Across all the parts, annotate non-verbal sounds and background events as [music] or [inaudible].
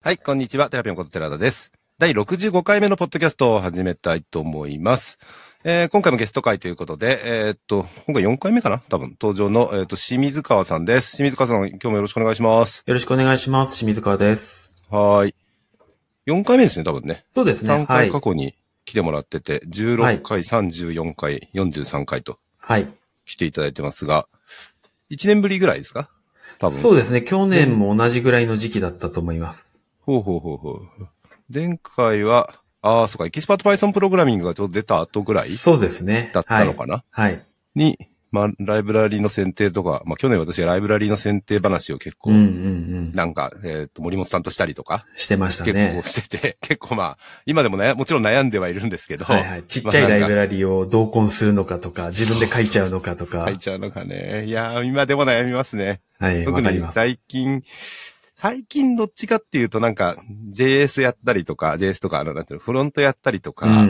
はい、こんにちは。テラピオンこと寺田です。第65回目のポッドキャストを始めたいと思います。えー今回もゲスト会ということで、えーっと、今回4回目かな多分、登場の、えーっと、清水川さんです。清水川さん、今日もよろしくお願いします。よろしくお願いします。清水川です。はーい。4回目ですね、多分ね。そうですね。 3は回い過。去に来てもらってて、16回、34回、43回とはい。来ていただいてますが、1年ぶりぐらいですか多分。そうですね。去年も同じぐらいの時期だったと思います。ほうほうほうほう。前回は、ああ、そうか、エキスパート Python プログラミングがちょうど出た後ぐらいそうですね。だったのかな、はい。はい。に、まあ、ライブラリの選定とか、まあ、去年私がライブラリの選定話を結構、うんうんうん。なんか、えっ、と、森本さんとしたりとか、してました結ね構。してて、 [laughs] 結構まあ、今でもね、もちろん悩んではいるんですけど、はいはい。ちっちゃいまあラなんイかブラリを同梱するのかとか、自分で書いちゃうのかとか。は入っちゃうのかね。いやー、今でも悩みますね。い。わ特かりにます。最近、最近どっちかっていうとなんか JS やったりとか、JS とか、あの、なんていうの、フロントやったりとうんうか、ん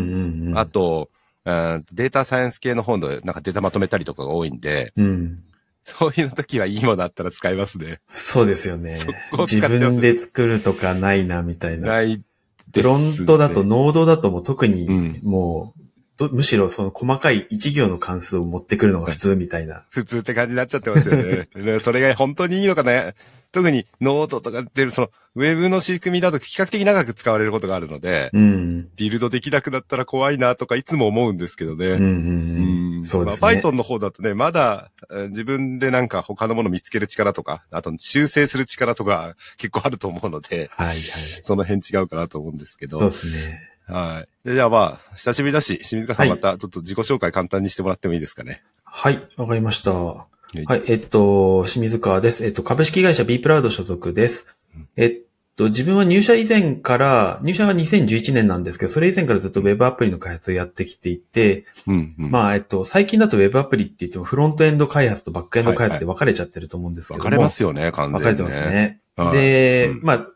うん。あと、うんデータサイエンス系の本でなんかデータまとめたりとかが多いんで、うん。そういう時はいいものあったら使いますね。そうですよねそこ。使っちゃ自います分で作るとかないな、みたいな。ないフです、ロントだと、、ノードだともう特うに、ん。もう、どむしろその細かい一行の関数を持ってくるのが普通みたいな。普通って感じになっちゃってますよ [laughs] ね。ねそれが本当にいいのかな特にノートとかって、その、ウェブの仕組みだと比較的長く使われることがあるので、うん。ビルドできなくなったら怖いなとかいつも思うんですけどね。うんうんうん。そうですまあ、ね。 Python の方だとね、まだ、えー自分でなんか他のもの見つける力とか、あと修正する力とか結構あると思うので、はいはい。その辺違うかなと思うんですけそうどで。すね。はい。でじゃあまあ、久しぶりだし、清水川さんはまいたちょっと自己紹介簡単にしてもらってもいいですかね。はい、わかりました。はいい、えっと、清水川です。えっと、株式会社 B プラウド所属ですうん。えっと、自分は入社以前から、入社が2011年なんですけど、それ以前からずっと Web アプリの開発をやってきていて、うん、うん。あ、まあ、えっと、最近だと Web アプリって言ってもフロントエンド開発とバックエンド開発で分かれちゃってると思うんですけ分ども。かれますよね、完全に、分かれてます。ね。はいで、うんまあ、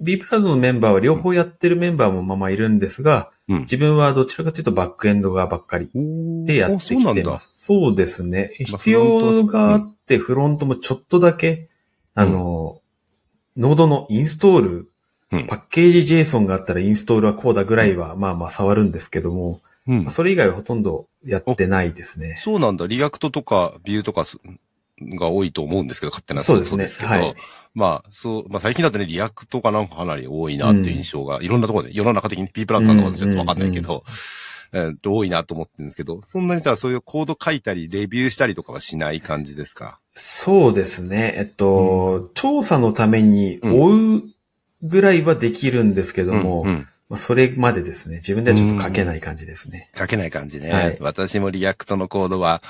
B プラウドのメンバーは両方やってるメンバーもまあまあいるんですが、うん自分はどちらかというとバックエンド側ばっかりおーでやってきそうなてんだま。す。そうですね。まあ必要があって、フロントもちょっとだけ、あの、ノードのインストール、うんパッケージ JSON があったらインストールはこうだぐらいは、まあまあ触るんですけども、うんまあ。それ以外はほとんどやってないですね。そうなんだ。リアクトとか、ビューとかすが多いと思うんですけど、勝手なそうです想像ね。けど、はい。まあ、そう、まあ最近だとね、リアクトがなんかかなり多いなっていう印象が、いろんなところで、世の中的に P プランさんとかでちょっとわかんないけど、えっと、多いなと思ってるんですけど、そんなにじゃあそういうコード書いたり、レビューしたりとかはしない感じですかそうですね。えっと、調査のために追うぐらいはできるんですけども、うんうんまあ、それまでですね。自分ではちょっと書けない感じですね。書けない感じね。はい私もリアクトのコードは、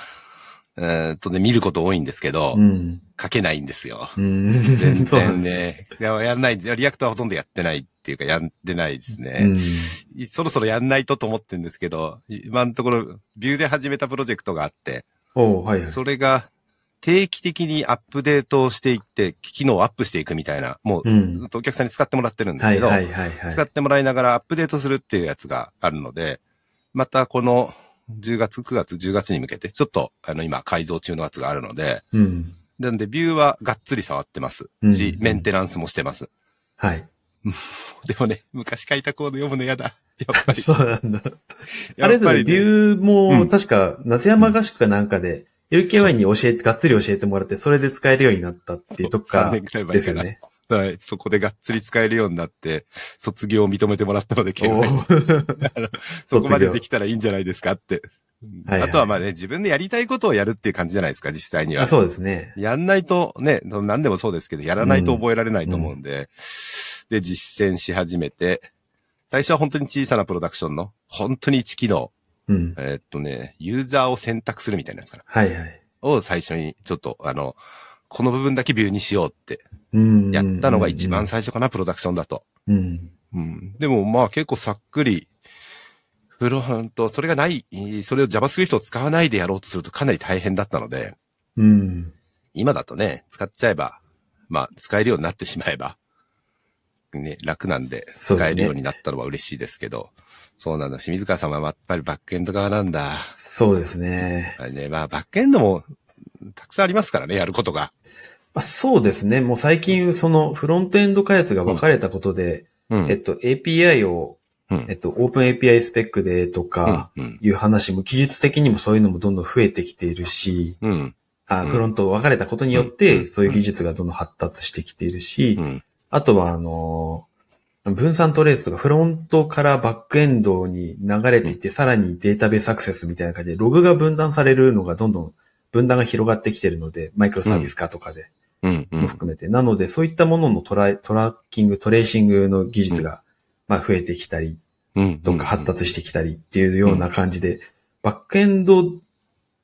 えーっとね、見ること多いんですけど、うん。書けないんですよ。うん。全 [laughs] そうなん然でね。すいや、やんない。リアクトはほとんどやってないっていうか、やってないですね。うん。いそろそろやんないとと思ってるんですけど、い今のところ、ビューで始めたプロジェクトがあって、おうはいはい。それが定期的にアップデートをしていって、機能をアップしていくみたいな、もううんずっとお客さんに使ってもらってるんですはけいど、はいはいはい。使ってもらいながらアップデートするっていうやつがあるので、またこの10月、9月、10月に向けて、ちょっとあの今改造中のやつがあるので、うん。なんでビューはがっつり触ってますし、うんメンテナンスもしてます。はい。でもね、昔書いたコード読むの嫌だ。やっぱり。そうなんだ。あやれっですよぱりねね、ビューうも、ん確か、夏山合宿かなんかで、LKY に教えて、がっつり教えてもらって、それで使えるようになったっていうとこ3か年、くらい前ですから。よね。はい。そこでがっつり使えるようになって、卒業を認めてもらったので、お結構ーそこまでできたらいいんじゃないですかって。はいはあいとはまあね、自分でやりたいことをやるっていう感じじゃないですか、実際には。 [laughs] あそうですね。やんないとね、何でもそうですけど、やらないと覚えられないと思うんで、で、実践し始めて、最初は本当に小さなプロダクションの、本当に1機能、うん。えーっとね、ユーザーを選択するみたいなやつかな。はいはい。を最初に、ちょっと、あの、この部分だけビューにしようって、うんやったのが一番最初かな、プロダクションだと。うん。うん。でもまあ結構さっくり、フロント、それがない、えーそれを JavaScript を使わないでやろうとするとかなり大変だったので、うん。今だとね、使っちゃえば、まあ使えるようになってしまえば、ね、楽なんで、そ使えうですねるようになったのは嬉しいですけど、そう,、なんだ、清水川さんはやっぱりバックエンド側なんだ。そうですね。あれね、まあバックエンドも、たくさんありますからね、やることが。まあ、そうですね。もう最近、そのフロントエンド開発が分かれたことで、うん。えっと、API を、うんえっと、オープン API スペックでとか、うん。うんいう話も、技術的にもそういうのもどんどん増えてきているし、うん。あうんフロントを分かれたことによっうんて、うんそういう技術がどんどん発達してきているしう、ん。あとは、あのー、分散トレースとか、フロントからバックエンドに流れていって、さらにデータベースアクセスみたいな感じで、ログが分断されるのがどんどん分断が広がってきてるので、マイクロサービス化とかでうん。うもん。含めて。なので、そういったもののトライトラッキング、トレーシングの技術が、まあ、増えてきたり、うん。どっか発達してきたりっていうような感じで、バックエンド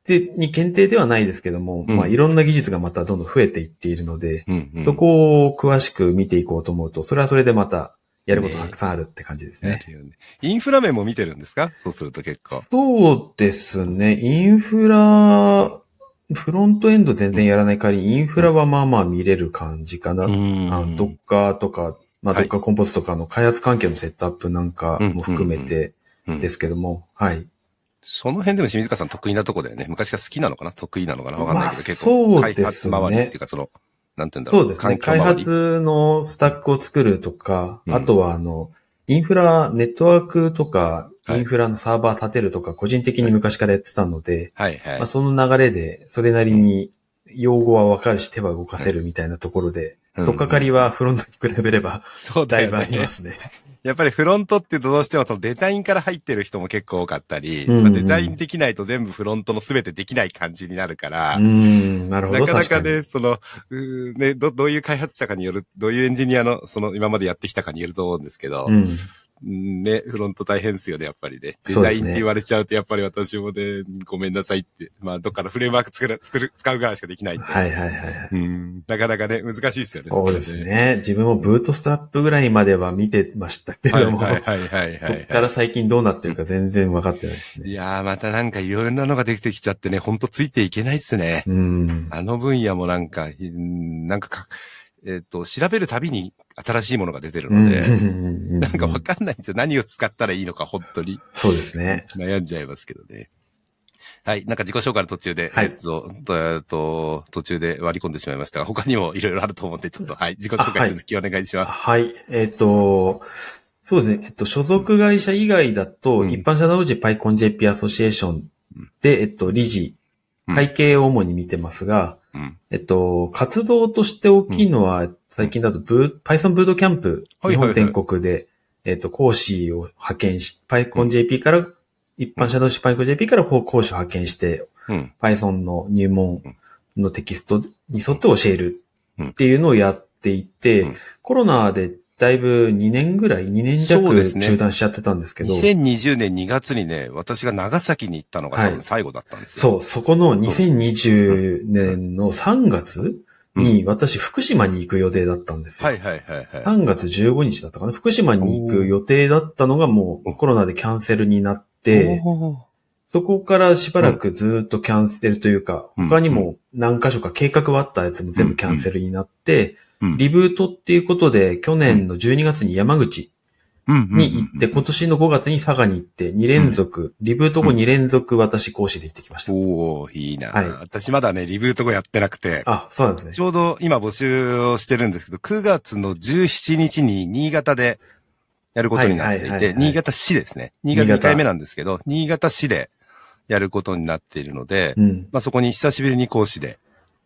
でに限定ではないですけども、うんまあ、いろんな技術がまたどんどん増えていっているので、うん。うん。そこを詳しく見ていこうと思うと、それはそれでまたやることたくさんあるって感じですね。なるよねインフラ面も見てるんですかそうすると結構。そうですね。インフラ、フロントエンド全然やらない代わりに、インフラはまあまあ見れる感じかな。あのんドッカーとか、まあ、はいドッカーコンポストとかの開発関係のセットアップなんかも含めてうんですけども、はい。その辺でも清水川さん得意なとこだよね。昔から好きなのかな得意なのかなわかんないけど、まあ結そ構。う開です発ね周りっていうか、その、なんて言うんだろう。そうですね。環開境周り。発のスタックを作るとか、うんあとはあの、インフラ、ネットワークとか、はいインフラのサーバー立てるとか、個人的に昔からやってたので、はいはいまあ、。その流れで、それなりに用語は分かるし、手は動かせるみたいなところで、うんとっかかりはフロントに比べれば、そうだだいよぶありまね。[laughs] すね。やっぱりフロントってどうしてもそのデザインから入ってる人も結構多かったり、うんうんまあデザインできないと全部フロントの全てできない感じになるからう、ん、なるほど。なかなか確に。ね、その、うーねど、どういう開発者かによる、どういうエンジニアの、その今までやってきたかによると思うんですけど、うん。うんね、フロント大変ですよね、やっぱりね。デそうザでインすねって言われちゃうと、やっぱり私もね、ごめんなさいって、まあ、どっかのフレームワーク作る、作る、使うぐらいしかできないんで。はいはいはいはい。うん、なかなかね、難しいですよね。そうですね。自分もブートストラップぐらいまでは見てましたけそこどはね。も、はいはいは [laughs] いはこい、はっい。から最近どうなってるか全然分かってないですいね。やー、またなんかいろいろなのができてきちゃってね、ほんとついていけないっすね。うん。あの分野もなんか、うんなんかか、えっ、と、調べるたびに新しいものが出てるうんのうで、んなんかわかんないんですよ。何を使ったらいいのか、本当に。そうですね。悩んじゃいますけどね。はい。なんか自己紹介の途中で、はいえっと、とえっと途中で割り込んでしまいましたが、他にもいろいろあると思って、ちょっと、はい。自己紹あは介い続きお願いします。はい。えっ、と、そうですね。えっと、所属会社以外だと、うん一般社同時 PyConJP アソシエーションで、えっと、理事、うん会計を主に見てますが、うん。えっと、活動として大きいのは、最近だとブー、Python ブートキャンプ、はい日はいは本い全国で、えっと、講師を派遣し、PyConJP から、一般社同士 PyConJP から講師を派遣して、うん。 Python の入門のテキストに沿って教えるっていうのをやっていて、うんコロナでだいぶ2年ぐらい、2年弱そうですね中断しちゃってたんですけど、 2020年2月にね、私が長崎に行ったのが多は分い最後だったんですよ。そう、そこの2020年の3月に私福島に行く予定だったんですよ。はいはいはいはい。 3月15日だったかな福島に行く予定だったのがもうコロナでキャンセルになって、おーそこからしばらくずっとキャンセルというか、うん他にも何箇所か計画はあったやつも全部キャンセルになっうて、んリブートっていうことで、去年の12月に山口に行って、今年の5月に佐賀に行って、2連続、リブート後2連続私講師で行ってきました。おおいいな、はい私まだね、リブート後やってなくて、あ、そうなんですちね。ょうど今募集をしてるんですけど、9月の17日に新潟でやることになっていはいはいて、はいはい新潟市ですね。新潟新2潟回目なんですけど、新潟市でやることになっているので、うん。まあそこに久しぶりに講師で、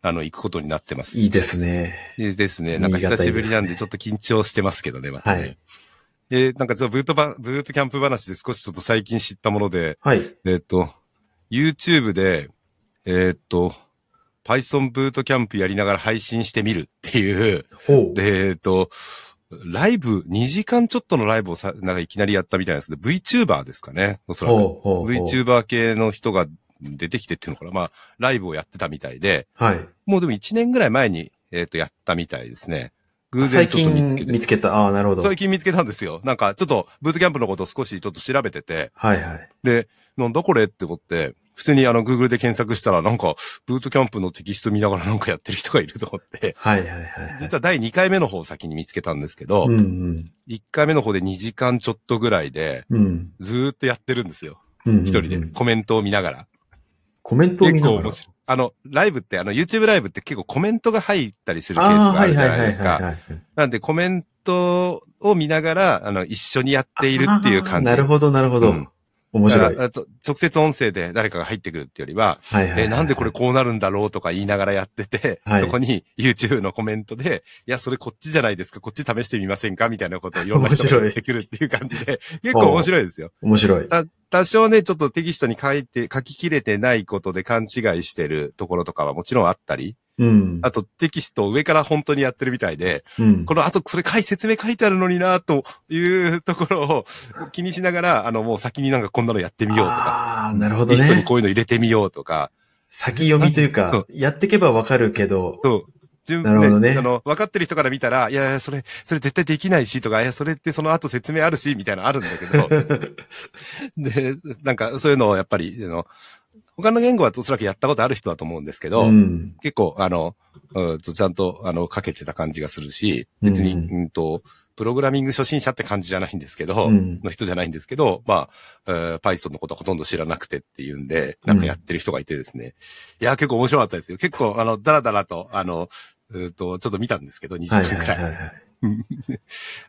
あの、行くことになってます。いいですね。いいですね。なんか新潟久いいですねしぶりなんで、ちょっと緊張してますけどね、またね。はいえーなんかちょっとブートば、ブートキャンプ話で少しちょっと最近知ったもので、はい。えっ、と、YouTube で、えっ、と、Python ブートキャンプやりながら配信してみるっていう、ほう。で、えっ、と、ライブ、2時間ちょっとのライブをさ、なんかいきなりやったみたいなんですけど、VTuber ですかね、おそらほうく。ほうほう。 VTuber 系の人が出てきてっていうのかな、まあ、ライブをやってたみたいで、はい。もうでも1年ぐらい前に、えっ、と、やったみたいですね。偶然最ちょっ近と見つけて。見つけた。ああ、なるほど。は最い近見つけたんですよ。なんか、ちょっと、ブートキャンプのことを少しちょっと調べてて、はい。で、なんだこれって思って、普通にあの Google で検索したらなんか、ブートキャンプのテキスト見ながらなんかやってる人がいると思って、はいはいはいはい。実は第2回目の方を先に見つけたんですけど、うんうん。 1回目の方で2時間ちょっとぐらいで、うん。ずーっとやってるんですよ。うんうんうん一人でコメントを見ながら。コメントを見結な構がら面。白い。あの、ライブって、あの、YouTube ライブって結構コメントが入ったりするケースああ、があはいるじはゃいなはいいではすいか。はい。なんで、コメントを見ながら、あの、一緒にやっているっていう感じ。なるほど、なるほど。うん面白い。だからあと直接音声で誰かが入ってくるってよりは、はいはいはい。え、なんでこれこうなるんだろうとか言いながらやってて、はいそこに YouTube のコメントで、いや、それこっちじゃないですか、こっち試してみませんかみたいなことをいろんな人面白がい言ってくるっていう感 [laughs] じで、結構面白いですよ。面白い。多少ね、ちょっとテキストに書いて、書ききれてないことで勘違いしてるところとかはもちろんあったり、うん。あとテキストを上から本当にやってるみたいで、うん。この後それ解説明書いてあるのになというところを気にしながら、あの、もう先になんかこんなのやってみようとか、ああ、なるほどリストにね。こういうの入れてみようとか、先読みというそかう、やってけばわかるけど、そう。順なるほどねあの、分かってる人から見たら、いやいや、それ、それ絶対できないしとか、いや、それってその後説明あるし、みたいなのあるんだけど、 [laughs] で、なんかそういうのをやっぱり、あの、他の言語はおそらくやったことある人だと思うんですけど、うん。結構、あの、うんとちゃんと、あの、かけてた感じがするし、別に、ううんんと、プログラミング初心者って感じじゃないんですけど、うん。の人じゃないんですけど、まあ、えー Python のことはほとんど知らなくてっていうんで、なんかやってる人がいてですね。いや、結構面白かったですよ。結構、あの、ダラダラと、あの、うーと、ちょっと見たんですけど、2時は間いくらい。はいはいはい。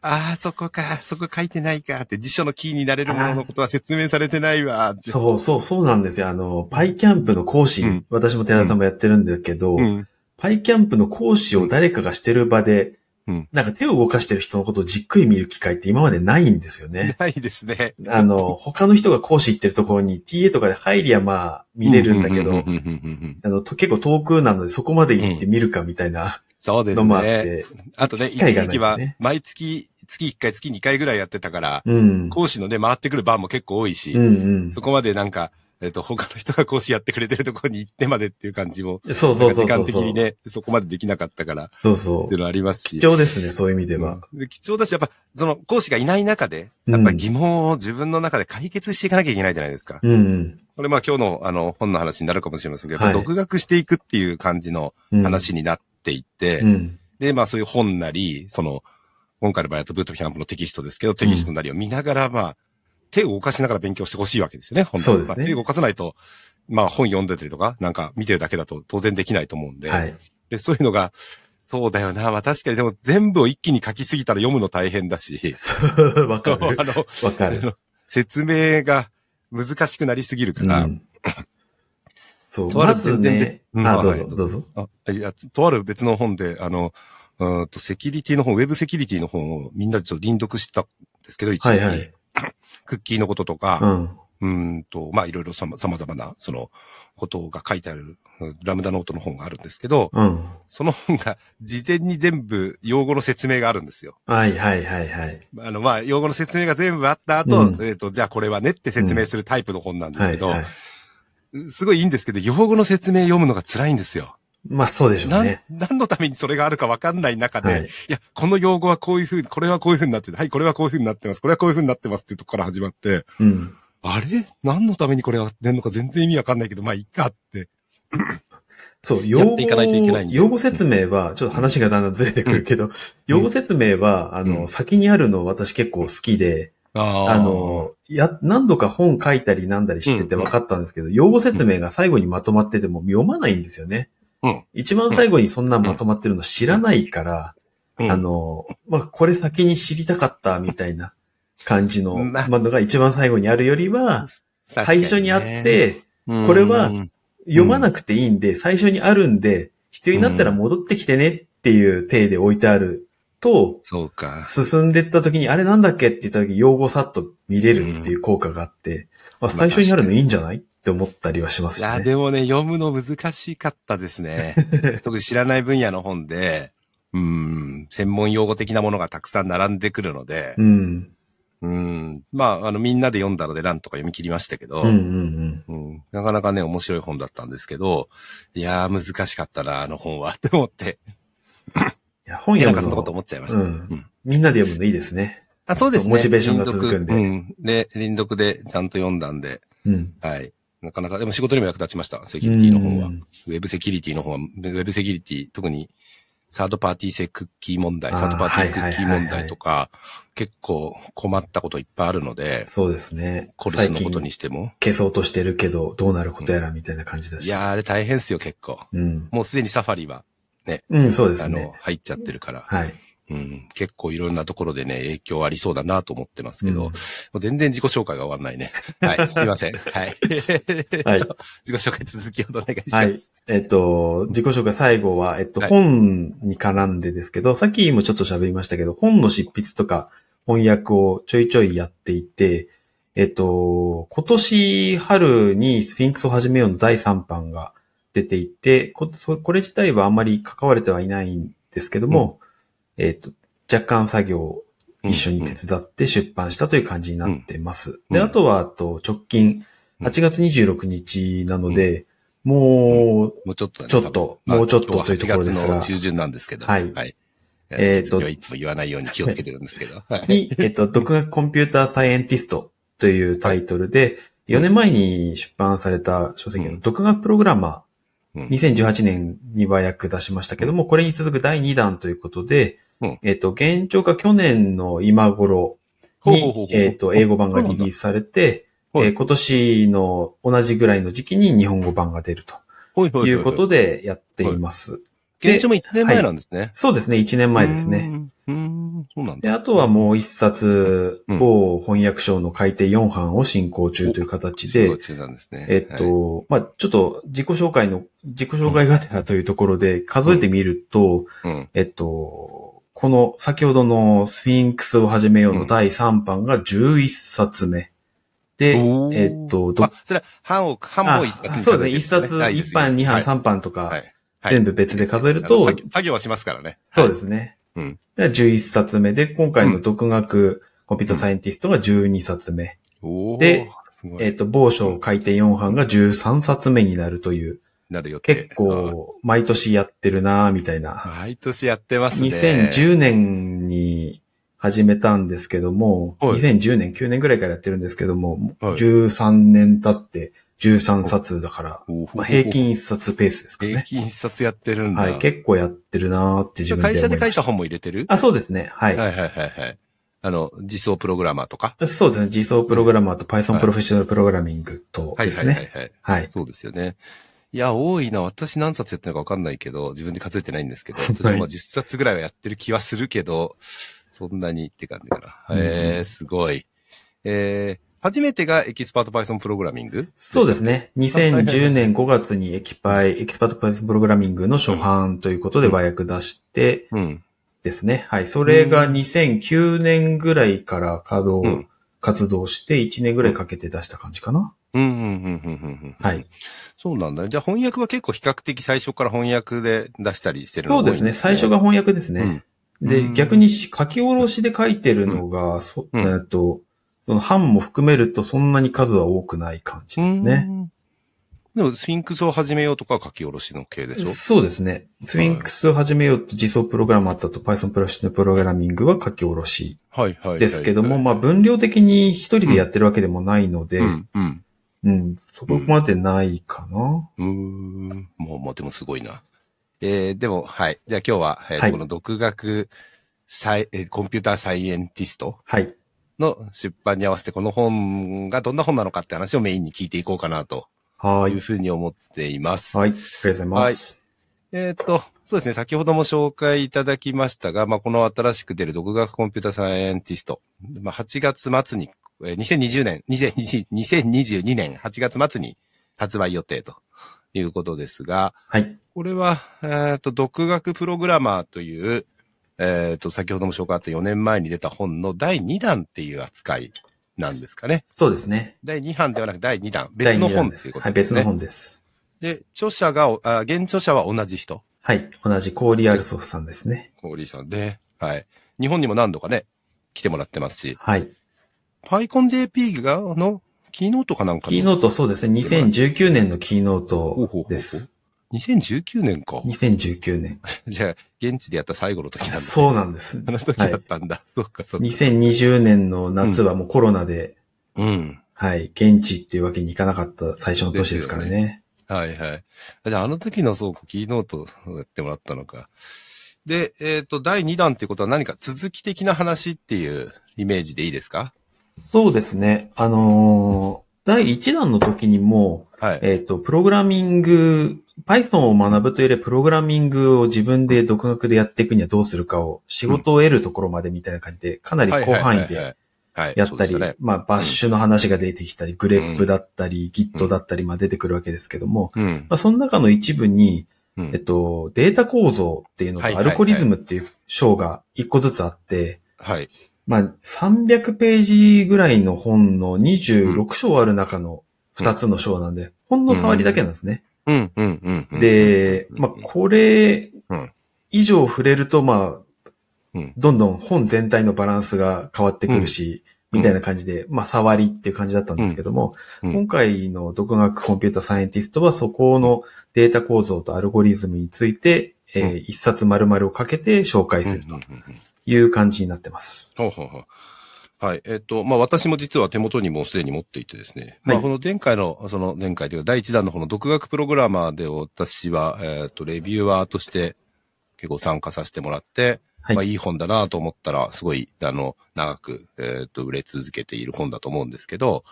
ああ、そこか、そこ書いてないかって、辞書のキーになれるもののことは説明されてないわって。そうそう、そうなんですよ。あの、パイキャンプの講師、うん私も寺田さんもやってるんだけど、うん。パイキャンプの講師を誰かがしてる場で、うんなんか手を動かしてる人のことをじっくり見る機会って今までないんですよね。ないですね。あの、他の人が講師行ってるところに TA とかで入りゃまあ [laughs] 見れるんだけううどう、んうんうんうんあの、と結構遠くなのでそこまで行って見るかみたいなそうですのもあって、ね。あとね、一機会が時ない期ですねは、毎月、月1回、月2回ぐらいやってたから、うん。講師のね、回ってくる番も結構多いし、うんうんそ。こまでなんか、えっ、と、他の人が講師やってくれてるところに行ってまでっていう感じも、そうなんそうかそうそう。時間的に。ね、そこまでできなかったからっそうそていうう。のありますし。貴重ですね、そういう意味では。うんで貴重だし、やっぱ、その講師がいない中で、やっぱ疑問を自分の中で解決していかなきゃいけないじゃないですか。うん。うんこれまあ今日のあの本の話になるかもしれませんけど、はいやっぱ独学していくっていう感じのうん。話になっていって、うん。で、まあそういう本なり、その、今回の場合だとブートキャンプのテキストですけど、テキストなりを見ながら、まあ、手を動かしながら勉強してほしいわけですよね、本当はそうですねまあ手を動かさないと、まあ本読んでたりとか、なんか見てるだけだと当然できないと思うんで、はい。でそういうのが、そうだよな、まあ確かにでも全部を一気に書きすぎたら読むの大変だし、そう [laughs] わ [laughs] あかる。の、わかる。説明が難しくなりすぎるかうら、ん、そう、とあるまず全然ねで、うんあ、あどはういぞ、どうぞ。あ、いや、とある別の本で、あの、うーんと、セキュリティの本、ウェブセキュリティの本をみんなでちょっと輪読してたんですけど、一時は期、いはい。クッキーのこととうか、ん。うん、んと、まあ、いろいろさま様々な、その、ことが書いてある、うんラムダノートの本があるんですけど、うん。その本が事前に全部用語の説明があるんですよ。はいはいはいはい。あの、まあ、用語の説明が全部あった後、うんえっと、じゃあこれはねって説明するタイプの本なんですはけい、ど、はい。すごいいいんですけど、用語の説明読むのが辛いんですよ。まあそうでしょうなんね。何のためにそれがあるか分かんない中で、、はいいや、この用語はこういうふうに、これはこういうふうになってるはい、これはこういうふうになってます、これはこういうふうになってますっていうとこから始まって、うん。あれ何のためにこれやってんのか全然意味わかんないけど、まあ、いいかって。そう、や用っ語ていかないといけないん、で用語説明は、ちょっと話がだんだんずれてくるけど、用語説明は、あうんの、先にあるの私結構好きで、ああ、の、や、何度か本書いたりなんだりしてて分かったんですけど、用語説明が最後にまとまってても読まないんですよね。うん一番最後にそんなまとまってるの知らないから、うんあの、まあ、これ先に知りたかったみたいな感じの、ままあのが一番最後にあるよりは、最初にあっ、て、うんこれはうん読まなくていいんで、最初にあるんで、必要になったら戻ってきてねっていう体で置いてあると、そうか。進んでった時に、あれなんだっけって言った時、用語さっと見れるっていう効果があって、まあ、まあ最初にあるのいいんじゃないって思ったりはしいますしや、ね。でもね、読むの難しかったです [laughs] ね。特に知らない分野の本で、うん、専門用語的なものがたくさん並んでくるので、うん。うん。まあ、あの、みんなで読んだので、なんとか読み切りましたけど、うんうんうん。うんなかなかね、面白い本だったんですけど、いやー、難しかったな、あの本は、って思って、いや、本いやなんか読むそんなのこと思っちゃいましうた。ん。みんなで読むのいいですね。あそうですね。モチベーションが続くんで輪読うん。で、輪読でちゃんと読んだんで、うん。はい。なかなか、でも仕事にも役立ちました、セキュリティの本は。うウんェブセキュリティの本は、ウェブセキュリティ、特に、サードパーティー性クッキー問題、あーサードパーティークッキーはいはいはいはい問題とか、結構困ったこといっぱいあるので、そうですね。コルス最の近ことにしても。消そうとしてるけど、どうなることやらみたいな感じだし。いやー、あれ大変ですよ、結構。うん。もうすでにサファリは、うん、そうですあねの。、入っちゃってるから、はい。うん、結構いろんなところでね、影響ありそうだなと思ってますけど、うもんう全然自己紹介が終わんない [laughs] ね。はい、すいません。はい。はい [laughs] 自己紹介続きをお願いします。はいえっと、自己紹介最後は、えっと、はい本に絡んでですけど、さっきもちょっと喋りましたけど、本の執筆とか翻訳をちょいちょいやっていて、えっと、今年春にスフィンクスを始めようの第3版が出ていて、こそこれ自体はあんまり関われてはいないんですけども、えっと、若干作業を一緒にうんうん手伝って出版したという感じになってます。うんで、あとは、あと、直近、うん8月26日なので、もう、もうちょっとだね、ちょっと多分もうちょっとまあというところです今が日は8月の中旬なんですけど。はいはい。えー実と業はいつも言わないように気をつけてるんですけど。 [laughs] はい。に、えっと、独学コンピューターサイエンティストというタイトルで、4年前に出版された書籍うのん独学プログラマうんー、2018年に和訳出しましたけども、これに続く第2弾ということでうん、えっと、現状が去年の今頃ほうほうほうほにう、えっと、英語版がリリースされて、えはいー今年の同じぐらいの時期に日本語版が出るほいほといいほうこほとでやっています。で現状も1年前なんですね。そうですね、1年前ですね。うーん。うーん、そうなんだ。で、あとはもう一冊、うん某翻訳賞の改訂4版を進行中という形でそう、中なんですね。えっはい、と、まあちょっと自己紹介の、自己紹介がてらというところで数えてみると、うん。えっと、この先ほどのスフィンクスを始めようの第3版が11冊目。で、おーえっと、どあ、それは、半を、半を一冊あにそう数えでてすね、1冊、はいいいです1版、2は版、い3版とか、はい全部別で数えあるのと、作作業はしますからね。そうですね。うんで11冊目で、今回の独学コンピュータサイエンティストが12冊目。おーですごい。えっ、と、某書改訂4版が13冊目になるという、なる予定。結構、毎年やってるなぁみたいあ。な。毎年やってますね。 2010年に始めたんですけども、はい2010年、9年ぐらいからやってるんですけども、はい13年経って13冊だから、おーまあ、平。均1冊ペースですか平ね。均一冊やってるんだ。はい、結構やってるなぁって自分で会思いま社した。で書いた本も入れてるあ、そうですね。はい。はいはいはいはい。あの、自走プログラマーとか。そうですね。自走プログラマーとは Python いプロフェッショナルプログラミングとはいではすいはいね。はい。はい。そうですよね。いや、多いな。私何冊やってるのかわかんないけど、自分で数えてないん [laughs] ですけど、私もまあ10冊ぐらいはやってる気はするけど、そんなにって感じかな。うんえー、すごい。えー、初めてがエキスパート Python プログラミングそうですね。はね。いはいは2010年5月にエキパイ、エキスパート Python プログラミングの初版ということで和訳出してうん。ですね。はい。それが2009年ぐらいから稼う働ん、活動して1年ぐらいかけて出した感じかな。うん、うん、うん、うん、うん。はい。そうなんだ。じゃあ翻訳は結構比較的最初から翻訳で出したりしてるのそうが多いですね。最初が翻訳ですね。うんうで、ん逆にし書き下ろしで書いてるのが、そうんえっと、その版も含めるとそんなに数は多くない感じですね。うん。でも、スフィンクスを始めようとかは書き下ろしの系でしょそうですね。スフィンクスを始めようと自走プログラマーだと Python プロフェッショナルプログラミングは書き下ろしはいはいはいはい。ですけども、まあ分量的に一人でやってるわけでもないので、ううん、ん、うん。そこまでないかな。うーん。もう、もう、でもすごいな。えー、でも、はい。じゃあ今日は、えーはいこの独学サイ、えーコンピューターサイエンティストはい。の出版に合わせて、この本がどんな本なのかって話をメインに聞いていこうかなとはいい。はうい。ふうに思っています。ありがとうございます。えーっと、そうですね。先ほども紹介いただきましたが、まあ、この新しく出る独学コンピュータサイエンティスト。まあ、8月末に、えー2020年、2020 2022年8月末に発売予定ということですが、はい。これは、えーっと、独学プログラマーという、えーっと、先ほども紹介あった4年前に出た本の第2弾っていう扱いなんですかね。そうですね。第2版ではなく第2弾。別の第二弾本っでていす。うこはとい、です別ね。の本です。で、著者が、あ現著者は同じ人。はい。同じコーリアルソフさんですね。コーリーさんで、はい。日本にも何度かね、来てもらってますし、はい。 PyConJP が、の、キーノートかなんかのキーノートそうですね。2019年のキーノーほうほうほうトほうです。 2019年か。 2019年。 [laughs] じゃあ、現地でやった最後の時なんだ。う。そうなんです。あの時だったんだ。そっかそっか。 2020年の夏はもうコロナで、うん。はい、現地っていうわけにいかなかった最初の年ですからね。はいはい。じゃあ、あの時のそう、キーノートをやってもらったのか。で、えっ、と、第2弾っていうことは何か続き的な話っていうイメージでいいですかそうですね。あのー第1弾の時にも、はい。えっ、と、プログラミング、Python を学ぶというよりはプログラミングを自分で独学でやっていくにはどうするかを仕事を得るところまでみたいな感じで、かなり広範囲ではいやっそうたでしり、ね。まあ、バッシュの話が出てきたり、グレップだったり、Git だったり、まあ出てくるわけですけども、うん。まあ、その中の一部に、うんえっと、データ構造っていうのとはいはアいはいルコリズムっていう章が一個ずつあって、はい。まあ、300ページぐらいの本の26章ある中の2つの章なんで、ほんの触りだけなんですね。うん、うん、うんうん。で、まあ、これうん以上触れると、まあうん、どんどん本全体のバランスが変わってくるし、うんみたいな感じで、まあ、触りっていう感じだったんですけども、うんうん今回の独学コンピュータサイエンティストはそこのデータ構造とアルゴリズムについて、えーうん一冊丸々をかけて紹う介ん、すうんるうんとうん。いう感じになってます。ほうほうほう。はい。えっ、と、まあ、私も実は手元にもうすでに持っていてですね。はいまあ、この前回の、その前回というか第一弾の方の独学プログラマーで私は、えっ、と、レビューアーとして結構参加させてもらって、はいい、まあ、いい本だなと思ったら、すごい、あの、長く、えっ、と、売れ続けている本だと思うんですけど、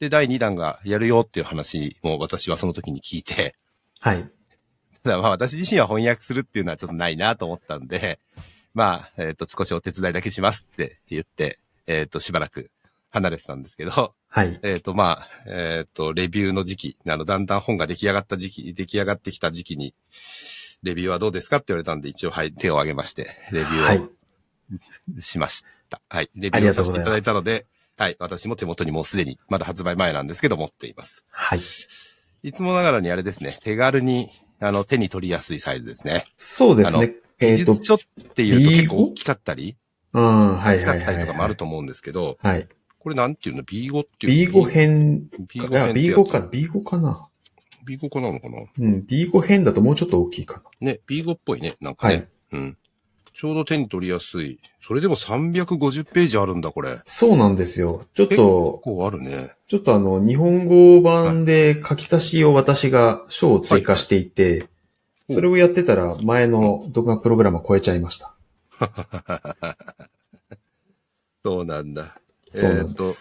で、第2弾がやるよっていう話も私はその時に聞いて、はい。ただまあ私自身は翻訳するっていうのはちょっとないなと思ったんで、まあ、えっ、と、少しお手伝いだけしますって言って、えっ、と、しばらく離れてたんですけど、 [laughs] はい。えっ、とまあ、えっ、と、レビューの時期、あの、だんだん本が出来上がった時期、出来上がってきた時期に、レビューはどうですかって言われたんで、一応、はい、手を挙げまして、レビはュい。ーをしました。はい、レビュありーをがとさうせごていざいますただいたので、はい、私も手元にもうすでに、まだ発売前なんですけど、持っています。はい。いつもながらにあれですね、手軽に、あの、手に取りやすいサイズですね。そうですあのね。え技っ、と術、書っていうと結構大きかったり、うん、はいはい厚かはっい、たりとかもあるはと思うんですけど、い。これなんていうの ?B5 っていう B5 編か、い B5 編や、ってやつ B5 か、B5 かな。 B5 かなのかなうん、B5 編だともうちょっと大きいかな。ね、B5 っぽいね、なんかね。はいうん。ちょうど手に取りやすい。それでも350ページあるんだ、これ。そうなんですよ。ちょっ結と、構あるね。ちょっとあの、日本語版で書き足しを私が章を追加していて、いそれをやってたら前の独学プログラムを超えちゃいました。そうなんだ。えっ、そうなんと、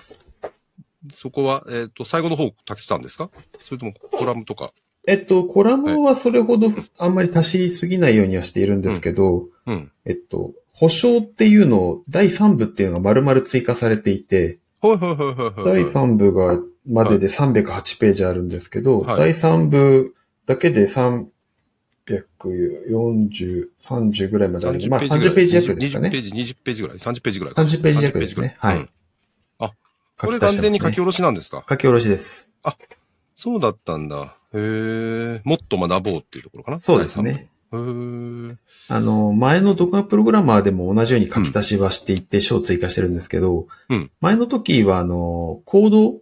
そこは、えっ、と、最後の方足したんですかそれともコラムとか。えっと、コラムはそれほどあんまり足しすぎないようにはしているんですけど、うん。えっと、保証っていうのを、第3部っていうのが丸々追加されていて、ほいほいほいほいほい。第3部が、までで308ページあるんですけど、はい第3部だけで340、30ぐらいまであるんで。まあ30ページぐら約いですかね20。ページ、20ページぐらい。30ページぐらいか。 30ページ約ですね。 30ページぐらはいい。うんこ書きれ足してます完ね全に書き下ろしなんですか書き下ろしです。そうだったんだ。へえ。もっと学ぼうっていうところかなそうです。ね。第三部へえ。あの、前の独学プログラマーでも同じように書き足しはしていって、章を追加してるんですけど、うん前の時は、あの、コード、やっ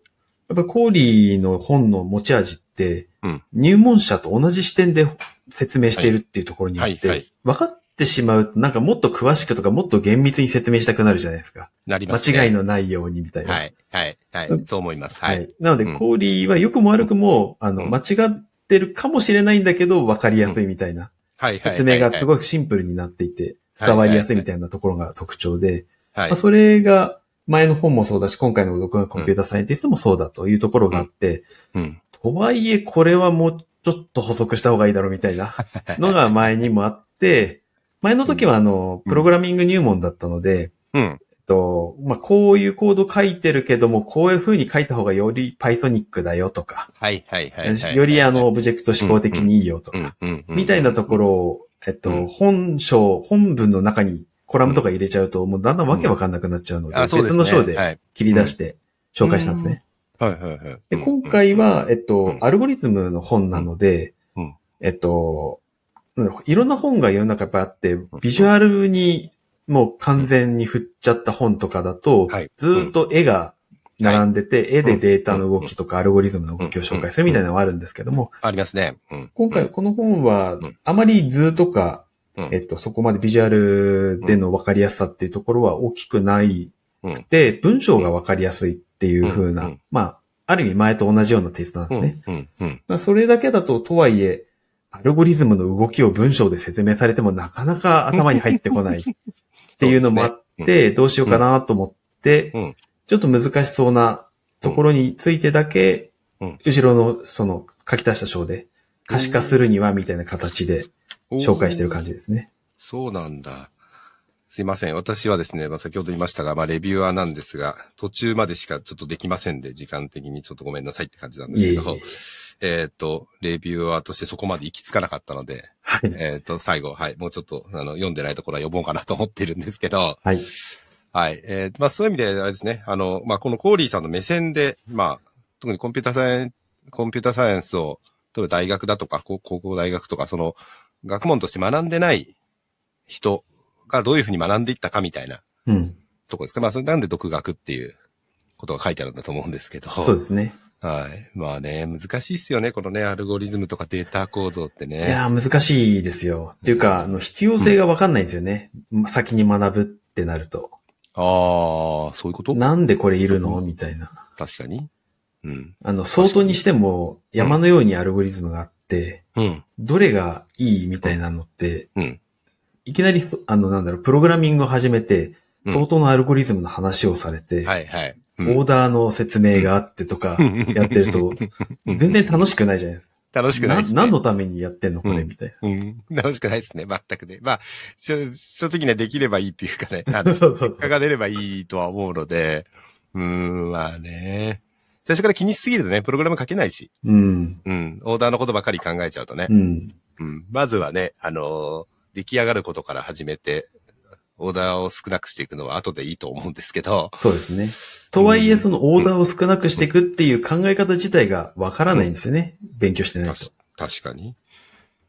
ぱコーリーの本の持ち味って、うん入門者と同じ視点で説明しているっていうところによっはいはてい、分かってしまうと、なんかもっと詳しくとかもっと厳密に説明したくなるじゃないですか。なります、ね。間違いなのないようにみたいな。はい、はい、はい。そう思います。は。はいい。なので、うんコーリーは良くも悪くも、あの、うん間違ってるかもしれないんだけど、分かりやすいみたいな。はい、はい。説明がすい。ごくシンプルになっていて、はい伝わりやすいみたいなところが特徴で、はいまあ。それが前の本もそうだし、今回の僕がコンピューターサイエンティストもそうだというところがあって、うん。とはいえこれはもうちょっと補足した方がいいだろうみた [laughs] いなのが前にもあって、前の時はあの、うんプログラミング入門だったので、うん。えっと、まあ、こういうコード書いてるけども、こういう風に書いた方がより Pythonic だよとか、はい、はい、はいはい。よりあの、オブジェクト思考的にいいよとかう、ん、うん、うん。みたいなところを、えっと、うん本章、本文の中にコラムとか入れちゃうと、もうだんだんわけわかんなくなっちゃうので、あ、そうです、別ね。の章ではい。切り出して紹介したんですね。はい、はい、はい。で今回は、えっうとん、アルゴリズムの本なのでうん、えっと、うんいろんな本が世の中やっぱあって、ビジュアルにもう完全に振っちゃった本とかだとはい、ずーっと絵が並んでて、絵でデータの動きとかアルゴリズムの動きを紹介するみたいなのはあるんですけども、ありますね。うん。今回この本はうん、あまり図とか、うんえっと、そこまでビジュアルでの分かりやすさっていうところは大きくないくて、文章が分かりやすいっていう風な、うんうんまあ、ある意味前と同じようなテイストなんでうすね。ん、うん、うん。まあそれだけだと、とはいえ、アルゴリズムの動きを文章で説明されてもなかなか頭に入ってこないっていうのもあっそうでて、どうしようかなと思って、うんちょっと難しそうなところについてだけ、うん後ろのその書き足した章で可視化するにはみたいな形で紹介してるじ感じですね。そうなんだ。すいません。私はですね、まあ、先ほど言いましたが、まあ、レビュアーなんですが、途中までしかちょっとできませんで、時間的にちょっとごめんなさいって感じなんですいけえいえど、。えっ、と、レビュアーとしてそこまで行き着かなかったので、はい。えっ、と、最後、はい、もうちょっと、あの、読んでないところは読もうかなと思ってるんですけど、はい。はい。えーまあそういう意味で、あれですね。あの、まあこのコーリーさんの目線で、まあ、特にコンピュータサイエン、コンピュータサイエンスを、例えば大学だとか、高高校大学とか、その、学問として学んでない人がどういうふうに学んでいったかみたいなうん。とこですか。まあそれなんで独学っていうことが書いてあるんだと思うんですけど。そうですね。はい。まあね、難しいっすよね。このね、アルゴリズムとかデータ構造っていね。やー、難しいですよ。っていうか、あの、必要性がわかんないんですよね。先に学ぶってなると。ああ、そういうことなんでこれいるのみたいな。確かに。うん。あの、相当にしても山のようにアルゴリズムがあって、うん。どれがいいみたいなのって、うん。いきなりそ、あの、なんだろう、プログラミングを始めて、うん相当のアルゴリズムの話をされて、はいはい。うオんーダーの説明があってとか、やって [laughs] ると、全然楽しくないじゃないですか。楽しくないですね。何のためにやってんのこれ、うんみたいな。うん。楽しくないですね、全くね。まあ、しょ正直ね、できればいいっていうか [laughs] ね、あの、結そうそうそ果う。が出ればいいとは思うので、うーん、まあね。最初から気にしすぎるとね、プログラム書けないし、うん。うん、オーダーのことばかり考えちゃうとねう、ん。うん、まずはね、あのー出来上がることから始めて、オーダーを少なくしていくのは後でいいと思うんですけど、そうですね。とはいえ、うんそのオーダーを少なくしていくっていう考え方自体がわからないんですよね。勉強してない確と。確かに。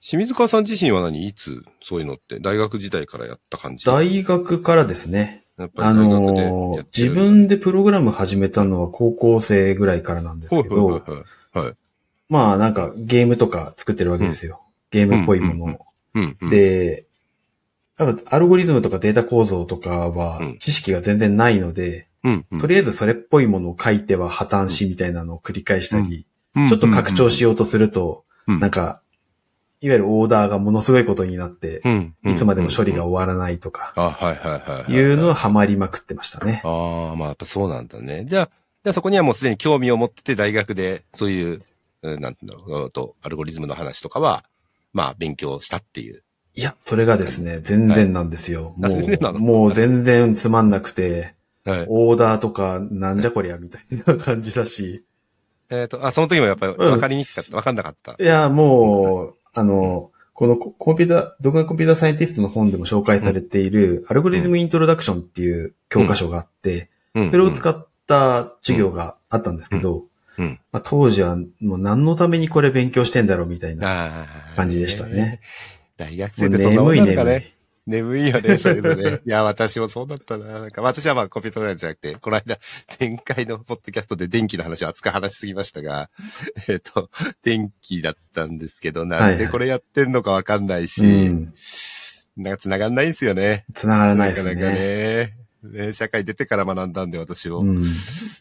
清水川さん自身は何いつそういうのって大学時代からやった感じ大学からですね。やっぱあり大学でやのーってる自分でプログラム始めたのは高校生ぐらいからなんですけはいはいど、はいはい。はい。まあなんかゲームとか作ってるわけですよ。ゲームっぽいものを。うん、うん。で、なんかアルゴリズムとかデータ構造とかはうん知識が全然ないので、うんうんとりあえずそれっぽいものを書いては破綻しみたいなのを繰り返したり、ちちょっと拡張しようとすると、うんなんか、いわゆるオーダーがものすごいことになって、うんいつまでも処理がうん終わらないとか、あ、はいはいはいはい。いうのはハマりまくってましたね。ああ、まあやっぱそうなんだね。じゃあ、じゃあそこにはもうすでに興味を持ってて大学で、そういう、うんなんていうんだろううんと、アルゴリズムの話とかは、まあ勉強したっていう。いや、それがですね、全然なんですよ。はいあ全然なものう、もう全然つまんなくて、はい。オーダーとかなんじゃこりゃみたいな感じだし、えっと、あ、その時もやっぱりうん分かりにくかった。分かんなかったい。や、もう、あの、このココンピュータ、独学コンピュータサイエンティストの本でも紹介されている、アルゴリズムイントロダクションっていう教科書があって、うんそれを使った授業があったんですけど、うんうんまあ、当時はもう何のためにこれ勉強してんだろうみたいな感じでした。うんあね。ー大学生もうってそんなもん眠いなんか眠ねい。。眠いよ [laughs] ね、そういうのね。いや、私もそうだったな。なんか、私はまあ、コンピューターサイエンスじゃなくて、この間、前回のポッドキャストで電気の話を熱く話しすぎましたが、 [laughs] えっ、と、電気だったんですけど、なはんいはでいこれやってんのかわかんないし、うん。なんか繋がんないんですよね。繋がらないですなかなかね。ね。ね、社会出てから学んだんで、私を、うん。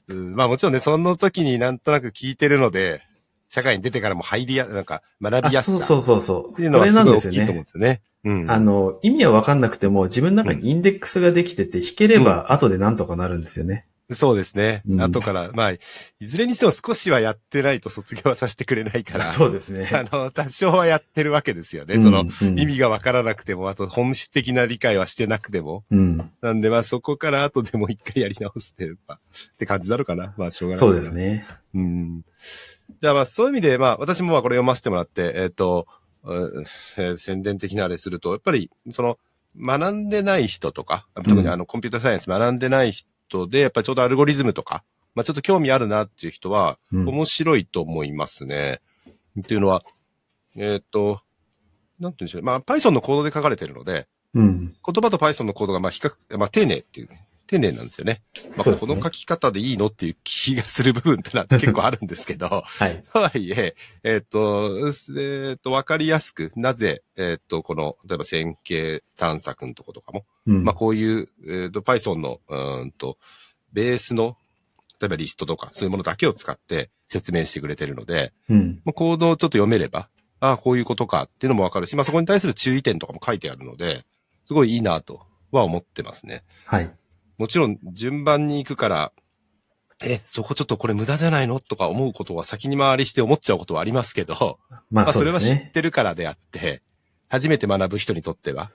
うんまあもちろんね、その時になんとなく聞いてるので、社会に出てからも入りや、なんか学あびやすそうさそうそうそう。っこていうのはれすなんごいで大すよきいと思うんねで。すよね。うん。あの、意味はわかんなくても、自分の中にインデックスができてて、引ければ後でなんとかなるんですよね。そうですね。うん後から、まあ、いずれにしても少しはやってないと卒業はさせてくれないから、 [laughs] そうですね。あの、多少はやってるわけですよね。その、うん、意味がわからなくても、あと本質的な理解はしてなくても。うん。なんで、まあそこから後でもう一回やり直してれば、って感じなのかな。まあしょうがない。そうです。ね。うん。じゃあまあそういう意味で、まあ私もまあこれ読ませてもらって、えっ、と、うんえー宣伝的なあれすると、やっぱり、その、学んでない人とか、特にあの、コンピュータサイエンス学んでない人で、やっぱりちょうどアルゴリズムとか、まあちょっと興味あるなっていう人は、うん面白いと思いますね。っていうのは、えっ、と、なんて言うんでしょうね。まあ Python のコードで書かれてるので、うん。言葉と Python のコードが、まあ、比較、まあ、丁寧っていう、丁寧なんですよね。まあ、そうですこねの書き方でいいのっていう気がする部分ってのは結構あるんですけど、 [laughs] はい。とはいえ、えっ、と、すえっ、と、わかりやすく、なぜ、えっ、と、この、例えば線形探索のとことかも、うん。まあ、こういう、えっ、と、Python の、うーんと、ベースの、例えばリストとか、そういうものだけを使って説明してくれてるので、うん。まあ、コードをちょっと読めれば、ああ、こういうことかっていうのもわかるし、まあそこに対する注意点とかも書いてあるので、すごいいいなとは思ってますね。はい。もちろん順番に行くから、え、そこちょっとこれ無駄じゃないのとか思うことは先に回りして思っちゃうことはありますけど、ままああそそうれではす知っね。てるからであって、初めて学ぶ人にとっては、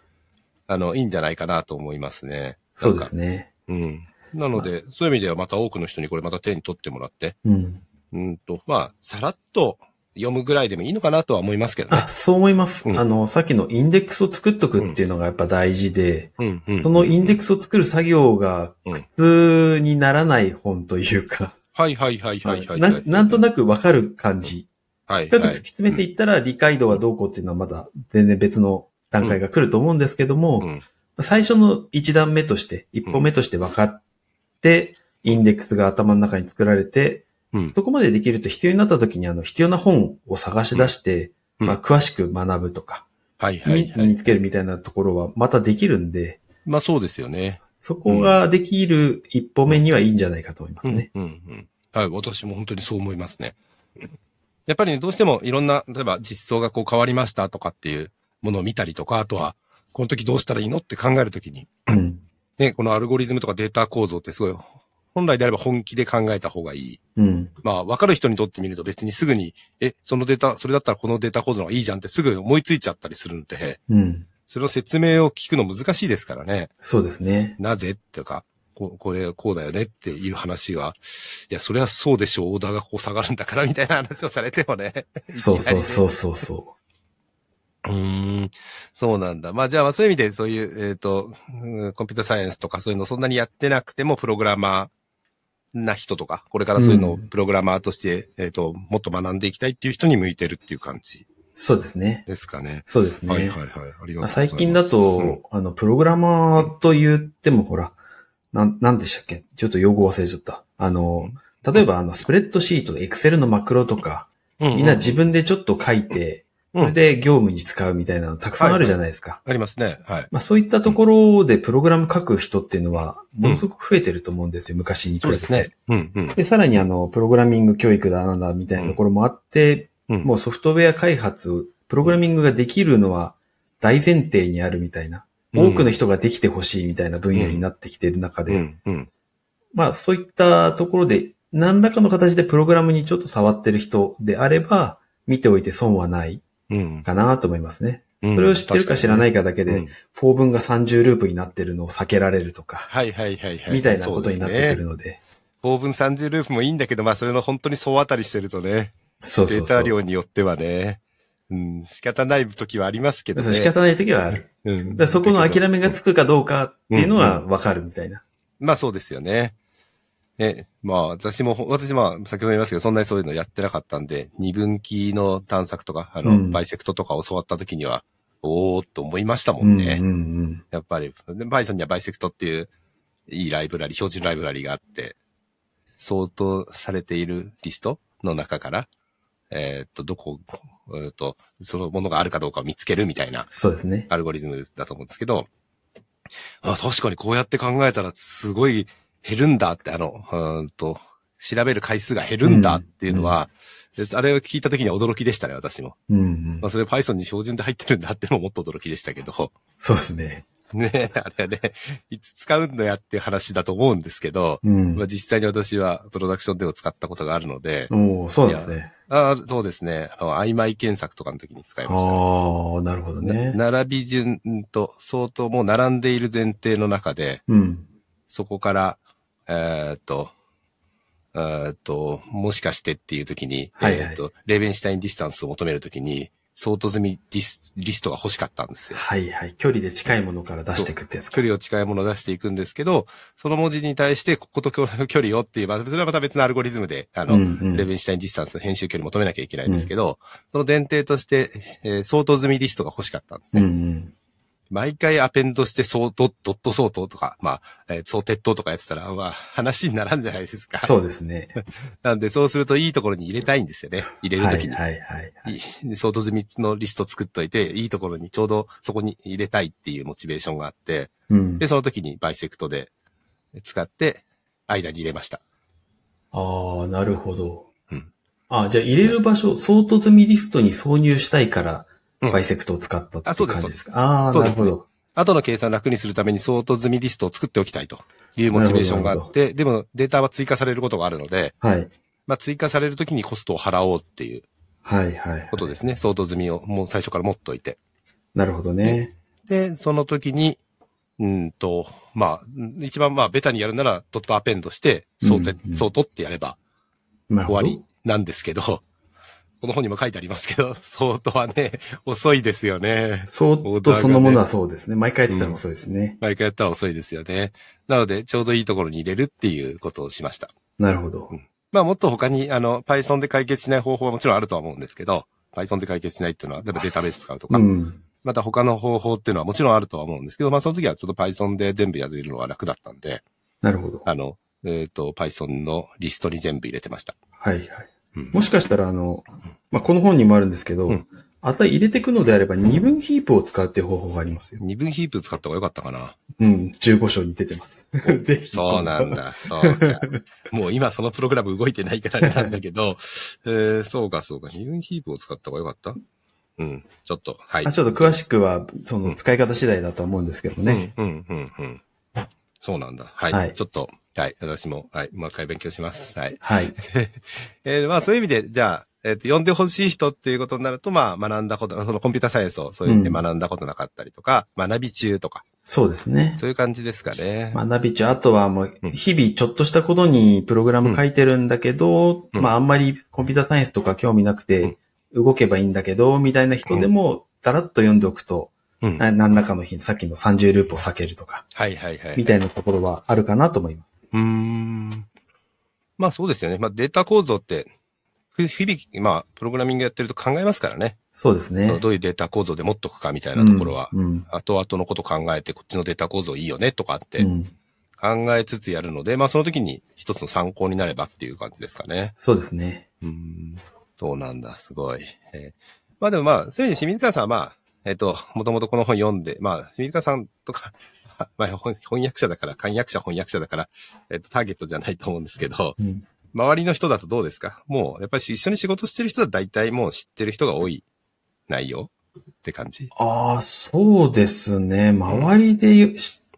あの、いいんじゃないかなと思いますね。そうですね。ね。うん。なので、そういう意味ではまた多くの人にこれまた手に取ってもらって、うん。うんと、まあ、さらっと読むぐらいでもいいのかなとは思いますけどねあ、。そう思います。うんあの、さっきのインデックスを作っとくっていうのがやっぱ大事で、うん、うん。そのインデックスを作る作業が苦痛にならない本というか、はいはいはいはいはい。なんなんとなくわかる感じ。はいちょっはとい突き詰めていったら理解度はどうこうっていうのはまだ全然別の段階が来ると思うんですけども、うん最初の一段目として、一歩目として分かって、インデックスが頭の中に作られて、うんそこまでできると必要になった時にあの必要な本を探し出して、うんまあ、詳しく学ぶとか、はいはい身はにい。つけるみたいなところはまたできるんで、まあそうですよね。そこができる一歩目にはいいんじゃないかと思いますうんね。うんうん。はい、私も本当にそう思いますね。やっぱりね、どうしてもいろんな、例えば実装がこう変わりましたとかっていうものを見たりとか、あとは、この時どうしたらいいのって考えるときに、うん。ね、このアルゴリズムとかデータ構造ってすごい、本来であれば本気で考えた方がいい。うん。まあ、わかる人にとってみると別にすぐに、え、そのデータ、それだったらこのデータ構造の方がいいじゃんってすぐ思いついちゃったりするんで、うん。それの説明を聞くの難しいですからね。そうですね。なぜっていうか、ここれこうだよねっていう話は、いや、それはそうでしょう、オーダーがこう下がるんだからみたいな話をされてもね。そうそうそうそうそうーん、そうなんだ。まあじゃあそういう意味でそういう、えっ、と、うんコンピュータサイエンスとかそういうのそんなにやってなくてもプログラマーな人とか、これからそういうのをうんプログラマーとして、えっ、と、もっと学んでいきたいっていう人に向いてるっていう感じう。そうですね。ですかね。そうですね。はいはいはい。ありがとうございます。最近だと、うんあの、プログラマーと言ってもほら、なん、なんでしたっけちょっと用語忘れちゃった。あの、例えばあの、スプレッドシート、エクセルのマクロとか、ううみんな自分でちょっと書いて、うんそれで業務に使うみたいなのたくさんあるじゃないですか。ありますね。はい。まあそういったところでプログラム書く人っていうのは、ものすごく増えてると思うんですよ、昔に比べて。。うんうん。で、さらにあの、プログラミング教育だなんだみたいなところもあって、うんもうソフトウェア開発、プログラミングができるのは大前提にあるみたいな、多くの人ができてほしいみたいな分野になってきている中で、うんうん。まあそういったところで、何らかの形でプログラムにちょっと触ってる人であれば、見ておいて損はないうん。かなと思いますね。そそれを知ってるか知らないいかだけで、4分が30ループになってるのを避けられるとか、はいはいはいはい。みたいなことになってくるの。ので。法分30ループもいいんだけど、まあそれの本当に総当たりしてるとね、そうデそーうそタう。量によってはね、うん、仕方ない時はありますけどね。仕方ない時はある。うんだからそこの諦めがつくかどうかっていうのはうわかるみたいな。まあそうですよね。え、まあ私も、私まあ先ほど言いましたけど、そんなにそういうのやってなかったんで、二分岐の探索とか、あの、うんバイセクトとか教わった時には、おーっと思いましたもうんんね。うんうん。やっぱり、で Python にはバイセクトっていういいライブラリ、標準ライブラリがあって、相当されているリストの中から、えーっと、どこ、えーっと、そのものがあるかどうかを見つけるみたいなそうですね。アルゴリズムだと思うんですけど、あ確かにこうやって考えたらすごい減るんだって、あの、うーんと、調べる回数が減るんだっていうのは、あれを聞いた時には驚きでしたね、私も。うんうんま。あ、それ Python に標準で入ってるんだってのももっと驚きでしたけど。そうですね。 [laughs] ねえ、あれはね、いつ使うんだやっていう話だと思うんですけど、うんまあ、。実際に私はプロダクションでも使ったことがあるので、おおそうなんですね。ああそうですね、あの、曖昧検索とかの時に使いましたね。ああ、なるほどね。な並び順と相当もう並んでいる前提の中で、うん。そこから、えーっと、えーっと、もしかしてっていう時に、はいはいえーっと、レーベンシュタインディスタンスを求める時に、相当済みディスリストが欲しかったんですよ。はいはい。距離で近いものから出していくってやつか距離を近いものを出していくんですけど、その文字に対して、こことこの距離をっていう、まあ、それはまた別のアルゴリズムで、あの、うんうんレベンシュタインディスタンスの編集距離求めなきゃいけないんですけど、その前提として、えー相当済みリストが欲しかったんですうね。んうん。毎回アペンドして、そう、ドドット相当とか、まあ、えー、相鉄塔とかやってたら、まあ、話にならんじゃないですか。そうですね。なんで、そうするといいところに入れたいんですよね。入れるはといきに。はいはいはい。い相当済みのリスト作っといて、いいところにちょうどそこに入れたいっていうモチベーションがあって、うんで、。その時にバイセクトで使って、間に入れました。ああ、なるほど。あ、じゃあ入れる場所、相当済みリストに挿入したいから、うんバイセクトを使ったってあそうです感じですか。ああ、そうなでるすほど。後の計算楽にするために相当済みリストを作っておきたいというモチベーションがあって、でもデータは追加されることがあるので、はい。まあ追加されるときにコストを払おうっていうはい、はいこ。とですね。相当済みをもう最初から持っといて。なるほどね。で、その時に、うんと、まあ、一番まあ、ベタにやるなら、ドットアペンドして、そうてうんう、んそう取ってやればな終るほわど。りなんですけど、この本にも書いてありますけど、相当はね、遅いですよね。相当そのものはそうですね。毎回やってたらそうですね。毎回やったら遅いですよね。なので、ちょうどいいところに入れるっていうことをしました。なるほど。まあ、もっと他に、あの、Python で解決しない方法はもちろんあるとは思うんですけど、Python で解決しないっていうのは、例えばデータベース使うとか、うん。また他の方法っていうのはもちろんあるとは思うんですけど、まあ、その時はちょっと Python で全部やれるのは楽だったんで、なるほど。あの、えっ、と、Python のリストに全部入れてました。はいはい。うんもしかしたら、あの、まあ、この本にもあるんですけど、うん値入れていくのであれば、二分ヒープを使うっていう方法がありますよ。二分ヒープ使った方が良かったかな。うん、15章に出て [laughs] ます。ぜひ。そうなん。だ。そうか。もう今そのプログラム動いてないからあれなんだけど、 [laughs] えー、そうかそうか。二分ヒープを使った方が良かったうん。ちょっと、はい。あちょっと詳しくは、そうのん使い方次第だと思うんですけどね。うん、うん、うん、うん。そうなんだ。はい。はいちょっと、はい。私も、はい。もう一回勉強します。はい。はい。えーまあそういう意味で、じゃあ、えっ、と、呼んでほしい人っていうことになると、まあ学んだこと、そのコンピューターサイエンスをそういう意味で学んだことなかったりとか、学び中とか、そうですね。そういう感じですかね。学び中、あとはもううん、日々ちょっとしたことにプログラム書いてるんだけど、うんまああんまりコンピューターサイエンスとか興味なくて、動けばいいんだけど、みたいな人でも、だらっと読んでおくと、うんな何らかの日のさっきの30ループを避けるとか、はいはいはい。みたいなところはあるかなと思います。うーん。まあそうですよね。まあデータ構造って、ふ日々、まあ、プログラミングやってると考えますからね。そうですね。そのどういうデータ構造で持っとくかみたいなところは、うん。うん後々のこと考えて、こっちのデータ構造いいよねとかってうん考えつつやるので、まあその時に一つの参考になればっていう感じですかね。そうですね。うん。そうなんだ、すごい。えーまあでもまあ、すでに清水川さんはまあ、えっ、と、もともとこの本読んで、まあ、清水川さんとか、 [laughs] まあ、翻翻訳者だから、翻訳者翻訳者だから、えっ、と、ターゲットじゃないと思うんですけど、うん周りの人だとどうですかもう、やっぱり一緒に仕事してる人は大体もう知ってる人が多い内容って感じああ、そうですね。周りで、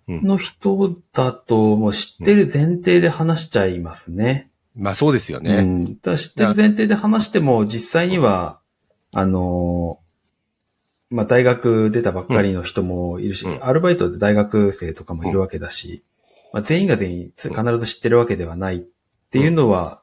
うんの人だと、もう知ってる前提で話しちゃいますね。まあそうですようね。ん。ただ知ってる前提で話しても、実際には、あのーまあ、大学出たばっかりの人もいるし、うんアルバイトで大学生とかもいるわけだし、まあ、全員が全員うつん必ず知ってるわけではないっていうのは、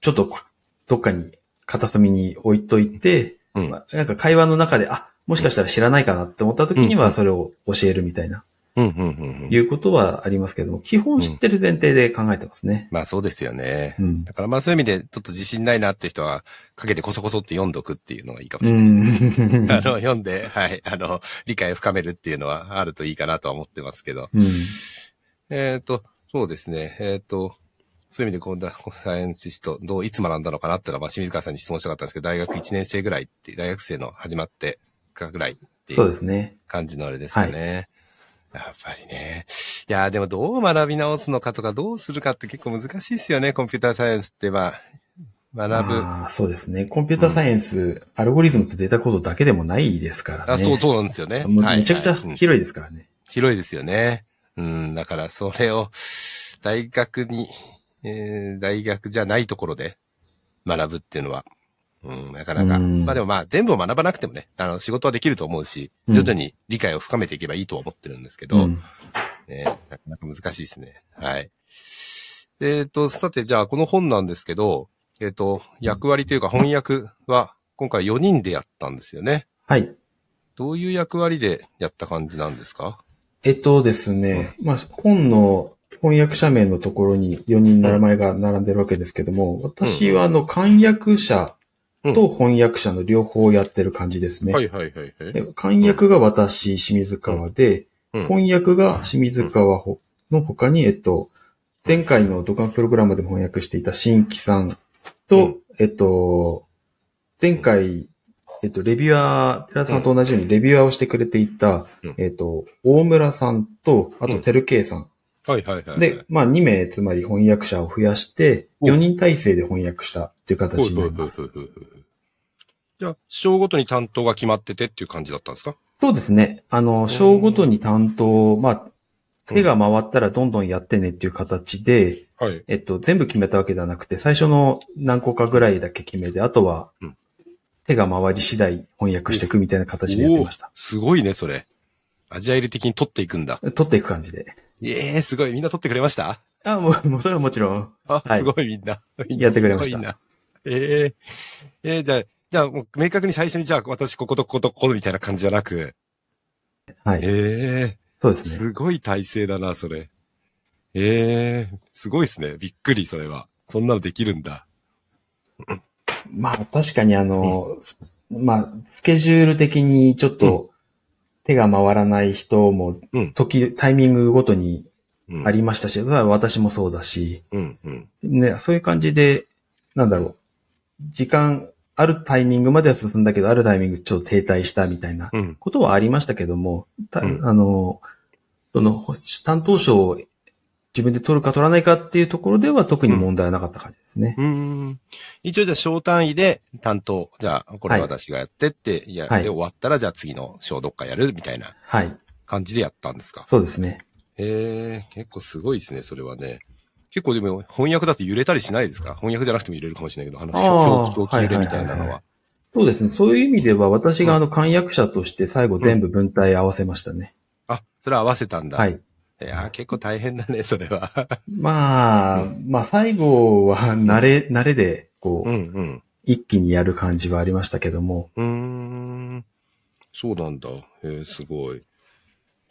ちょっとこどっかに片隅に置いといて、うんまあなんか会話の中で、あ、もしかしたら知らないかなって思った時にうはそれを教えるみたいな、うん、うん、うんういん。うことはありますけども、基本知ってる前提で考えてますね。まあそうですよね。うん。だからまあそういう意味で、ちょっと自信ないなって人は、かけてこそこそって読んどくっていうのがいいかもしうれないですね。 [laughs] ん。あの、読んで、はい、あの、理解を深めるっていうのはあるといいかなとは思ってますけど。うん。えっ、と、そうですね。えっ、と、そういう意味で、こんなこうサイエンシスト、どう、いつ学んだのかなってのは、まあ、清水川さんに質問したかったんですけど、大学1年生ぐらいって、大学生の始まってかぐらいっていそうでうすね。感じのあれですかね。やっぱりね。いやー、でもどう学び直すのかとか、どうするかって結構難しいですよね、コンピューターサイエンスって、まあ、学ぶ。ああ、そうですね。コンピューターサイエンス、アルゴリズムとデータ構造だけでもないですからね。あ、そう、そうなんですよね。もうはいめちゃくちゃはいうん広いですからね。広いですよね。うん、だからそれを大学に、えー大学じゃないところで学ぶっていうのは、うん、なかなか。うんまあでもまあ全部を学ばなくてもね、あの仕事はできると思うし、うん徐々に理解を深めていけばいいとは思ってるんですけど、うんね、なかなか難しいですね。はい。えっ、と、さてじゃあこの本なんですけど、えっ、と、役割というか翻訳は今回4人でやったんですよね。はい。どういう役割でやった感じなんですかえっとですね、まあ、本の翻訳者名のところに4人名前が並んでるわけですけども、私はあの、簡訳者と翻訳者の両方やってる感じですね。はいはいはいはい。で簡訳が私、清水川で、うん翻訳が清水川ほの他に、えっと、前回のドカンプログラムでも翻訳していた新規さんと、うんえっと、前回、えっと、レビュアー、寺田さんと同じようにレビュアーをしてくれていた、うんえっと、大村さんと、あうと、んてるけいさん。はいはいはいはい。で、まあ、2名、つまり翻訳者を増やして、うん4人体制で翻訳したっていう形になほりうます。ほうほうほうほうじゃあ、章ごとに担当が決まっててっていう感じだったんですかそうですね。あの、章ごとに担当、まあ、手が回ったらどんどんやってねっていう形で、はい。えっと、全部決めたわけではなくて、最初の何個かぐらいだけ決めて、あとはうん、手が回り次第翻訳していくみたいな形でやってました。すごいね、それ。アジャイル的に取っていくんだ。取っていく感じで。ええー、すごい。みんな取ってくれましたあ、もう、もうそれはもちろん。あ、はいすごいみんな。みんなやってくれましすたごいなええええじゃあ、じゃあもう明確に最初にじゃあ私こことこことここみたいな感じじゃなく、はい。ええそうですね。すごい体制だな、それ。ええすごいですね。びっくり、それは。そんなのできるんだ。まあ、確かにあの、まあ、スケジュール的にちょっと、手が回らない人もうん、時、タイミングごとにうん。ありましたし、まあ私もそうだし、うん、うん。ね、そういう感じで、なんだろう、時間、あるタイミングまでは進んだけど、あるタイミングちょっと停滞したみたいなうん。ことはありましたけども、たうんあの、その、担当賞を自分で取るか取らないかっていうところでは特に問題はなかった感じですね。うーん。一応じゃあ小単位で担当、じゃあこれは私がやってって、やってはい終わったらじゃあ次の小どっかやるみたいなはい。感じでやったんですか。そうですね。へえ、結構すごいですね、それはね。結構でも翻訳だと揺れたりしないですか翻訳じゃなくても揺れるかもしれないけど、あの、あー表記表記揺れみたいなはいはいはいのはは。そうですね。そういう意味では、私があの、関役者として最後全部文体合わせましたね。あ、それ合わせたんだ。は。い。いやー結構大変だね、それは。まあ、まあ最後は慣れ、慣れで、こうう、ん、一気にやる感じはありましたけども、うん。うーん。そうなんだ。へえ、すごい。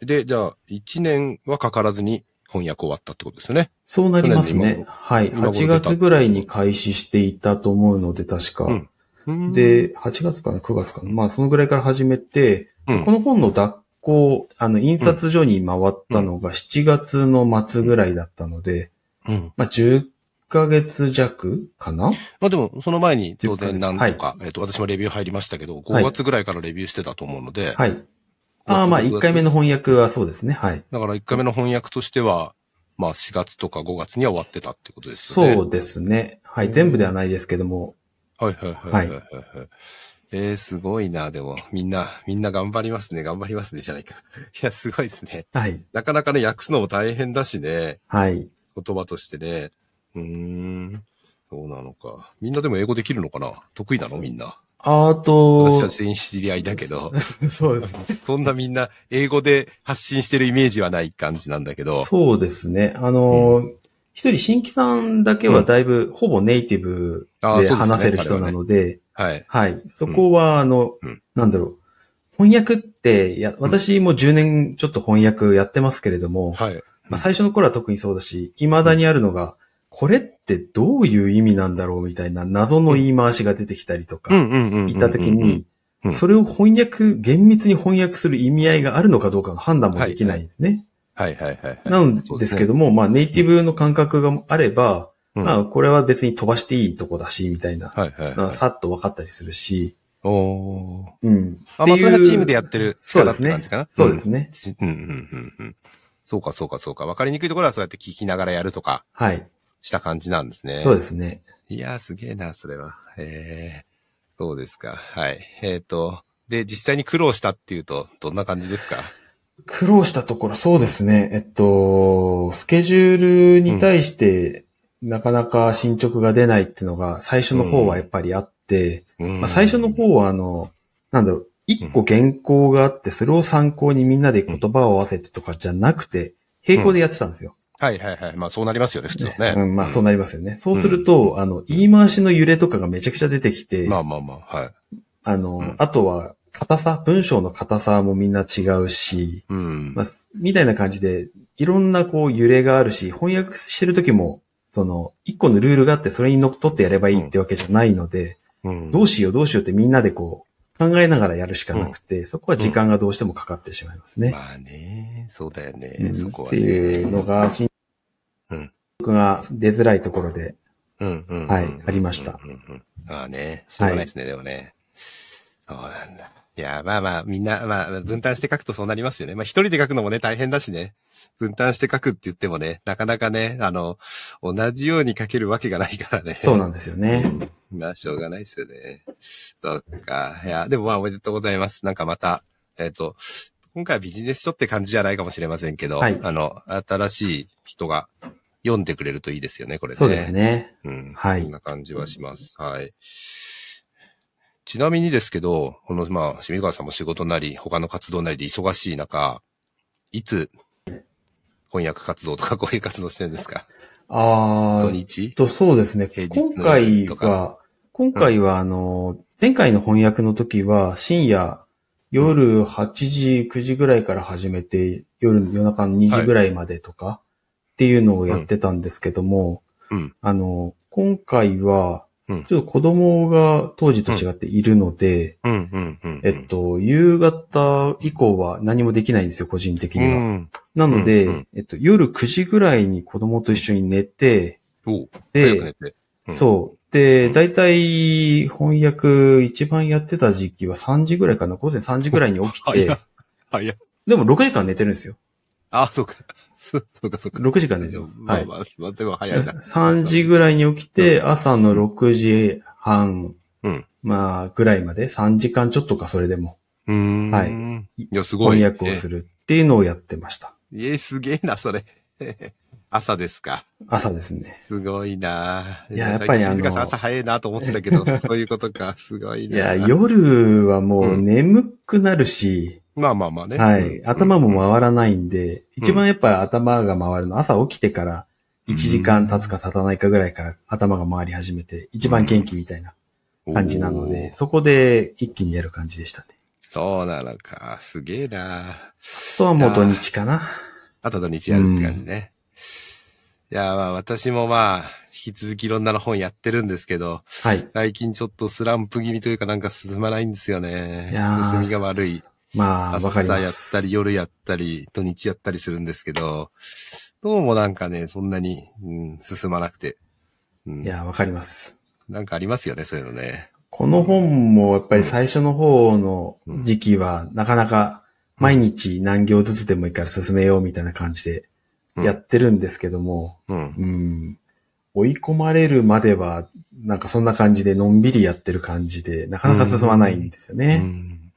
で、じゃあ、1年はかからずに翻訳終わったってことですよね。そうなります去年のね今。はい。今頃8月ぐらいに開始していたと思うので、確か。うんうーん、で、8月かな ?9 月かなまあ、そのぐらいから始めて、うんこの本の脱行、あの、印刷所に回ったのが7月の末ぐらいだったので、うん。まあ、10ヶ月弱かなまあでも、その前に当然何はいとか、えっと、私もレビュー入りましたけど、は5い月ぐらいからレビューしてたと思うので、はい。ああ、まあ、1回目の翻訳はそうですね。はい。だから1回目の翻訳としては、まあ4月とか5月には終わってたってことですよね。そうですね。はうい。ん全部ではないですけども、はいはいはいはいはいはい。えー、すごいな、でも。みんな、みんな頑張りますね、頑張りますね、じゃないか。 [laughs] いや、すごいですね。はい。なかなかね、訳すのも大変だしね、はい。言葉としてね。うーん。そうなのか。みんなでも英語できるのかな得意なのみんな。あと、私は全員知り合いだけど、 [laughs] そうですね。そんなみんな英語で発信してるイメージはない感じなんだけど。そうですね。あのー、一、人新規さんだけはだいぶ、ほぼネイティブあーでそうですね話せる人なので、はい。はい。そこは、あの、うんなんだろう。翻訳って、いや、私も10年ちょっと翻訳やってますけれども、はい。まあ、最初の頃は特にそうだし、未だにあるのが、これってどういう意味なんだろうみたいな謎の言い回しが出てきたりとか、うんうんうんうんうんうんいたときにうん、それを翻訳、厳密に翻訳する意味合いがあるのかどうかの判断もできないんですね。はいはいはいはい。なんですけども、まあネイティブの感覚があれば、うんまあこれは別に飛ばしていいとこだし、みたいな、はいはい、まあはい。さっと分かったりするし、おーうん。あ、まあ、ってそいうれがチームでやってるそ力うでっすてね感じかな。そうですね。すね。うん、うん、うん、うん。そうか、そうか、そうか。わかりにくいところはそうやって聞きながらやるとかはい。した感じなんですね。そうす。ですね。いやー、すげえな、それは。へえ。そうですか。はい。えっ、と、で、実際に苦労したっていうと、どんな感じですか苦労したところ、そうですね。えっと、スケジュールに対して、なかなか進捗が出ないっていうのが、最初の方はやっぱりあって、うんまあ、最初の方はあの、なんだろう、一個原稿があって、それを参考にみんなで言葉を合わせてとかじゃなくて、並行でやってたんですよ。はいはいはい。まあ、そうなりますよね、普通はね。うん、まあそううなりますよね。そうすると、あの、言い回しの揺れとかがめちゃくちゃ出てきて、まあまあまあ、はい。あの、うんあとは、硬さ、文章の硬さもみんな違うし、うん。まあ、みたいな感じで、いろんなこう揺れがあるし、翻訳してる時も、その、一個のルールがあってそれに乗っ取ってやればいいってわけじゃないので、うんどうしようどうしようってみんなでこう、考えながらやるしかなくて、そこは時間がどうしてもかかってしまいますね。まあね、そうだよね、うんそこっはてね。いうのが、進うん捗が出づらいところで、うんうんうんはいありましたうんうんうんああね、しょうがないですね、でもね。そうなんだ。いや、まあまあ、みんな、まあ、分担して書くとそうなりますよね。まあ、一人で書くのもね、大変だしね。分担して書くって言ってもね、なかなかね、あの、同じように書けるわけがないからね。そうなんですよね。まあ、しょうがないですよね。そっか。いや、でもまあ、おめでとうございます。なんかまた、えっ、と、今回はビジネス書って感じじゃないかもしれませんけど、はいあの、新しい人が読んでくれるといいですよね、これね。そうです。ね。うん。はいそんな感じはします。はい。ちなみにですけど、この、まあ、清水川さんも仕事なり、他の活動なりで忙しい中、いつ、翻訳活動とかこ [laughs] ういう活動してるんですかあ土ー、日と、そうですね。平日の夜今回とは、今回はあの、前回の翻訳の時は深夜、夜8時、9時ぐらいから始めて、夜、夜中の2時ぐらいまでとか、っていうのをやってたんですけども、うん。あの、今回はうん、ちょっと子供が当時と違っているので、うん、うん、うん。えっと、夕方以降は何もできないんですよ、個人的うには。ん。なので、うんうんえっと、夜9時ぐらいに子供と一緒に寝て、おう早くで、寝て。うんそう。で、うんだいたい翻訳一番やってた時期は3時ぐらいかな、午前3時ぐらいに起き早てっ、。早っ。でも6時間寝てるんですよ。あ、そうか。 [laughs] そそうか、そうか。 6時間寝てる。まはあい。まあ、まあ、でも早いな。 3時ぐらいに起きて、朝の6時半、うん。まあ、ぐらいまで、3時間ちょっとか、それでも、うーん。はいいや、すごい。翻訳をするっていうのをやってました。え。え、すげえな、それ。 [laughs] 朝ですか。朝ですね。すごいな。いややっぱり最近静香さんあの朝早いなと思ってた [laughs] けど、そういうことか。すごいいな。や、夜はもううん眠くなるし、まあまあまあね。はい。頭も回らないんで、ん一番やっぱり頭が回るの、朝起きてから1時間経つか経たないかぐらいから頭が回り始めて、一番元気みたいなうん感じなのおで、ーそこで一気にやる感じでしたね。そうなのか。すげえな。あとはもう土日かな。あと土日やるって感じね。いや、まあ私もまあ、引き続きいろんなの本やってるんですけど、はい。最近ちょっとスランプ気味というかなんか進まないんですよね。いやー進みが悪い。まあ、わかり朝まやっす。たり夜やったり土日やったりするんですけど、どうもなんかね、そんなに、うん、進まなくて。うんい、や、わかります。なんかありますよね、そういうのね。この本もやっぱり最初の方の時期は、なかなか毎日何行ずつでもいいから進めようみたいな感じでやってるんですけども、うん。うん。追い込まれるまでは、なんかそんな感じで、のんびりやってる感じで、なかなか進まないんですようね。ん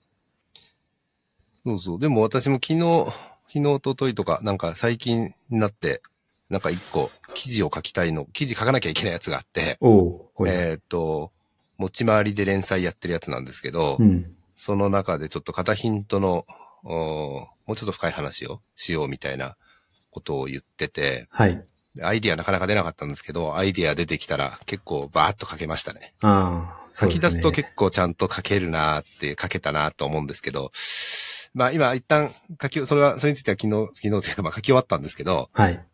そうそう。でも私も昨日、昨日、とといとか、なんか最近になって、なんか一個記事を書きたいの、記事書かなきゃいけないやつがあって、おう、ほい。えっ、と、持ち回りで連載やってるやつなんですけど、うん。その中でちょっと片ヒントの、おーもうちょっと深い話をしようみたいなことを言ってて、はい。アイディアなかなか出なかったんですけど、アイディア出てきたら結構バーッと書けましたね。ああ、書き出すと結結構ちゃんと書けるなーって、書けたなーと思うんですけど、まあ今一旦書き、それは、それについては昨日、昨日というかまあ書き終わったんですけど、構。はい。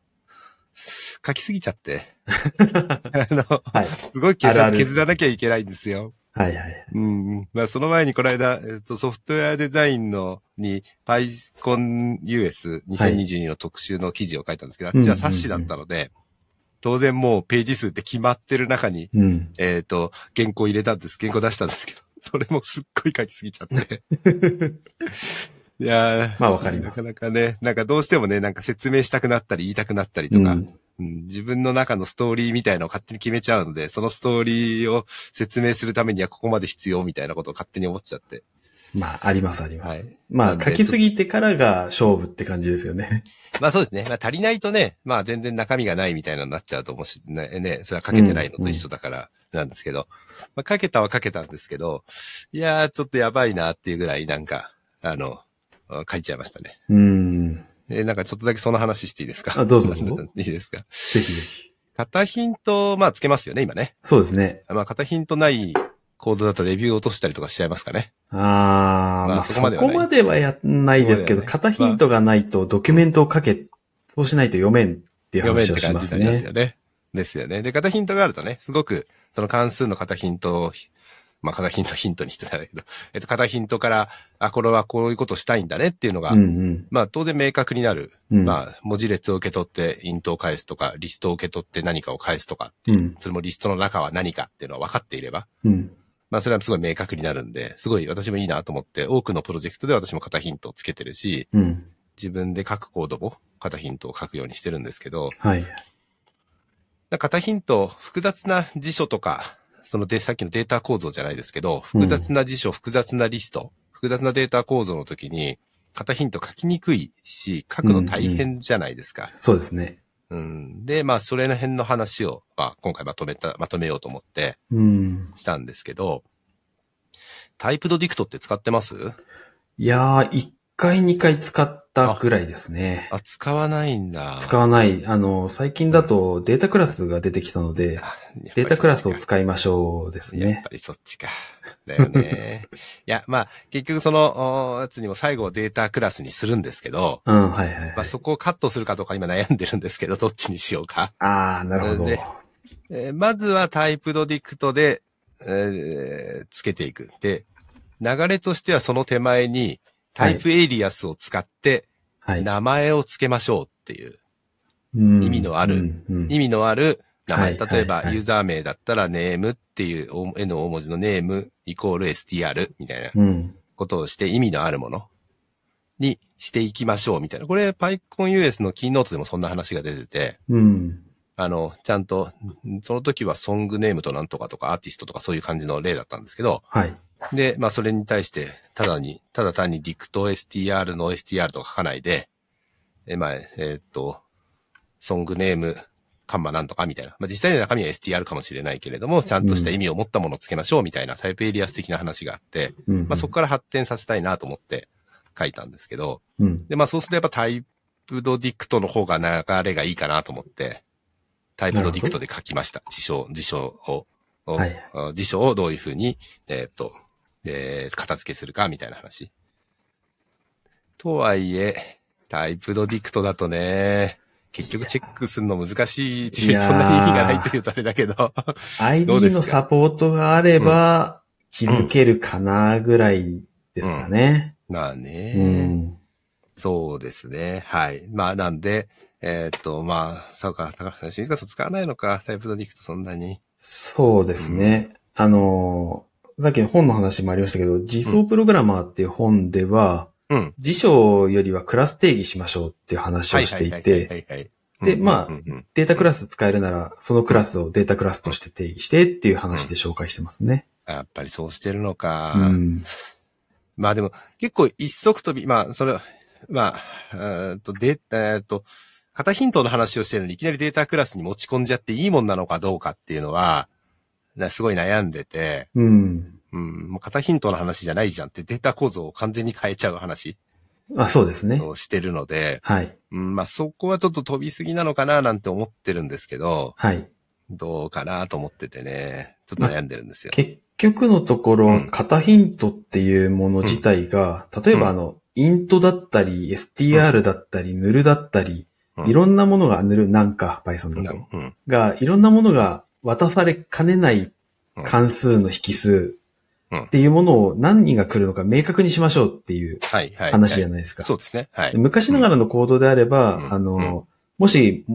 書きすぎちゃ [laughs] って。あの、はい。すごい削あるあらる削らなきゃいけないんですよ。はいはい。うん。まあ、その前にこの間、えっと、ソフトウェアデザインの、に、PyConUS2022 の特集の記事を書いたんですけど、いあっちは冊子だったので、当然もうページ数って決まってる中に、うん。えっ、と、原稿入れたんです、原稿出したんですけど、 [laughs] それもすっごい書きすぎちゃ [laughs] って。いやーまあわかりなますかなかね、なんかどうしてもね、なんか説明したくなったり言いたくなったりとか、うんうん自分の中のストーリーみたいのを勝手に決めちゃうので、そのストーリーを説明するためにはここまで必要みたいなことを勝手に思っちゃって。まあ、ありますありまはす。い。なまんあ、で書きすぎてからが勝負って感じですよね。 [laughs] まあそうですね。まあ足りないとね、まあ全然中身がないみたいなのになっちゃうと思うし、ね、ねそれは書けてないのと一緒だからなんですけど、まあ書けたは書けたんですけど、いやーちょっとやばいなっていうぐらいなんか、あの、あ書いちゃいましたね。うん。ぜえーなんかちょっとだけその話していいですかあどうぞどうぞ [laughs] いいですかひぜひ。片ヒント、まあつけますよね、今ね。そうですね。まあ、片ヒントないコードだとレビュー落としたりとかしちゃいますかね。ああ、まあまあ、そそこまではなこいまではやんないですけど、そこまではね片ヒントがないとドキュメントを書け、そうしないと読めんっていう読めるっ話をてし感まじにすなりますね。よね。ですよね。で、片ヒントがあるとね、すごく、その関数の片ヒントを、まあ、片ヒントヒントにしてたんだけど、えっと、片ヒントから、あ、これはこういうことしたいんだねっていうのが、うんうん。まあ、当然明確になる。うんまあ、文字列を受け取って、イントを返すとか、リストを受け取って何かを返すとか、うん。それもリストの中は何かっていうのは分かっていれば、うん。まあ、それはすごい明確になるんで、すごい私もいいなと思って、多くのプロジェクトで私も片ヒントをつけてるし、うん。自分で書くコードも型ヒントを書くようにしてるんですけど、はい。型ヒント、複雑な辞書とか、そので、さっきのデータ構造じゃないですけど、複雑な辞書、複雑なリスト、複雑なデータ構造の時に、型ヒント書きにくいし、書くの大変じゃないですか。そうですね。うん、で、まあ、それの辺の話を、まあ、今回まとめた、まとめようと思ってうん。したんですけど、タイプドディクトって使ってますいやー、一回二回使ったぐらいですね。あ、使わないんだ。使わない。あの、最近だとデータクラスが出てきたので、あやっぱりそっちかデータクラスを使いましょうですやっね。ぱりそっちか。だよね。 [laughs] いや、まあ、結局その、おやつにも最後データクラスにするんですけど、うん、はいはい、まはあ、い。そこをカットするかどうか今悩んでるんですけど、どっちにしようか。あー、なるほどで。えーまずはタイプドディクトで、えーつけていく。で、流れとしてはその手前にタイプエイリアスを使ってはい。名前をつけましょうっていううん意味のあるうんうん意味のある名前。はい例えはいばはいユーザー名だったらネームっていうお N 大文字のネームイコール STR みたいなうん。ことをして意味のあるものにしていきましょうみたいな。これ PyConUS のキーノートでもそんな話が出てて、うん。あの、ちゃんと、んその時はソングネームとなんとかとかアーティストとかそういう感じの例だったんですけど、はい。で、まあそれに対して、ただに、ただ単にディクト STR の STR とか書かないで、え、まあ、えーっと、ソングネーム、カンマなんとかみたいな。まあ実際の中身は STR かもしれないけれども、ちゃんとした意味を持ったものをつけましょうみたいなタイプエリアス的な話があって、うん。まあそこから発展させたいなと思って書いたんですけど、うん。で、まあそうすればタイプドディクトの方が流れがいいかなと思って、タイプドディクトで書きました。辞書、辞書を、をはいあ辞書をどういうふうに、えーっと、えー片付けするかみたいな話。とはいえ、タイプドディクトだとね、結局チェックするの難しいしいやーそんなに意味がないというとあれだけど。 [laughs] どう ID ですかのサポートがあれば、気づけるかなぐらいですかね。まあね、うん。そうですね。はい。まあ、なんで、えーっと、まあ、そうか、高橋さん、清水川さん使わないのか、タイプドディクトそんなに。そうですね。あのー、さっきの本の話もありましたけど、自走プログラマーっていう本では、うん。辞書よりはクラス定義しましょうっていう話をしていはて、いはいはいはい。でまあうんうんうんデータクラス使えるなら、そのクラスをデータクラスとして定義してっていう話で紹介してますね。やっぱりそうしてるのか。うん。まあでも、結構一足飛び、まあ、それ、まあ、えーっと、で、えーっと、型ヒントの話をしてるのに、いきなりデータクラスに持ち込んじゃっていいもんなのかどうかっていうのは、なすごい悩んでて、うん。うん、もう型ヒントの話じゃないじゃんって、データ構造を完全に変えちゃう話あ、そうですね。をしてるので、はい。うん、まあそこはちょっと飛びすぎなのかななんて思ってるんですけど、はい。どうかなと思っててね、ちょっと悩んでるんですよ。結局のところ、うん型ヒントっていうもの自体が、例えばあの、イントだったり、STR だったり、ヌルだったり、うんいろんなものが、ヌルなんか、Python だと、うん、が、いろんなものが渡されかねない関数の引数うんっていうものを何が来るのか明確にしましょうっていうはいはい。話じはゃいないですか。そうですね。はい。昔ながらの行動であれば、うんあうの、もし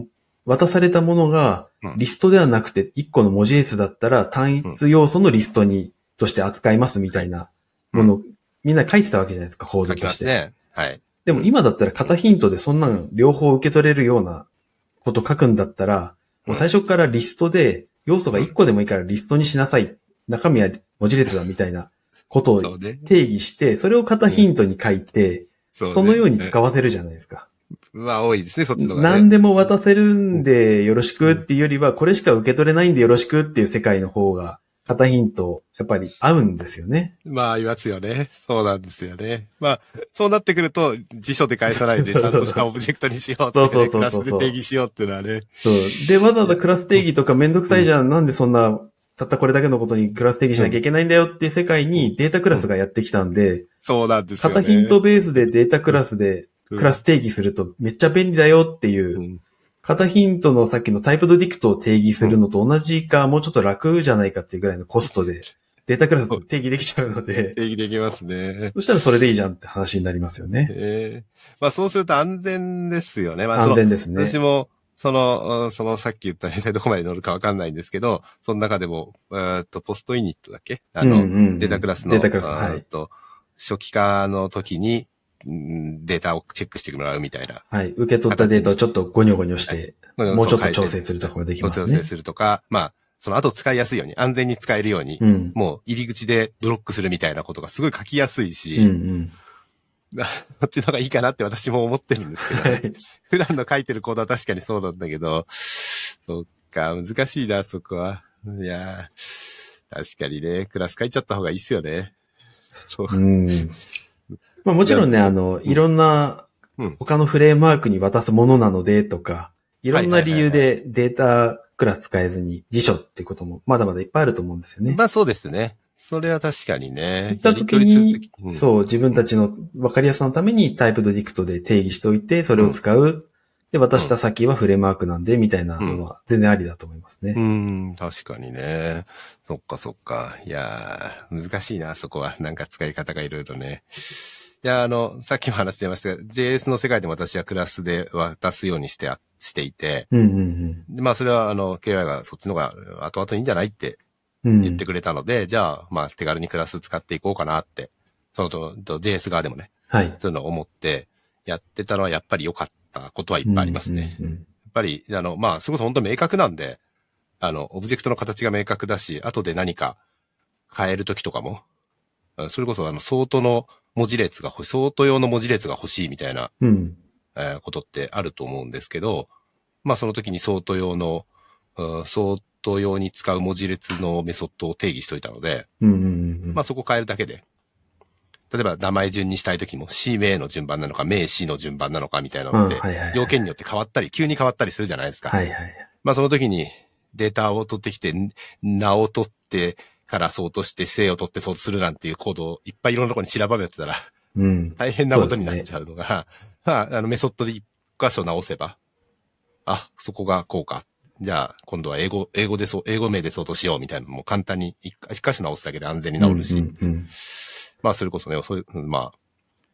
渡されたものがうんリストではなくて1個の文字列だったら単一要素のリストに、として扱いますみたいなもの、みんな書いてたわけじゃないですか、行動書きとましすて。ね。はい。でも今だったら型ヒントでそんなの両方受け取れるようなこと書くんだったら、うんもう最初からリストで要素が1個でもいいからリストにしなさい。中身は文字列だみたいなことをそうね。定義して、それを型ヒントに書いて、そそのように使うね。わせるじゃないですか。うんまあ多いですね、そっちの方が何ね。でも渡せるんでよろしくっていうよりは、これしか受け取れないんでよろしくっていう世界の方が、型ヒント、やっぱり合うんですよね。まあ言いますよね。そうなんですよね。まあ、そうなってくると、辞書で返さないで、ち [laughs] そうゃそんうそうとしたオブジェクトにしようそとうかそうね、そうそうクラスで定義しようっていうのはね。そう。で、わざわざクラス定義とかめんどくさいじゃん。なんでそんな、たったこれだけのことにクラス定義しなきゃいけないんだよっていう世界にデータクラスがやってきたんで、そうなんですよね。型ヒントベースでデータクラスでうん、クラス定義するとめっちゃ便利だよっていうう、ん。型ヒントのさっきのタイプドディクトを定義するのと同じか、もうちょっと楽じゃないかっていうぐらいのコストで、データクラス定義できちゃうので、定義できますね。そしたらそれでいいじゃんって話になりますよね。ええまあそうすると安全ですよね。まあそ安の全ですね。私も、その、うんそのさっき言った連載どこまで乗るかわかんないんですけど、その中でも、えーっと、ポストイニットだっけあの、データクラスの、データクラス、えはーっい。と、初期化の時に、うんデータをチェックしてもらうみたいな。はい。受け取ったデータをちょっとゴニョゴニョして、もうちょっと調整するとかもできもうまちょすっと調ね整。するとか、まあ、その後使いやすいように、安全に使えるように、うん。もう入り口でブロックするみたいなことがすごい書きやすいし、うんうん。こっちの方がいいかなって私も思ってるんですけど、はい。 [laughs] 普段の書いてるコードは確かにそうなんだけど、そっか、難しいな、そこは。いやー確かにね、クラス書いちゃった方がいいっすよね。そう。うん。まあもちろんね、あの、いろんなうん、他のフレームワークに渡すものなのでとか、 [laughs] いろんな理由でデータクラス使えずに辞書っていうこともまだまだいっぱいあると思うんですよね。まあそうですね。それは確かにね。言った時やり取りするにとき、うんそう、自分たちの分かりやすさのためにタイプドディクトで定義しておいて、それを使う。で、渡した先はフレームワークなんで、みたいなのは全然ありだと思いますうね。ん、確かにね。そっかそっか。いやー、難しいな、そこは。なんか使い方がいろいろね。いやー、あの、さっきも話してましたが、JS の世界でも私はクラスで渡すようにしてあ、していて、うんうんでまあそれはあの、KY がそっちの方が後々いいんじゃないってうん。うん。言ってくれたので、じゃあ、まあ手軽にクラス使っていこうかなって、そのと、と JS 側でもね、はい。そういうのを思ってやってたのはやっぱり良かったことはいっぱいありますね。うんうんやっぱり、あの、まあ、それこそ本当明確なんで、あの、オブジェクトの形が明確だし、後で何か変えるときとかも、あそれこそあの、ソートの文字列が欲し、ソート用の文字列が欲しいみたいな、うん。うん。えーことってあると思うんですけど、まあ、その時にソート用の、うんソート用に使う文字列のメソッドを定義しといたので、うんうんうんうん。まあ、そこ変えるだけで、例えば名前順にしたい時も、氏名の順番なのか、名氏の順番なのかみたいなうんので、はいはいはい。要件によって変わったり、急に変わったりするじゃないですか。はいはい。まあその時にデータを取ってきて、ん名を取ってからそうとして、姓を取ってそうとするなんていうコードをいっぱいいろんなところに散らばめてたらうん。大変なことになっちゃうのが、 [laughs] まああのメソッドで一箇所直せば、あ、そこがこうか。じゃあ今度は英語、英語でそう、英語名でそうとしようみたいなのも簡単に一箇一箇所直すだけで安全に直るし、うんうんまあそれこそね、そういう、うんま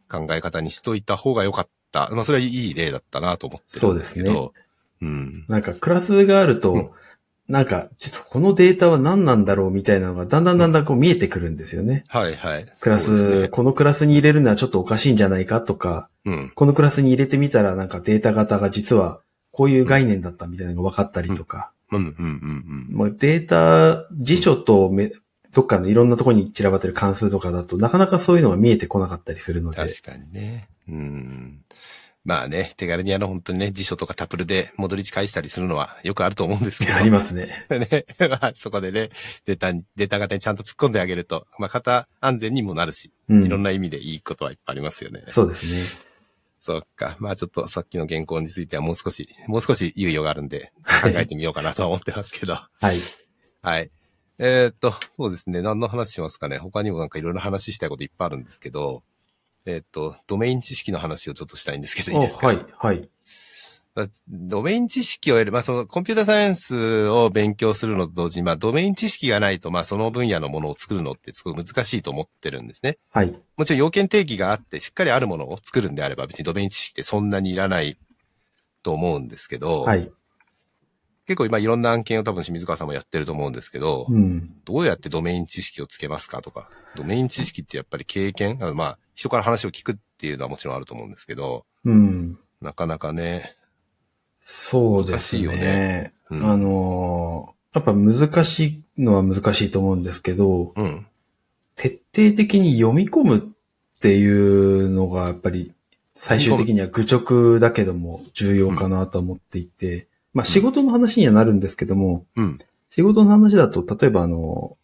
あ考え方にしといた方が良かった。まあそれはいい例だったなと思ってるんですけど、そううん。なんかクラスがあると、うんなんか、ちょっとこのデータは何なんだろうみたいなのが、だんだんだんだんこう見えてくるんですよね。はいはい。クラそうス、ですねこのクラスに入れるのはちょっとおかしいんじゃないかとか、うん。このクラスに入れてみたらなんかデータ型が実はこういう概念だったみたいなのが分かったりとか、うんうんうんもうデータ、辞書とめどっかのいろんなところに散らばってる関数とかだとなかなかそういうのが見えてこなかったりするのうん。で、確かにね。うん。まあね、手軽にあの本当にね、辞書とかタプルで戻り値返したりするのはよくあると思うんですけど。ありますね。すね。 [laughs] まあそこでね、データに、データ型にちゃんと突っ込んであげると、まあ型安全にもなるし、ういろんん。な意味でいいことはいっぱいありますよね。そうですね。そっか。まあちょっとさっきの原稿についてはもう少し、もう少し猶予があるんで、考えてみようかなとは思ってますけど。はい。はい。えーっと、そうですね。何の話しますかね。他にもなんかいろいろ話したいこといっぱいあるんですけど、えーっと、ドメイン知識の話をちょっとしたいんですけど、いいですか、おはい、はい。まあドメイン知識を得る、まあ、そのコンピューターサイエンスを勉強するのと同時に、まあ、ドメイン知識がないと、まあ、その分野のものを作るのってすごい難しいと思ってるんですね。はい。もちろん要件定義があって、しっかりあるものを作るんであれば、別にドメイン知識ってそんなにいらないと思うんですけど、はい。結構今いろんな案件を多分清水川さんもやってると思うんですけど、うん。どうやってドメイン知識をつけますかとか、ドメイン知識ってやっぱり経験、あのまあ、人から話を聞くっていうのはもちろんあると思うんですけど、うん。なかなかね、そうです難しいよね。うんあのーやっぱ難しいのは難しいと思うんですけど、うん、徹底的に読み込むっていうのが、やっぱり最終的には愚直だけども重要かなと思っていて、まあ仕事の話にはなるんですけども、うん、仕事の話だと、例えばあの、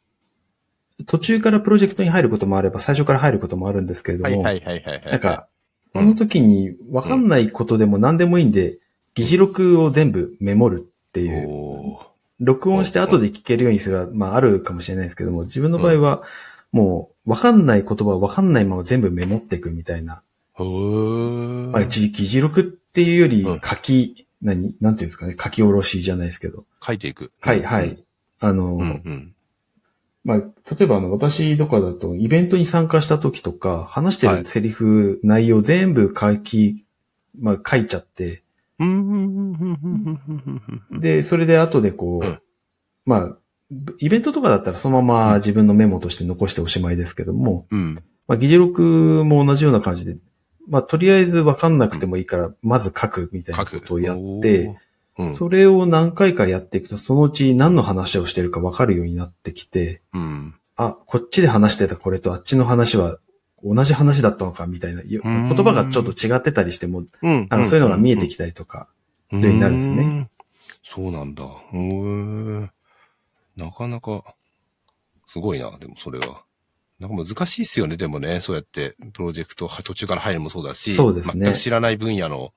途中からプロジェクトに入ることもあれば、最初から入ることもあるんですけれども、はいはいはいはい、はい。なんか、うこんの時にわかんないことでも何でもいいんで、議事録を全部メモるっていうおー、録音して後で聞けるようにするは、まああるかもしれないですけども、自分の場合は、もう、わかんない言葉をわかんないまま全部メモっていくみたいな。ほー。まあ、じ議事録っていうよりうん、書き、何、なんていうんですかね、書き下ろしじゃないですけど。書いていく。はい、はうんい。あの、うん、うん。まあ、例えばあの、私とかだと、イベントに参加した時とか、話してはいるセリフ、内容全部書き、まあ、書いちゃって、うんうんうんうんうんうんで、それで後でこうんう、まあ、イベントとかだったらそのまま自分のメモとして残しておしまいですけども、うん、まあ、議事録も同じような感じで、まあ、とりあえずわかんなくてもいいから、まず書くみたいな書こく。とをやっおてー、、うん。それを何回かやっていくと、そのうち何の話をしてるかわかるようになってきて、うん。あ、こっちで話してたこれとあっちの話は同じ話だったのかみたいな、ようん言葉がちょっと違ってたりしても、うん。あのそういうのが見えてきたりとか、るようになるんですねそうなんだ。うーん。なかなか、すごいな、でもそれは。なんか難しいっすよね、でもね、そうやって、プロジェクトは、途中から入るのもそうだし、そうですね全く知らない分野の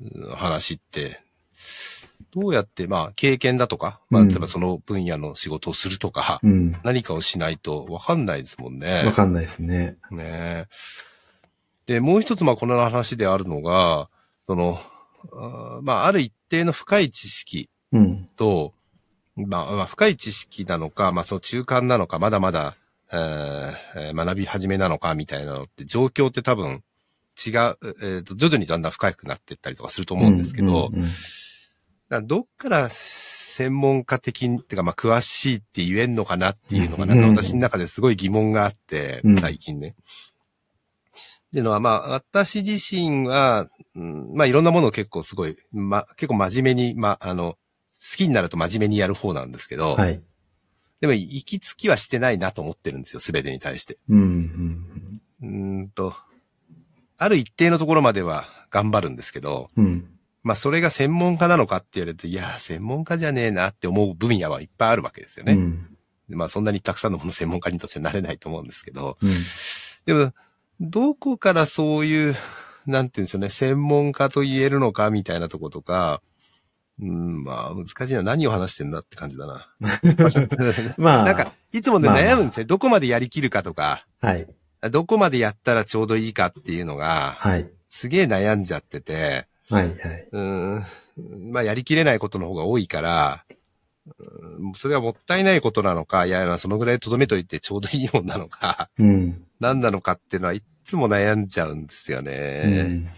うん話って、どうやって、まあ、経験だとか、まあ、うん例えばその分野の仕事をするとか、うん、何かをしないとわかんないですもんね。わかんないですね。ねえ。で、もう一つ、まあ、この話であるのが、その、あーまあ、ある一定の深い知識うん、と、まあ、まあ深い知識なのか、まあ、その中間なのか、まだまだ、えーえー学び始めなのか、みたいなのって、状況って多分、違う、えっ、と、徐々にだんだん深くなっていったりとかすると思うんですけど、うんうんだからどっから専門家的に、ってか、まあ、詳しいって言えんのかなっていうのが、うんなんか私の中ですごい疑問があってうん、最近ね。っていうのは、まあ、私自身は、うんまあ、いろんなものを結構すごい、ま、結構真面目に、まあ、あの、好きになると真面目にやる方なんですけど、はい。でも、行き着きはしてないなと思ってるんですよ、すべてに対して。うん、うんうーんと、ある一定のところまでは頑張るんですけど、うん、うん。まあそれが専門家なのかって言われると、いや、専門家じゃねえなって思う分野はいっぱいあるわけですようね。んまあそんなにたくさんのもの専門家にとしてなれないと思うんですけど、うんでも、どこからそういう、なんて言うんでしょうね、専門家と言えるのかみたいなとことか、うん、まあ難しいな。何を話してんだって感じだ [laughs] な。まあ、なんか、いつもねまあ悩むんですね。どこまでやりきるかとか、はい、どこまでやったらちょうどいいかっていうのが、はい、すげえ悩んじゃってて、はい、はい。うーん、まあ、やりきれないことの方が多いから、うんそれはもったいないことなのか、いや、まあそのぐらいとどめといてちょうどいいもんなのか、うん。何なのかっていうのはいっつも悩んじゃうんですよね。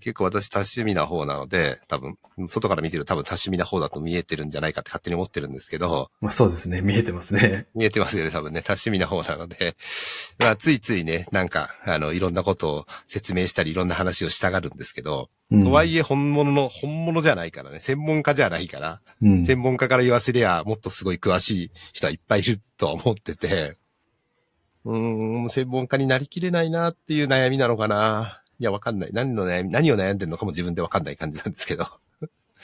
結構私多趣味な方なので、多分、外から見てると多分多趣味な方だと見えてるんじゃないかって勝手に思ってるんですけど、まあそうですね、見えてますね。見えてますよね、多分ね、多趣味な方なので、まあ、ついついね、なんか、あの、いろんなことを説明したり、いろんな話をしたがるんですけど、とはいえ本物の、本物じゃないからね、専門家じゃないから、え、うん専門家から言わせりゃ、もっとすごい詳しい人はいっぱいいるとは思ってて、うーん、専門家になりきれないなっていう悩みなのかな。いや、わかんない。何の悩み、何を悩んでるのかも自分でわかんない感じなんですけど。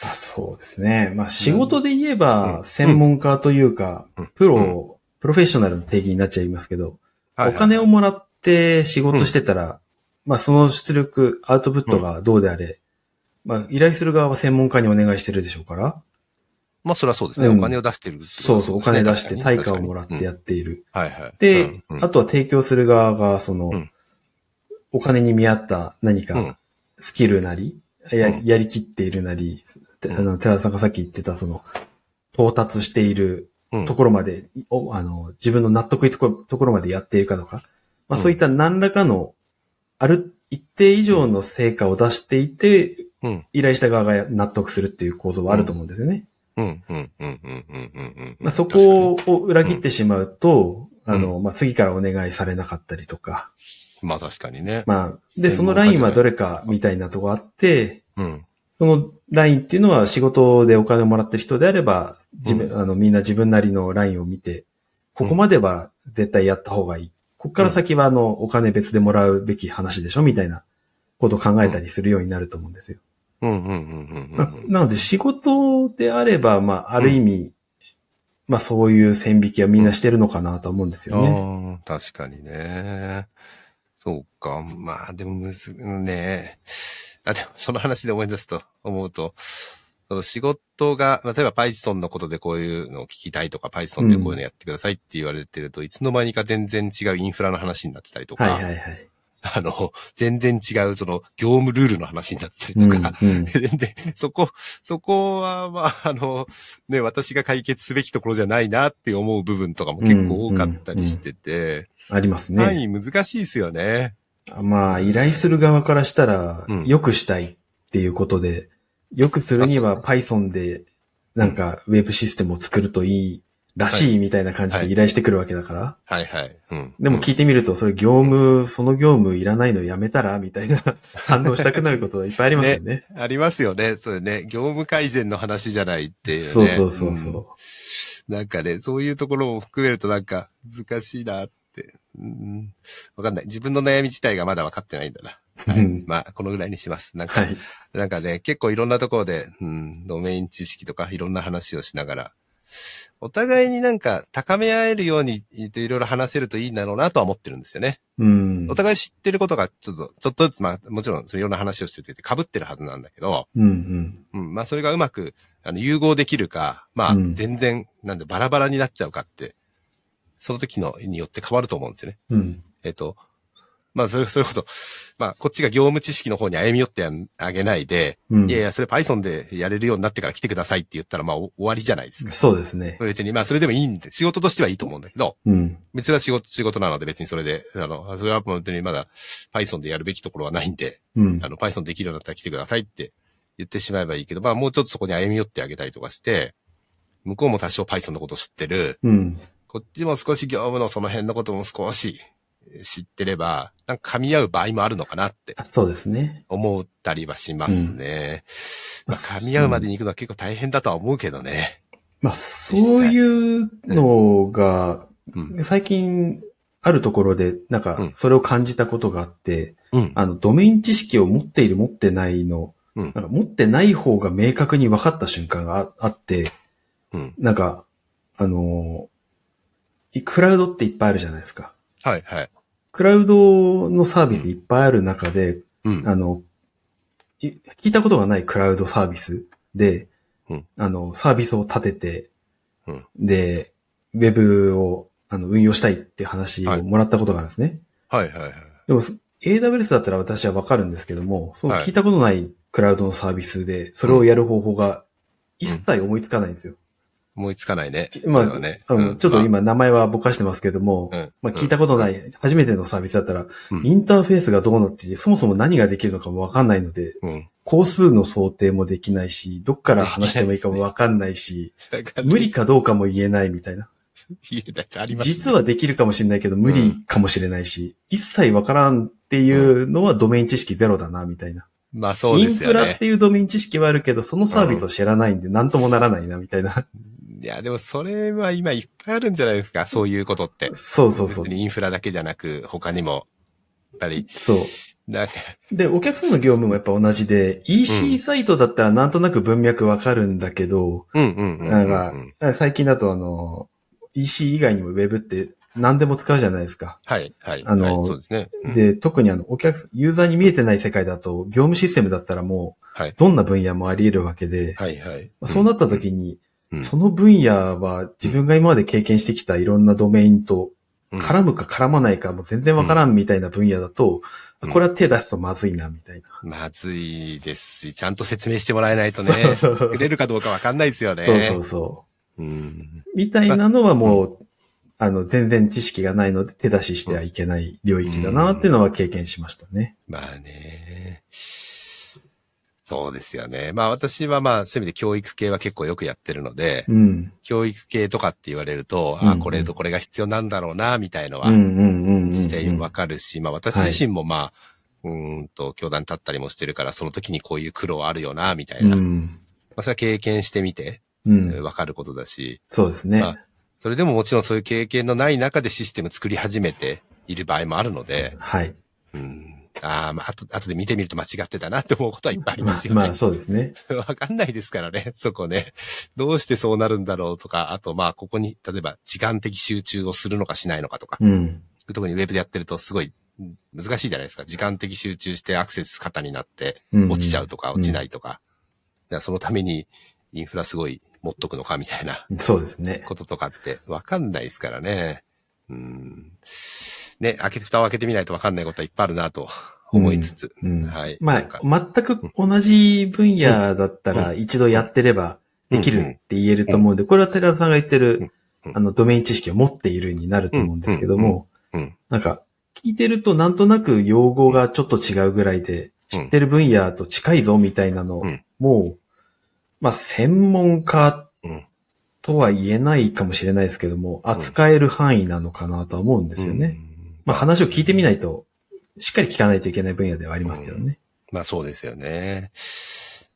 あそうですね。まあ仕事で言えばう、ん専門家というかうん、プうロ、プロフェッショナルの定義になっちゃいますけど、はいお金をもらって仕事してたら、まあその出力、アウトプットがどうであれ、まあ依頼する側は専門家にお願いしてるでしょうから、まあ、それはそうですね。うんお金を出してるってことですそね、うそう、お金出して対確価かをにもらってやっている。はいはい。で、あと、とは提供する側が、その、うんお金に見合った何うかんスキルなり、やうんやりきっているなり、てあの、寺田さんがさっき言ってた、その、到達しているうんところまで、おあの自分の納得いくとこところまでやっているかとか、まあ、うんそういった何らかの、ある一定以上の成果を出していて、うん依頼した側が納得するっていう構造はあると思うんですよね。うん、うん、うん、うん、うん、うん。まあ、そ確かにこを裏切ってしまうと、うんあの、まあ、次からお願いされなかったりとか、まあ確かにね。まあ、で、そ専の門家じゃラないインはどれかみたいなとこあって、うん。そのラインっていうのは仕事でお金をもらってる人であれば、自分、うあの、みんな自分なりのラインを見て、ここまでは絶対やった方がいい。ここから先はあの、お金別でもらうべき話でしょみたいなことを考えたりするようになると思うんですよ。うん、うん、うんうん、うんうまあん。なので仕事であれば、まあ、ある意味、まあそういう線引きはみんなしてるのかなと思うんですよね。ああ、確かにね。そうか。まあ、でもむず、ねあ、でも、その話で思い出すと、思うと、その仕事が、例えば Python のことでこういうのを聞きたいとか、Python でこういうのやってくださいって言われてると、いつの間にか全然違うインフラの話になってたりとか、はいはいはい。あの、全然違うその業務ルールの話になったりうん、とうか、ん。で、 [laughs] でそこ、そこは、まあ、あの、ね、私が解決すべきところじゃないなって思う部分とかも結構多かったりしてて、ありますね。単位難しいですよね。まあ、依頼する側からしたらうん、良くしたいっていうことで、良くするにあは Python で、なんか、ウェブシステムを作るといいらしいみたいな感じで依頼してくるわけだから。はいはい。うん。でも聞いてみると、それ業務、その業務いらないのやめたらみたいな [laughs] 反応したくなることいっぱいありますよね。ありますよね。それね。業務改善の話じゃないっていうね。そうそうそうそう。んなんかね、そういうところも含めるとなんか難しいなって。うん。わかんない。自分の悩み自体がまだ分かってないんだな。はういん、まあ、このぐらいにします。なんか、はい。なんかね、結構いろんなところで、うん、ドメイン知識とかいろんな話をしながら、お互いになんか高め合えるようにえっといろいろ話せるといいんだろうなとは思ってるんですよね。うんお。互い知ってることがちょっと、ちょっとずつ、まあもちろんそのいろんな話をしてると言って被ってるはずなんだけど、うんうん。うん、まあそれがうまくあの融合できるか、まあうん全然、なんでバラバラになっちゃうかって、その時のによって変わると思うんですよね。うん。えっ、と、まあそれ、それこそ、まあこっちが業務知識の方に歩み寄ってあげないで、うんいやいや、それ Python でやれるようになってから来てくださいって言ったら、まあお終わりじゃないですか。そうですね。別に、まあそれでもいいんで、仕事としてはいいと思うんだけど、うん。別には仕事、仕事なので別にそれで、あの、それは本当にまだ Python でやるべきところはないんで、うんあ。の、Python できるようになったら来てくださいって言ってしまえばいいけど、まあもうちょっとそこに歩み寄ってあげたりとかして、向こうも多少 Python のこと知ってる、うん。こっちも少し業務のその辺のことも少し知ってれば、なんか噛み合う場合もあるのかなってそうですね。思ったりはしますね。まあ、噛み合うまでに行くのは結構大変だとは思うけどね。まあ、そういうのが、うん。最近、あるところで、なんうかん、それを感じたことがあって、うん。あの、ドメイン知識を持っている、持ってないの、うんなんか持ってない方が明確に分かった瞬間がああって、うん。なんか、あのーいクラウドっていっぱいあるじゃないですか。はいはい。クラウドのサービスいっぱいある中で、うん。あの、い聞いたことがないクラウドサービスで、うんあの、サービスを立てて、うんで、ウェブをあの運用したいっていう話はいをもらったことがあるんですね。はいはいはい。でもそ、AWS だったら私はわかるんですけども、そのはい聞いたことないクラウドのサービスで、それをやる方法が一切思いつかないんですよ。思いつかないね。まそれはあ、ね。あのうんちょっと、今名前はぼかしてますけども、まあうん。まあ聞いたことない、初めてのサービスだったら、うんインターフェースがどうなっていて、そもそも何ができるのかもわかんないので、うん。工数の想定もできないし、どっから話してもいいかもわかんないし、無理かどうかも言えないみたいな。言えないやつありますね実はできるかもしれないけど無理かもしれないし、一切わからんっていうのはドメイン知識ゼロだなみたいな。まあそうイでンすフよラっね。ていうドメイン知識はあるけど、そのサービスを知らないんで何ともならないなみたいな。いや、でもそれは今いっぱいあるんじゃないですか。そういうことって。そうそうそう別。にインフラだけじゃなく、他にも、やっぱり、そう。なんか、で、お客さんの業務もやっぱ同じで、EC サイトだったらなんとなく文脈わかるんだけど、うんうんうんうんうん。なんか、最近だとあの、EC 以外にも Web って何でも使うじゃないですか。はいはい。あのはいそうですね。うんで、特にあの、お客、ユーザーに見えてない世界だと、業務システムだったらもう、はいどんな分野もあり得るわけで、はいはい。そうなった時に、うんその分野は自分が今まで経験してきたいろんなドメインとうん、絡むか絡まないかもう全然わからんみたいな分野だと、うんこれは手出すとまずいな、みたいな。まずいですし、ちゃんと説明してもらえないとね、そうそう作れるかどうかわかんないですよね。そうそうそうん。う。みたいなのはもう、あの、全然知識がないので手出ししてはいけない領域だなっていうのは経験しましたね。まあね。そうですよね。まあ私はまあ、せめて教育系は結構よくやってるので、うん。教育系とかって言われると、うんあこれとこれが必要なんだろうな、みたいのはうんう、んうんうんうん。実際にわかるし、まあ私自身もまあ、うーんと、教団立ったりもしてるから、その時にこういう苦労あるよな、みたいうな。まん。あそれは経験してみて、うん。わかることだし、そうですね。まあそれでももちろんそういう経験のない中でシステム作り始めている場合もあるので、はい。うん。ああ、まあ、あと、あとで見てみると間違ってたなって思うことはいっぱいありますよね。まあ、まあそうですね。わかんないですからね、そこね。どうしてそうなるんだろうとか、あとまあ、ここに、例えば時間的集中をするのかしないのかとか、うん。特にウェブでやってるとすごいうん難しいじゃないですか。時間的集中してアクセス型になって、うん落ちちゃうとかうん落ちないとか。じゃあそのためにインフラすごい持っとくのかみたいなそうですね。こととかってわかんないですからね。うん。ね、開けて、蓋を開けてみないとわかんないことはいっぱいあるなと思いつつ。うん。はい。まなんかあ、全く同じ分野だったら、一度やってればできるって言えると思うんで、これは寺田さんが言ってるうんう、んあの、ドメイン知識を持っているになると思うんですけども、うんうんうんうんなんか、聞いてるとなんとなく用語がちょっと違うぐらいで、うん知ってる分野と近いぞみたいなのうん、もう、まあ、専門家うんとは言えないかもしれないですけども、扱える範囲なのかなとは思うんですよね。うんまあ話を聞いてみないと、しっかり聞かないといけない分野ではありますけどね。まあそうですよね。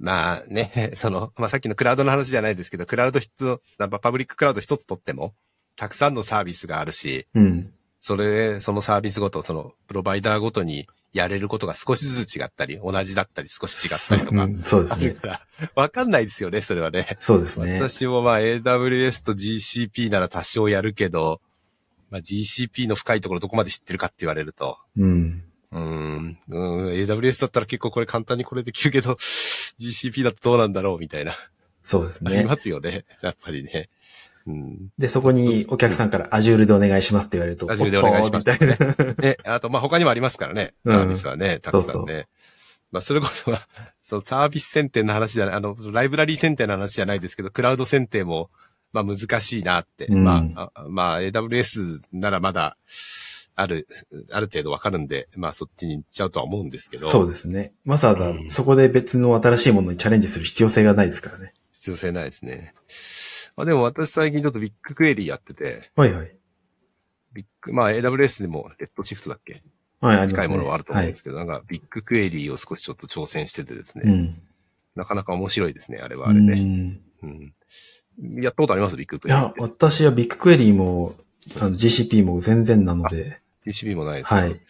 まあね、 [laughs] その、まあさっきのクラウドの話じゃないですけど、クラウド一つ、なんかパブリッククラウド一つ取っても、たくさんのサービスがあるし、うん。それ、そのサービスごと、その、プロバイダーごとにやれることが少しずつ違ったり、同じだったり少し違ったりとうか、んそうであするね。から、わかんないですよね、それはね。そうですね。私もまあ AWS と GCP なら多少やるけど、まあ GCP の深いところどこまで知ってるかって言われると、うん。うーん、うん、AWS だったら結構これ簡単にこれできるけど、GCP だとどうなんだろうみたいな、そうですありね。ますよね。やっぱりね。うん。で、そこにお客さんから Azure でお願いしますって言われると、 Azure でお願いしますおっとみたいな。 [laughs] [laughs] で、あと、まあ、他にもありますからね。うんサービスはね、たくさんね。そうそまあ、それこそ、まあ [laughs] そのサービス選定の話じゃない、あの、ライブラリー選定の話じゃないですけど、クラウド選定も、まあ、難しいなって。うんまあ、あまあ、AWS ならまだ、ある、ある程度わかるんで、まあ、そっちに行っちゃうとは思うんですけど。そうですね。わざわざそこで別の新しいものにチャレンジする必要性がないですからね。必要性ないですね。まあでも私最近ちょっとビッグクエリーやってて、はいはい。ビッグ、まあ AWS でもレッドシフトだっけはい、ありますね近いものはあると思うんですすけど、なんかビッグクエリーを少しちょっと挑戦しててですね、はい。うん。なかなか面白いですね、あれはあれで、うねんうんやったことありますビッグクいエリーやっ、て。私はビッグクエリーも、あの GCP も全然なので、 GCP もないですけど、はい。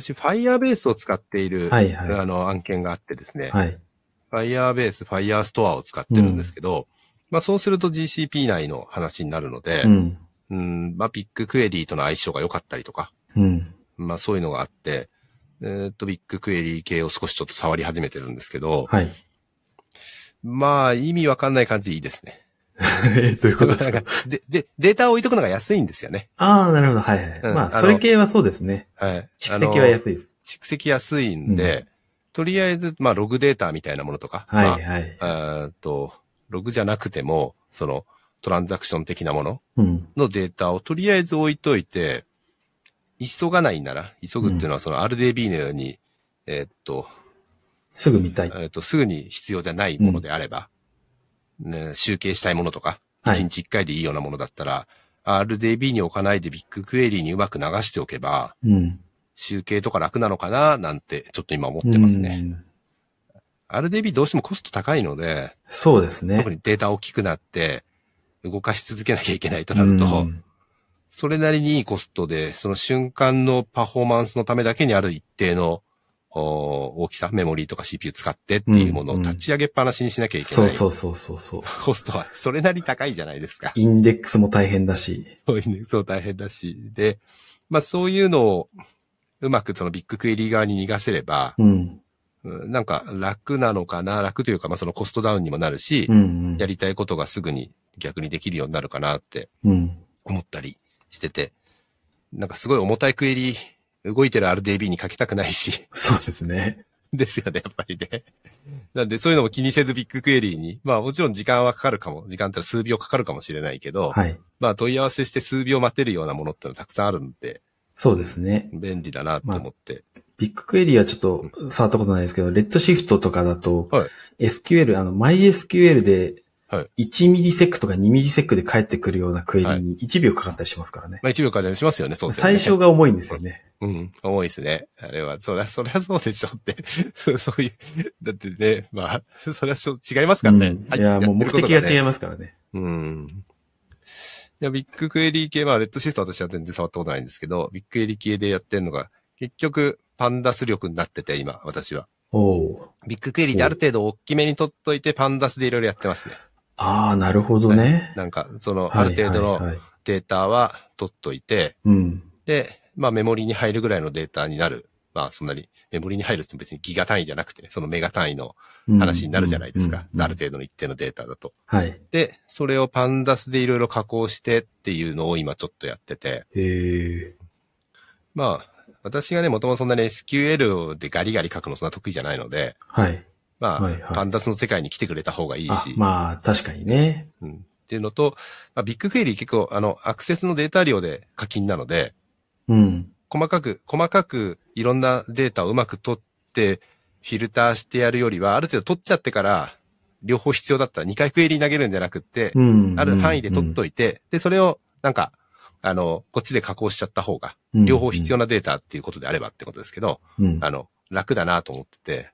私 Firebase を使っている、はいはいあの案件があってですね、はい。 Firebase、Firestore を使ってるんですけど、まあそうすると GCP 内の話になるので、うん。うん、まあビッグクエリーとの相性が良かったりとか、うん。まあそういうのがあって、えーっと、ビッグクエリー系を少しちょっと触り始めてるんですけど、はい。 [laughs] まあ意味わかんない感じでいいですね。えどういうことです [laughs] なんかかで、で、データを置いとくのが安いんですよね。ああ、なるほど。はいはい。うんまあのあ、それ系はそうですね。はい。蓄積はあの安いです。蓄積安いんで、うとりあえず、まあログデータみたいなものとか、はいまはい。あ、えーっと、ログじゃなくても、その、トランザクション的なものうん。のデータをとりあえず置いといて、急がないなら、急ぐっていうのはその RDB のように、えーっと、すぐ見たい。えっと、すぐに必要じゃないものであれば、ね、集計したいものとか、はい1日1回でいいようなものだったら、RDB に置かないでビッグクエリーにうまく流しておけば、うん。集計とか楽なのかななんて、ちょっと今思ってますね。うん。 RDB どうしてもコスト高いので、そうですね。特にデータ大きくなって、動かし続けなきゃいけないとなると、うんそれなりにいいコストで、その瞬間のパフォーマンスのためだけにある一定のお大きさ、メモリーとか CPU 使ってっていうものを立ち上げっぱなしにしなきゃいけそなういそうそうそうそう。コストはそれなり高いじゃないですか。インデックスも大変だし。そういうねそう大変だし。で、まあそういうのをうまくそのビッグクエリー側に逃がせれば、うん。うんなんか楽なのかな、楽というかまあそのコストダウンにもなるしう、んやりたいことがすぐに逆にできるようになるかなってうん。うん。思ったりしてて、なんかすごい重たいクエリー、動いてる RDB にかけたくないし、 [laughs] そうですね。ですよね、やっぱりね。なんで、そういうのも気にせずビッグクエリーに、まあもちろん時間はかかるかも、時間ってのは数秒かかるかもしれないけど、はい。まあ問い合わせして数秒待てるようなものってのはたくさんあるんで、そうですね。便利だなと思って。ビッグクエリはちょっと触ったことないですけど、レッドシフトとかだと、は SQL、あの、MySQL で、は1ミリセックとか2ミリセックで返ってくるようなクエリに1秒かかったりしますからね。まあ1秒からしますよね、そうですよね。最初が重いんですよね。うん、重いですね。あれは、そりゃ、そりゃそうでしょって。 [laughs] そうそういう、だってね、まあ、そりゃしょ違いますからね。うんはいや、もう目的やってることがね違いますからね。うん。いや、ビッグクエリー系は、レッドシフトは私は全然触ったことないんですけど、ビッグクエリー系でやってるのが、結局、パンダス力になってて、今、私は。おお。ビッグクエリーである程度大きめに取っといて、パンダスでいろいろやってますね。ああ、なるほどね。なんか、その、あはいる程度はいのはいデータは取っといて、うん。で、まあ、メモリに入るぐらいのデータになる。まあ、そんなに、メモリに入るって別にギガ単位じゃなくて、そのメガ単位のうん話になるじゃないですか。うんある程度の一定のデータだと。はい。で、それをパンダスでいろいろ加工してっていうのを今ちょっとやってて、ええ。まあ、私がね、もともとそんなに SQL でガリガリ書くのそんな得意じゃないので、はい。まあ、はいはいパンダスの世界に来てくれた方がいいあし、まあ、確かにね。うん、っていうのと、まあ、ビッグクエリー結構、あの、アクセスのデータ量で課金なので、うん。細かく、細かくいろんなデータをうまく取って、フィルターしてやるよりは、ある程度取っちゃってから、両方必要だったら2回クエリ投げるんじゃなくって、うんある範囲で取っいといて、で、それを、なんか、あの、こっちで加工しちゃった方が、て両方必要。要なデータっていうことであればってことですけど、うんあの、楽だなと思ってて、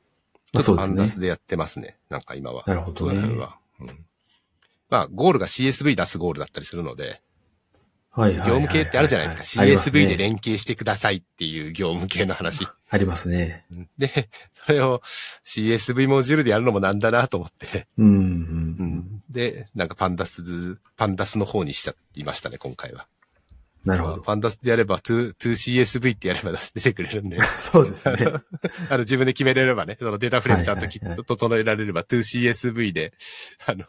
ちょまあっとそアうンでダすスでやってますね。なんか今は。なるほどその辺ね。は。うんまあ、ゴールが CSV 出すゴールだったりするので、はいはいはい業務系ってあるじゃないですか。はいはい CSV でありますね連携してくださいっていう業務系の話。ありますね。で、それを CSV モジュールでやるのもなんだなと思って。うんうんうん。で、なんかパンダス、パンダスの方にしちゃいましたね、今回は。なるほど。パンダスでやれば 2- 2CSV ってやれば出てくれる [laughs] んで、そ [laughs] うですね。あの自分で決めれればね、そのデータフレームちゃんときはいはいはい整えられれば 2CSV で、あの、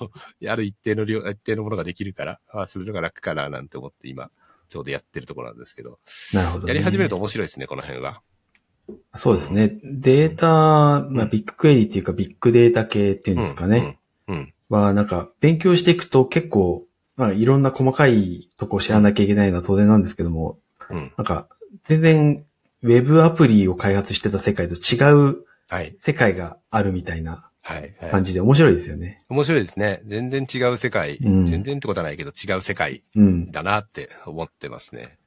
ある一定の量、一定のものができるから、ああ、するのが楽かななんて思って今、ちょうどやってるところなんですけど、なるほどね。やり始めると面白いですね、この辺は。そうですね。データ、まあ、ビッグクエリっていうかビッグデータ系っていうんですかね。うん。うん。は、なんか、勉強していくと結構、まあ、いろんな細かいとこを知らなきゃいけないのは当然なんですけども、うん。なんか、全然、ウェブアプリを開発してた世界と違うはい。世界があるみたいなはい。はい感じで面白いですよね。面白いですね。全然違う世界。うん全然ってことはないけど、違う世界うん。だなって思ってますね。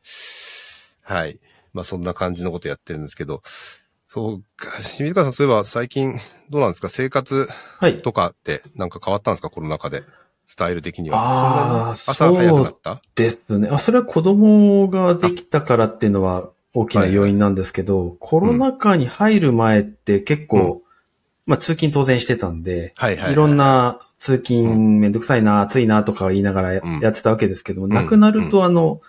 はい。まあそんな感じのことやってるんですけど、そうか、清水川さん、そういえば最近どうなんですか生活はい。とかってなんか変わったんですかコロナ禍で。スタイル的には。あーそんなに朝早くなったですね。あ、それは子供ができたからっていうのは大きな要因なんですけど、コロナ禍に入る前って結構、まあ、通勤当然してたんで、はいはいはい。いろな。んな通勤めんどくさいな、暑いなとか言いながらやうんやってたわけですけども、んなくなるとあの、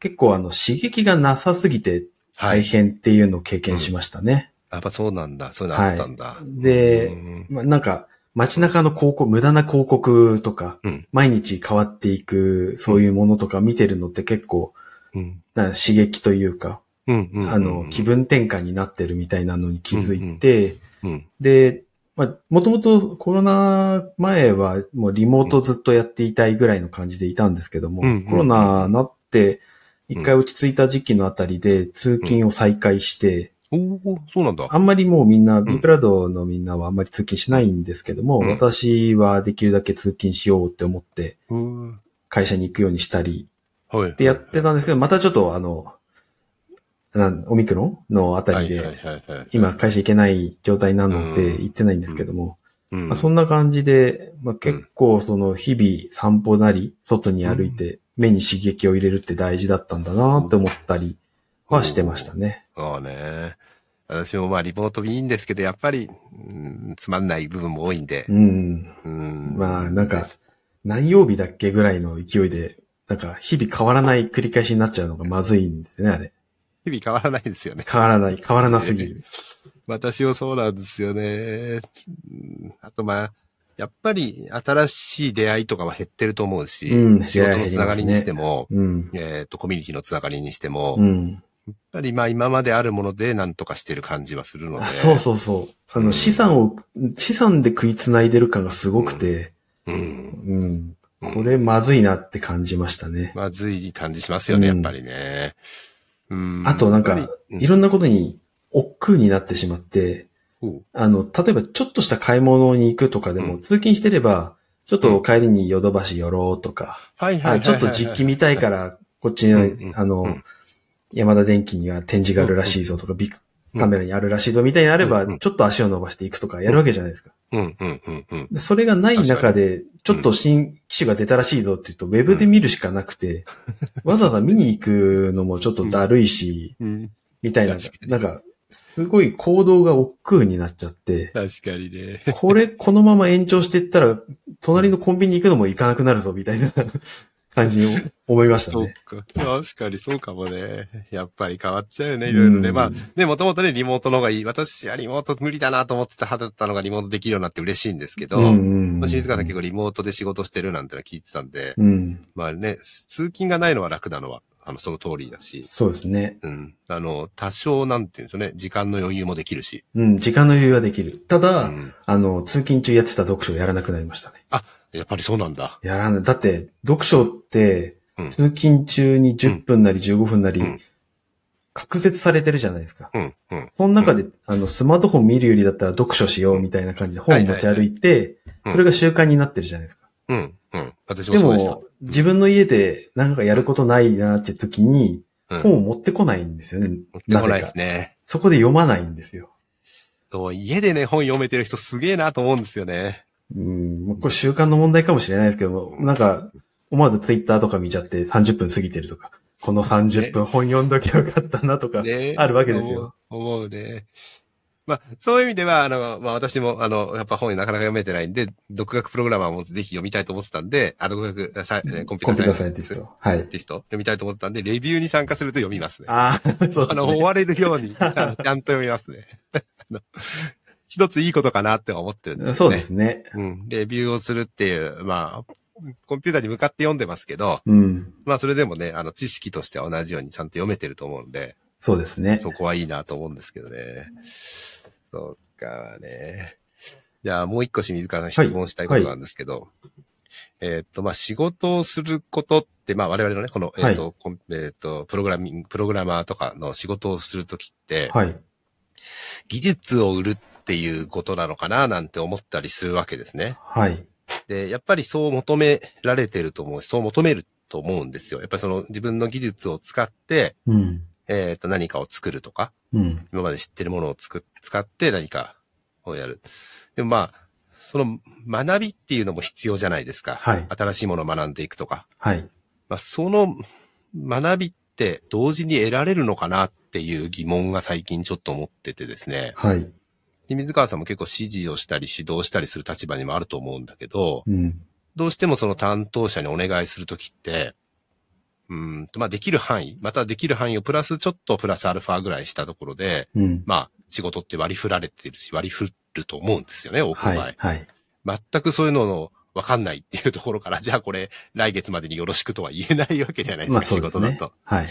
結構あの、刺激がなさすぎては大い。変っていうのを経験しましたね。やっぱそうなんだ。そういうのあったんだ。でうんまあ、なんか、街中の広告、無駄な広告とか、うん毎日変わっていく、そういうものとか見てるのって結構、うん。なんか刺激というか、うん。うんあの、気。分転換になってるみたいなのに気づいて、うん。で、まあ、もともとコロナ前はもうリモートずっとやっていたいぐらいの感じでいたんですけども、うんコロナなって、一回落ち着いた時期のあたりで通勤を再開して、おおそうなんだ。あんまりもうみんな、ビプラドのみんなはあんまり通勤しないんですけども、うん私はできるだけ通勤しようって思ってうん会社に行くようにしたりはい。ってやってたんですけど、またちょっとあの、なんオミクロンのあたりはいで、はいはいはい。今会社行けない状態なのでうん行ってないんですけども、うんまあ、そんな感じで、まあ、結構その日々散歩なり、外に歩いて目に刺激を入れるって大事だったんだなって思ったりはしてましたね。そうね。私もまあリモートいいんですけど、やっぱり、うん、つまんない部分も多いんでう。ん。うん、まあなんか、何曜日だっけぐらいの勢いで、なんか日々変わらない繰り返しになっちゃうのがまずいんですね、あれ。日々変わらないですよね。 [laughs] 変わらない、変わらなすぎる。私もそうなんですよね。うんあとまあ、やっぱり新しい出会いとかは減ってると思うし、うん仕事のつながりにしても、うん。えっ、と、コミュニティのつながりにしても、うやっん。ぱりまあ今まであるもので何とかしてる感じはするので。あそうそうそう。あうの、ん資産を、資産で食いつないでる感がすごくて、う。うん。うん。これまずいなって感じましたね。まずい感じしますよね、うやんっぱりね。うん。あとなんかやっぱりいろんなことに億劫になってしまっうて、んおうあの、例えばちょっとした買い物に行くとかでも、うん通勤してれば、ちょっと帰りにヨドバシ寄ろうとか、はいはいはいはい、あちょっと実機見たいから、こっちの、うんうんあの、うん山山田電機には展示があるらしいぞとか、ビッグカメラにあるらしいぞみたいにあれば、うんうんちょっと足を伸ばしていくとかやるわけじゃないですか。うんうんうんうん。でそれがない中で、ちょっと新機種が出たらしいぞって言うと、ウェブで見るしかな [laughs] くて、わざわざ見に行くのもちょっとだるいし、うん、みたいな確か、になんか、すごい行動が億劫になっちゃって、 [laughs] 確かにね。これ、このまま延長していったら、隣のコンビニ行くのも行かなくなるぞ、みたいな感じを思いましたそうね。か。確かにそうかもね。やっぱり変わっちゃうよね、いろいろね。うんまあ、ね、もともとね、リモートの方がいい。私はリモート無理だなと思ってた派だったのがリモートできるようになって嬉しいんですけど、んまんあ、清水川さん結構リモートで仕事してるなんてのは聞いてたんで、うん。まあね、通勤がないのは楽なのは、あの、その通りだし、そうですね。うん。あの、多少、なんていうんでしょうね、時間の余裕もできるし。うん、時間の余裕はできる。たうだ、ん。あの、通勤中やってた読書をやらなくなりましたね。やっぱりそうなんだ。やらない。だって、読書ってうん、通勤中に10分なり15分なりうん、隔絶されてるじゃないですか。うん、うん。その中で、あの、スマートフォン見るよりだったら読書しようみたいな感じで本持ち歩いて、うんそれが習慣になってるじゃないですか。うん、うん。私もでそうでしたも。、自分の家でなんかやることないなって時に、うん本を持ってこないんですよね。でもないでぜすか。ね。そこで読まないんですよ。そう、家でね、本読めてる人すげえなと思うんですよね。うん、もうこれ習慣の問題かもしれないですけども、なんか、思わずツイッターとか見ちゃって30分過ぎてるとか、この30分本読んどきゃよかったなとか、ねあるわけですよ。思う思うね。まあ、そういう意味では、あの、まあ私も、あの、やっぱ本なかなか読めてないんで、独学プログラマーもぜひ読みたいと思ってたんで、あ、独学、あさえーコンピューターサイエンティスト。はい。ティスト読みたいと思ってたんで、レビューに参加すると読みますね。ああ、そうです [laughs] ね。あの、追われるように、あのちゃんと読みますね。あの一ついいことかなって思ってるんですよね。そうですね。うん。レビューをするっていう、まあ、コンピューターに向かって読んでますけど、うん。まあそれでもね、あの、知識としては同じようにちゃんと読めてると思うんで、そうですね。そこはいいなと思うんですけどね。そっかね。じゃあもう一個清水川さん質問したいことなんですけど、えーっと、まあ、仕事をすることって、まあ、我々のね、この、えーっと、コンえーっと、プログラミング、プログラマーとかの仕事をするときって、はい。技術を売るっていうことなのかななんて思ったりするわけですね。はい。で、やっぱりそう求められてると思うし、そう求めると思うんですよ。やっぱりその自分の技術を使って、うん。えーっと、何かを作るとか、うん。今まで知ってるものを作っ使って何かをやる。でもまあ、その学びっていうのも必要じゃないですか。はい新しいものを学んでいくとか。はい。まあ、その学びって同時に得られるのかなっていう疑問が最近ちょっと思っててですね。はい。で水川さんも結構指示をしたり指導したりする立場にもあると思うんだけど、うん。どうしてもその担当者にお願いするときって、うーんと、まあできる範囲、またできる範囲をプラスちょっとプラスアルファぐらいしたところで、うん。まあ、仕事って割り振られてるし、割り振ると思うんですよね、多くのは場合。い。はい。全くそういうのの分かんないっていうところから、じ [laughs] ゃあこれ、来月までによろしくとは言えないわけじゃないですか、仕事だと。。はい。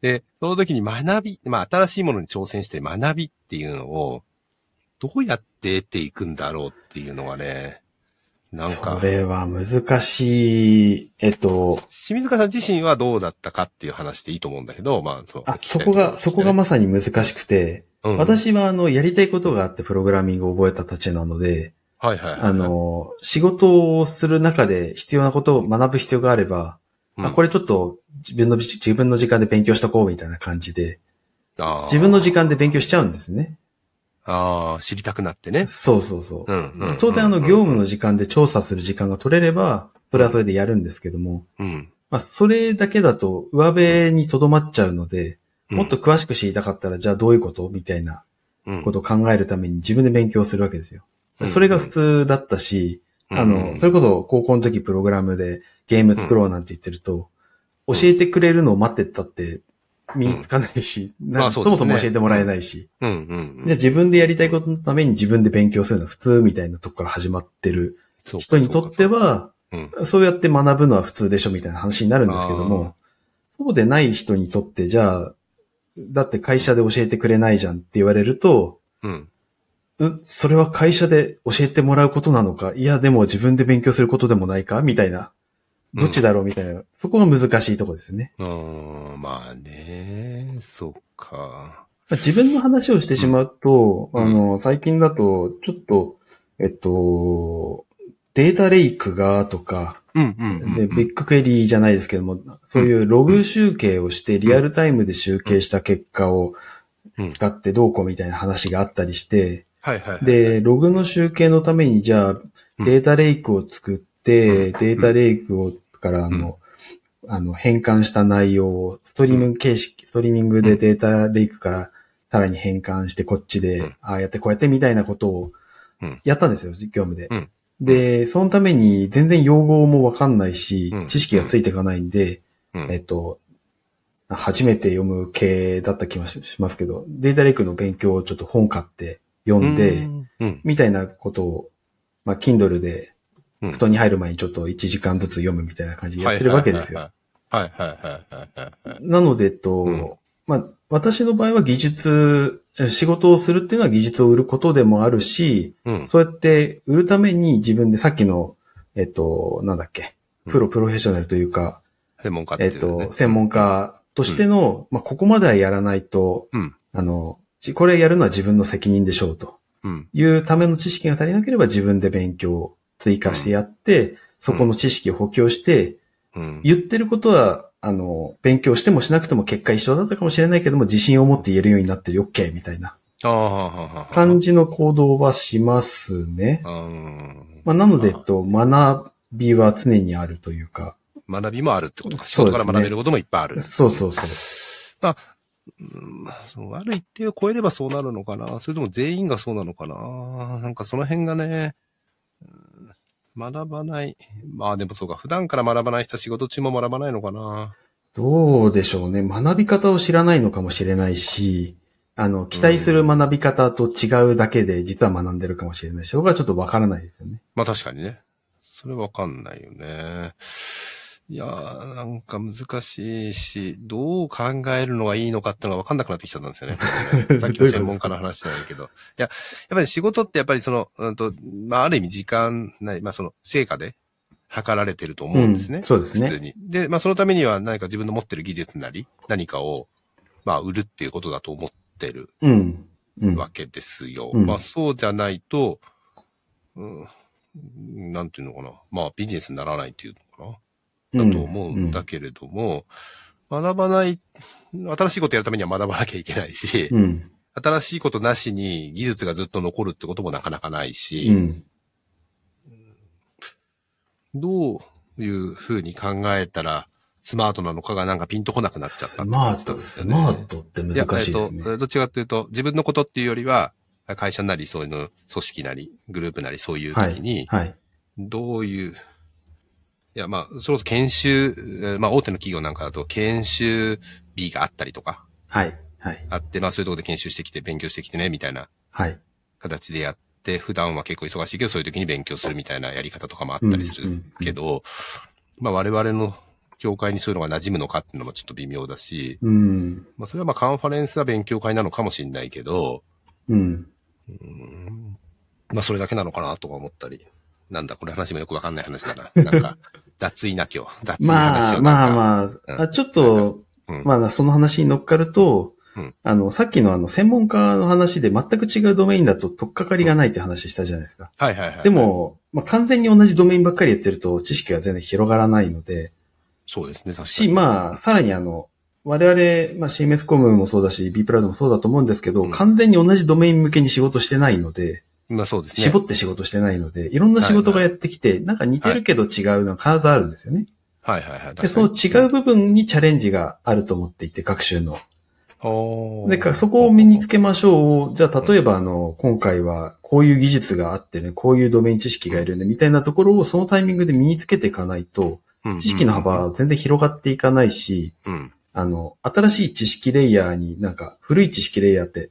で、その時に学び、まあ、新しいものに挑戦して学びっていうのを、どうやって得ていくんだろうっていうのがね、なんかそ、れは難しい、えっと、清水川さん自身はどうだったかっていう話でいいと思うんだけど、まあ、そのあ、そこが、そこが、まさに難しくて、うん、私はあの、やりたいことがあってプログラミングを覚えたたちなので、はいはいはい。あ、の、仕事をする中で必要なことを学ぶ必要があれば、あ、これ、れちょっと自分の、自分の時間で勉強しとこうみたいな感じで、あー自分の時間で勉強しちゃうんですね。ああ、知りたくなってね。そうそうそうう。んうん当然あの、業務の時間で調査する時間が取れれば、それはそれでやるんですけども、うん。まあ、それだけだと上辺にとどまっちゃうので、もっと詳しく知りたかったら、じゃあどういうことみたいなことを考えるために自分で勉強するわけですよ。うんそれが普通だったし、うん、あの、それここそ高校の時プログラムでゲーム作ろうなんて言ってると、うん教えてくれるのを待ってったって身につかないし、なんまあそそうですねもそも教えてもらえないし、そ、うんうんうん、じゃあ自分でやりたいことのために自分で勉強するのは普通みたいなとこから始まってるそうか人にとって、は、そうかそうやって学ぶのは普通でしょみたいな話になるんですけども、そうでない人にとって、じゃあ、だって会社で教えてくれないじゃんって言われると、うんうん。うそれは会社で教えてもらうことなのか、いや、でも自分で勉強することでもないかみたいな。どっちだろうみたいな。そこが難しいとこですね。うん、うんまあね、そっか。まあ自分の話をしてしまうと、うんあの、最近だと、ちょっと、えっと、データレイクがとか、うんうんうん、うでん。ビッグクエリーじゃないですけども、そういうログ集計をしてリアルタイムで集計した結果をうん使ってどうこうみたいな話があったりして、はいはいはい。、で、ログの集計のために、じゃあ、うんデータレイクを作って、うんデータレイクを、から、あの、あの、変換した内容を、ストリーミング形式、ストリーミングでデータレイクから、さらに変換して、こっちで、うんああやってこうやってみたいなことをうん、やったんですよ、業務で。うんで、そのために、全然用語もわかんないしうん、知識がついていかないんで、うん、えっと、初めて読む系だった気がしますけど、データレイクの勉強をちょっと本買って読んで、うん、うん。みたいなことを、まあ、Kindle で、うん布団に入る前にちょっと1時間ずつ読むみたいな感じでやってるわけですよ。はいはいはいはいはいはい。なので、えっと、うんまあ、私の場合は技術、え仕事をするっていうのは技術を売ることでもあるし、うん。そうやって売るために自分でさっきの、えっと、なんだっけ、プロ、プロフェッショナルというか、専門家っていえっう、ね。と、専門家としての、まあ、ここまではやらないと、うんあの、じこれやるのは自分の責任でしょうと。うん。いうための知識が足りなければ自分で勉強追加してやって、そこの知識を補強して、うん。言ってることは、あの、勉強してもしなくても結果一緒だったかもしれないけども、自信を持って言えるようになってるよ、OK! みたいなああ、はあはあ。感じの行動はしますね。うん。まあ、なので、えあっと、学びは常にあるというか、学びもあるってことか。仕そう事ですかねら学べることもいっぱいある。そうそうそう。うんそのある一定を超えればそうなるのかなそれとも全員がそうなのかななんかその辺がね、うん学ばない。まあでもそうか、普段から学ばない人は仕事中も学ばないのかなどうでしょうね。学び方を知らないのかもしれないし、あの、期待する学び方と違うだけで実は学んでるかもしれないし、僕はちょっとわからないですよね。まあ確かにね。それわかんないよね。いやー、なんか難しいし、どう考えるのがいいのかってのがわかんなくなってきちゃったんですよね。 [laughs] さっきの専門家の話じゃないけど。いや、やっぱり仕事ってやっぱりその、うんと、まあある意味時間ない、まあその成果で測られてると思うんですね。うんそうですね普通に。で、まあそのためには何か自分の持ってる技術なり、何かを、まあ売るっていうことだと思ってるうん。うん。わけですよ。うんまあそうじゃないと、うん、なんていうのかな。まあビジネスにならないっていうのかな。だと思うんだけれども、学ばない、新しいことやるためには学ばなきゃいけないし、うん。うん。新しいことなしに技術がずっと残るってこともなかなかないし、うん。どういうふうに考えたらスマートなのかがなんかピンとこなくなっちゃったってス感じマなんーでト、すスよねマートって難しいですいねや。えっと、どっちかっていうと、自分のことっていうよりは、会社なり、そういうの、組織なり、グループなり、そういう時に、はい。どういう、いや、まあ、それこそ研修、えーまあ、大手の企業なんかだと、研修日があったりとか、はい。はい。あって、まあ、そういうところで研修してきて、勉強してきてね、みたいなはい。形でやって、普段は結構忙しいけど、そういう時に勉強するみたいなやり方とかもあったりすうんうるんけど、まあ、我々の業界にそういうのが馴染むのかっていうのもちょっと微妙だし、うん。まあ、それはまあ、カンファレンスは勉強会なのかもしれないけど、うん。うんまあ、それだけなのかなとか思ったり。なんだ、これ話もよくわかんない話だな。 [laughs] なんか、雑いな今日。雑いま話あをなまんあか。まうんあ、あちょっと、うんまあその話に乗っかるとうん、あの、さっきのあの、専門家の話で全く違うドメインだと取っかかりがないって話したじゃないですか。はいはいはい。で、も、まあ完全に同じドメインばっかりやってると知識が全然広がらないので、そうですね、確かし、に。まあ、さらにあの、我々、まあ CMS コムもそうだし、B プラウドもそうだと思うんですけど、うん完全に同じドメイン向けに仕事してないので、まあそうですね。絞って仕事してないので、いろんな仕事がやってきて、なんか似てるけど違うのが必ずあるんですよね。はいはいはい。で、その違う部分にチャレンジがあると思っていて、学習の。うで、かそこを身につけましょう。じゃあ、例えば、あの、今回は、こういう技術があってね、こういうドメイン知識がいるね、みたいなところをそのタイミングで身につけていかないと、け知識の幅は全然広がっていかないし、うん。あの、新しい知識レイヤーになんか、古い知識レイヤーって、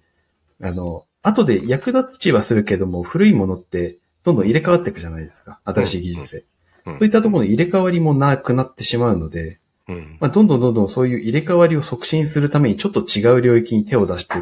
あの、後で役立ちはするけども、古いものって、どんどん入れ替わっていくじゃないですか。新しい技術で。うんうんそういったところの入れ替わりもなくなってしまうので、うん。まあ、どんどんどんどんそういう入れ替わりを促進するためにちょっと違う領域に手を出して、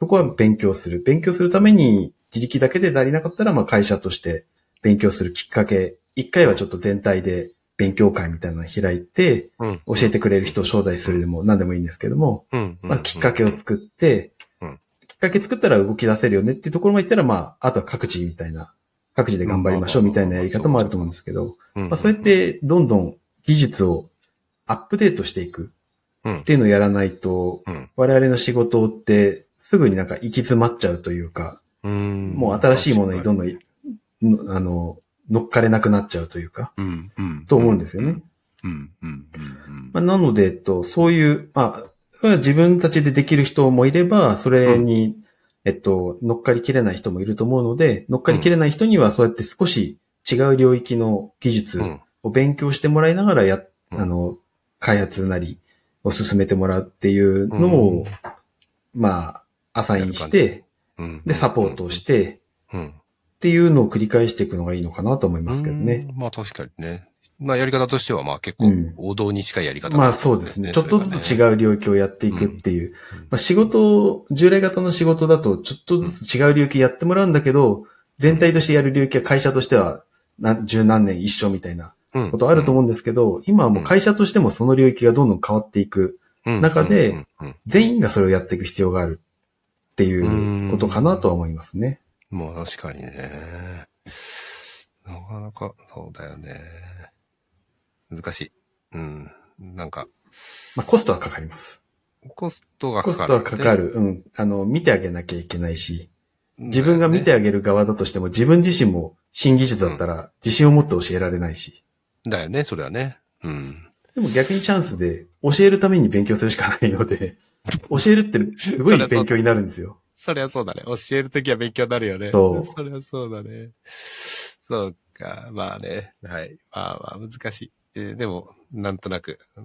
そこは勉強する。勉強するために自力だけで足りなかったら、まあ会社として勉強するきっかけ。一回はちょっと全体で勉強会みたいなのを開いて、うん。教えてくれる人を招待するでも何でもいいんですけども、うん。まあきっかけを作ってうん、きっかけ作ったら動き出せるよねっていうところまでいったら、まあ、あとは各自みたいな、各自で頑張りましょうみたいなやり方もあると思うんですけど、うん、まあ、そうやってどんどん技術をアップデートしていくうんっていうのをやらないと、うん、我々の仕事ってすぐになんか行き詰まっちゃうというか、うん。もう新しいものにどんどどん、のあの、乗っかれなくなっちゃうというか、ん、うん、うん。と思うんですよね。。うん、うん、うん。まあ、なので、えっと、そういう、まあ、それは自分たちでできる人もいれば、それに、えっと、乗っかりきれない人もいると思うので、乗っかりきれない人にはそうやって少し違う領域の技術、うん、を勉強してもらいながらや、うんあの、開発なりを進めてもらうっていうのを、まあ、アサインしやるて、うん。で、サポートをして、っうん。ていうのを繰り返していくのがいいのかなと思いますけどね。うん。まあ確かにね。まあやり方としてはまあ結う構ん王道に近いやり方、まあそうですね。ちょっとずつう。違う領域をやっていくっていう。うんまあ仕事を、従来型の仕事だとちょっとずつ違う領域やってもらうんだけど、全体としてやる領域は会社としては何十何年一緒みたいなうんことあると思うんですけど、今はもう会社としてもその領域がどんどん変わっていく中でうんうんうん全員がそれをやっていく必要があるっていうことかなとは思いますね。もう確かにね。なかなか、そうだよね。難しい。うん。なんか、まあ、コストはかかります。コストがコかスかる。トはかかる。うん。あの、見てあげなきゃいけないし、うん。自分が見てあげる側だとしても、自分自身も新技術だったら自信を持って教えられないし。だよね、それはね。うん。でも逆にチャンスで、教えるために勉強するしかないの [laughs] で、教えるってすごい勉強になるんですよ。そりゃそうだね。教えるときは勉強になるよね。そうそりゃそうだね。そうか。まあね。はい。まあまあ、難しい。えーでも、なんとなく。うん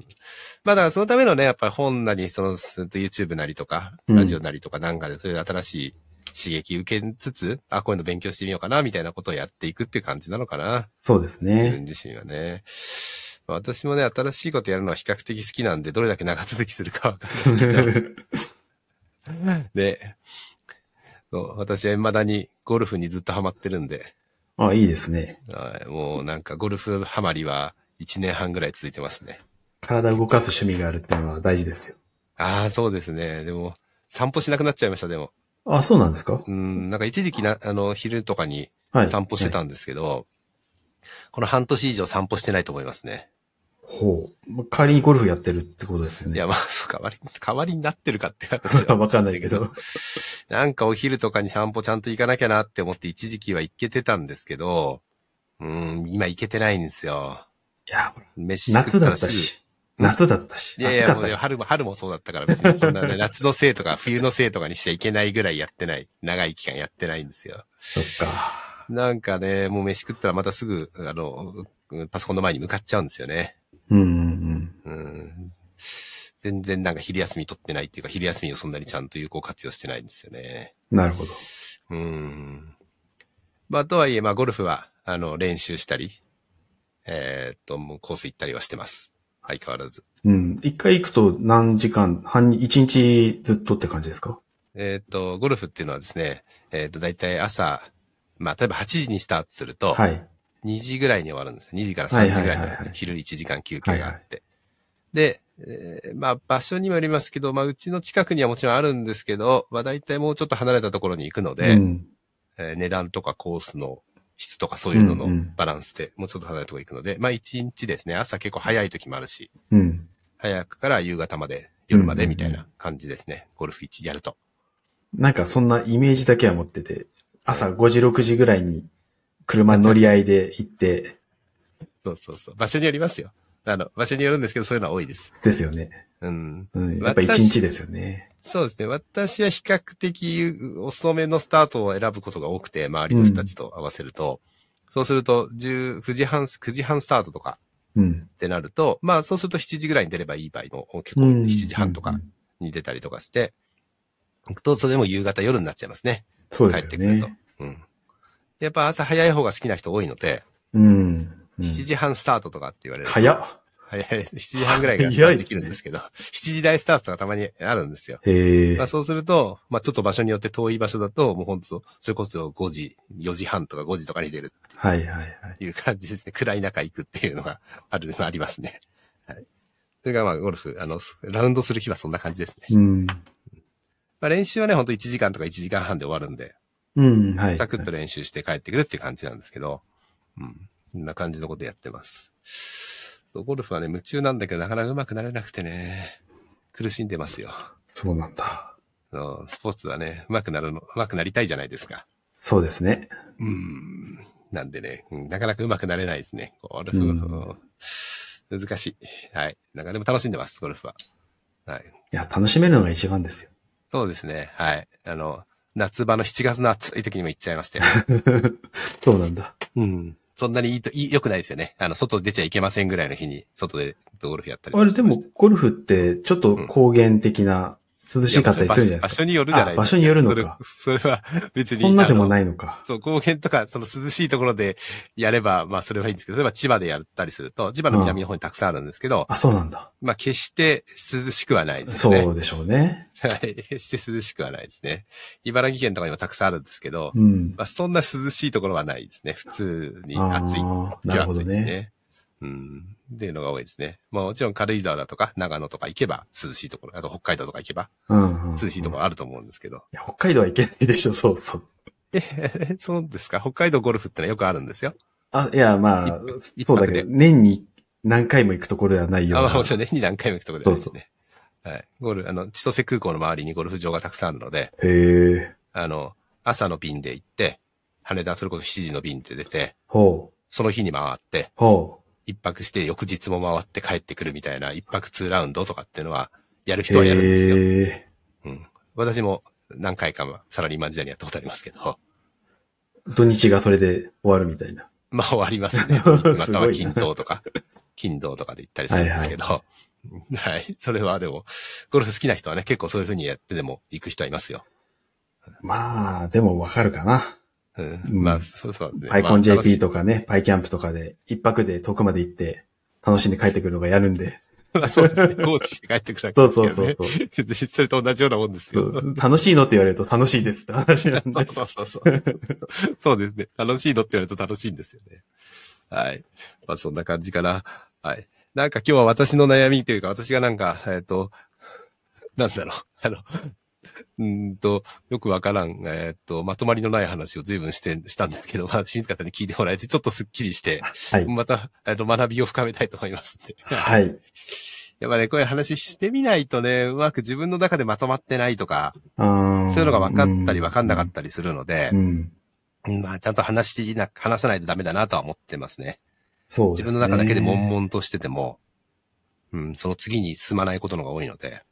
まあだからそのためのね、やっぱり本なり、その、す YouTube なりとか、うんラジオなりとかなんかで、そういう新しい刺激受けつつ、あ、こういうの勉強してみようかな、みたいなことをやっていくっていう感じなのかな。そうです自ね分。自身はね。まあ私もね、新しいことやるのは比較的好きなんで、どれだけ長続きするかわかんない [laughs] で、そう私は未だにゴルフにずっとハマってるんで、あ、いいですね。はいもうなんかゴルフハマりは1年半ぐらい続いてますね。体を動かす趣味があるっていうのは大事ですよ。ああ、そうですね。でも、散歩しなくなっちゃいました、でも。あ、そうなんですかうん、なんか一時期な、あの、昼とかにはい。散歩してはいたんですけど、この半年以上散歩してないと思いますね。ほう。まあ代わりにゴルフやってるってことですよいね。や、まあ、そう、代わり、代わりになってるかっていう話は。 [laughs] わかんないけど。なんかお昼とかに散歩ちゃんと行かなきゃなって思って一時期は行けてたんですけど、うん、今行けてないんですよ。いや、ほら飯食夏っただらっすたぐ。し。夏だったし。いやいや、もう暑かっ春も、春もそうだったから別にそんな [laughs] ね、夏のせいとか冬のせいとかにしちゃいけないぐらいやってない。長い期間やってないんですよ。たそっか。なんかね、もう飯食ったらまたすぐ、あの、うんパソコンの前に向かっちゃうんですよね。うんうんううん。ん。全然なんか昼休み取ってないっていうか、昼休みをそんなにちゃんと有効活用してないんですよね。なるほど。うん。まあ、とはいえ、まあ、ゴルフは、あの、練習したり、えーっと、もうコース行ったりはしてます。相変わらず。うん。一回行くと何時間、半、一日ずっとって感じですかえーっ、と、ゴルフっていうのはですね、えーっ、と、だいたい朝、まあ、例えば8時にスタートすると、はい。 2時ぐらいに終わるんですよ。2時から3時ぐらいまはいはいはいではい昼1時間休憩があはって。で、えーまあ、場所にもよりますけど、まあ、うちの近くにはもちろんあるんですけど、まあ、だいたいもうちょっと離れたところに行くので、うん。えー値段とかコースの質とかそういうのうんうのんバランスで、もうちょっと離れたところに行くので、まあ、1日ですね、朝結構早い時もあるし、うん。早くから夕方まで、夜までみたいうんうな感じですね。ゴルフ1やると。なんかそんなイメージだけは持ってて、朝5時、6時ぐらいに車乗り合いで行って、そうそうそう。場所によりますよ。あの、場所によるんですけど、そういうのは多いです。ですよね。うん。うん。やっぱ一日ですよね。そうですね。私は比較的遅めのスタートを選ぶことが多くて、周りの人たちと合わせると。そうすると、10 9時半、9時半スタートとかうん。ってなると、まあそうすると7時ぐらいに出ればいい場合も結構うん。 7時半とかに出たりとかして、行くとそれも夕方夜になっちゃいますね。そう帰でっすてよくるとね。。うん。やっぱ朝早い方が好きな人多いので、うん。うん7時半スタートとかって言われると。早っ。早い、7時半ぐらいからスタートできるんですけど、7時台スタートがたまにあるんですよ。へえまあ。そうすると、まあちょっと場所によって遠い場所だと、もう本当それこそ5時、4時半とか5時とかに出るはいはいはい。っていう感じですね。暗い中行くっていうのがある、ありますね。はい。それがまあゴルフ、あの、ラウンドする日はそんな感じですね。うん。まあ練習はね、ほんと1時間とか1時間半で終わるんで、うん、はい。サクッと練習して帰ってくるっていう感じなんですけど、うん。こんな感じのことやってます。そうゴルフはね、夢中なんだけど、なかなか上手くなれなくてね、苦しんでますよ。そうなんだ。そうスポーツはね、上手くなるの、上手くなりたいじゃないですか。そうですね。うん。なんでね、うんなかなか上手くなれないですね。ゴルうフん、難しい。はい。なんかでも楽しんでます、ゴルフは。はい。いや、楽しめるのが一番ですよ。そうですね。はい。あの、夏場の7月の暑い時にも行っちゃいまして。そうなんだ。うん。そんなにいいと、いい良くないですよね。あの、外出ちゃいけませんぐらいの日に、外でゴルフやったりあれ、でも、ゴルフって、ちょっと高原的な、涼しかったりするんじゃない場ですか。所によるじゃないあ場所によるのか。それそれは別に。そんなでもいないのか。そう、高原とか、その涼しいところでやれば、まあそれはいいんですけど、例えば千葉でやったりすると、千葉の南の方にたくさんあるんですけど、あ、そうなんだ。まあ決して涼しくはないですね。そうでしょうね。 [laughs] はい。決して涼しくはないですね。茨城県とかにもたくさんあるんですけど、うん。まあそんな涼しいところはないですね。普通に暑い。あーなるほど暑いですね。うん。っていうのが多いですね。まあもちろん軽井沢だとか長野とか行けば涼しいところ、あと北海道とか行けばうん、うん。涼しいとこいろあると思うんですけど。 [laughs] や、北海道は行けないでしょ、そうそう。え、そうですか北海道ゴルフってのはよくあるんですよ。あ、いや、まあ、一そう泊だでけど、年に何回も行くところではないよあ、うまな。あ、もちろん年に何回も行くところではないですね。はい。ゴル、あの、千歳空港の周りにゴルフ場がたくさんあるので、へえ。あの、朝の便で行って、羽田、それこそ7時の便で出て、ほう。その日に回って、ほ一泊して翌日も回って帰ってくるみたいな、一泊ツーラウンドとかっていうのは、やるう。人はやるんですよ。へえ。うん。私も何回かはサラリーマン時代にやったことありますけ [laughs] ど、土日がそれで終わるみたいな。まあ終わりますね [laughs] 。すごいなまたは金土とか、金土とかで行ったりするんですけど。はい、それはでも、ゴルフ好きな人はね、結構そういう風にやってでも行く人はいますよ。まあ、でもわかるかな。うん。うんまあ、そうそう、ね。パイコまあン JP 楽しとかね、パイキャンプとかで、一泊で遠くまで行って、楽しんで帰ってくるのがやるんで。 [laughs] いまあそうですね。コーチして帰ってくるわけそでうすけ [laughs] そうどそうね。そう。で [laughs] それと同じようなもんですそよ。う楽しいのって言われると楽しいですって話なん [laughs] そうで。そうそうそう。 [laughs] そうですね。楽しいのって言われると楽しいんですよね。はい。まあそんな感じかな。はい。なんか今日は私の悩みというか、私がなんか、えっ、と、なんだろう。あの、うーんと、よくわからん、えっ、と、まとまりのない話を随分して、したんですけど、まあ、清水方に聞いてもらえて、ちょっとスッキリして、はい。また、えっ、と、学びを深めたいと思いますんで。はい。やっぱね、こういう話してみないとね、うまく自分の中でまとまってないとか、そそういうのが分かったり分かんなかったりするのでう、ん。うんまあ、ちゃんと話しな、話さないとダメだなとは思ってますね。そう自です分ね。の中だけで悶々としてても、うん、その次に進まないことのが多いので、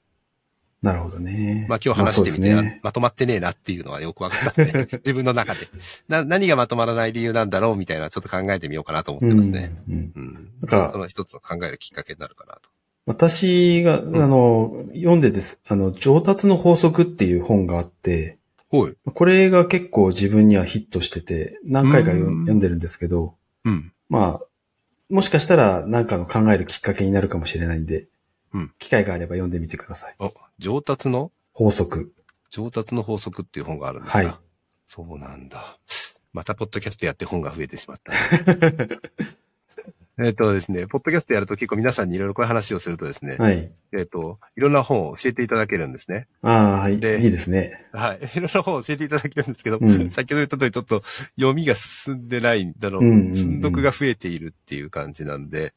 なるほどね。まあ今日話してみて、ままあそうですねとまってねえなっていうのはよくわかったんで、 [laughs] 自分の中で。な、何がまとまらない理由なんだろうみたいな、ちょっと考えてみようかなと思ってますね。うんうんうん。なんかその一つの考えるきっかけになるかなと。私が、あの、読んでです、あの、上達の法則っていう本があって、ほい。これが結構自分にはヒットしてて、何回か読うん読んでるんですけど、うん。まあ、もしかしたら何かの考えるきっかけになるかもしれないんで、うん機会があれば読んでみてください。あ、上達の [laughs] 法則。上達の法則っていう本があるんですか、はいそうなんだ。また、ポッドキャストやって本が増えてしまった。えっとですね、ポッドキャストやると結構皆さんにいろいろこういう話をするとですね、はい。えっと、いろんな本を教えていただけるんですね。ああ、はい。いいでですね。はい。 [laughs] いろんな本を教えていただけるんですけど、うん先ほど言った通りちょっと読みが進んでないんだろう。うんうんうん積読が増えているっていう感じなんで、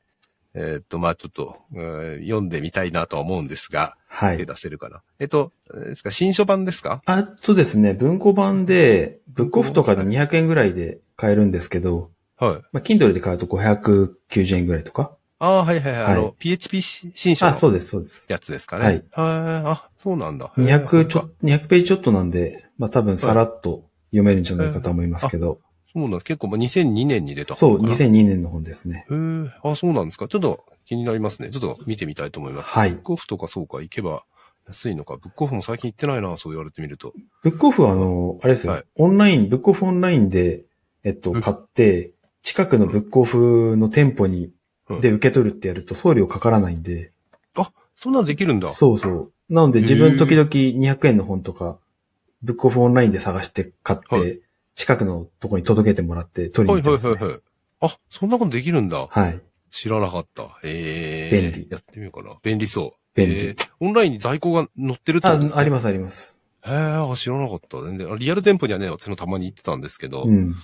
えっと、まあちょっと、うん読んでみたいなとは思うんですが、は手い。出せるかな。えっと、あれですか、新書版ですかあとですね、文庫版で、ブックオフとかで200円ぐらいで買えるんですけど、はい。まあ、Kindle で買うと590円ぐらいとか。ああ、はいはいはい。あはの、PHP 新書あ、のそうです、そうです。やつですかはね。いい。あ、そうなんだ。へー200ちょ、200ページちょっとなんで、まあ多分さらっと読めるんじゃないかと思いますけど、そうなん結構、まあ2002年に出たそう、本かな。へ2002年の本ですね。え、あ、そうなんですか。ちょっと気になりますね。ちょっと見てみたいと思います。はいブックオフとかそうか、行けば安いのか。ブックオフも最近行ってないな、そう言われてみると。ブックオフはあの、あれですよ、はいオンライン、ブックオフオンラインで、えっと、うん買って、近くのブックオフの店舗に、うんで受け取るってやると送料かからないんで、そんなのできるんだ。そうそう。なので自分時々200円の本とか、ブックオフオンラインで探して買っはて、近くのとこに届けてもらって取りはに行いってはいます、はいはい。あ、そんなことできるんだ。はい。知らなかった。ええ。便利やってみようかな。便利そう。便利えーオンラインに在庫が載ってるってことですあ、かありまますあります。す。へえ、あ知らなかった。全然。あリアル店舗にはね、私もたまに行ってたんですけど。うん。へえ、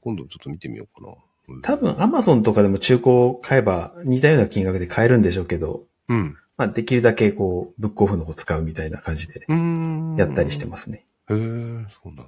今度ちょっと見てみようかな。うん多。分アマゾンとかでも中古を買えば似たような金額で買えるんでしょうけど、うん。まあできるだけこう、ブックオフの方使うみたいな感じでうーん。やったりしてますね。へえ、そうなんだ。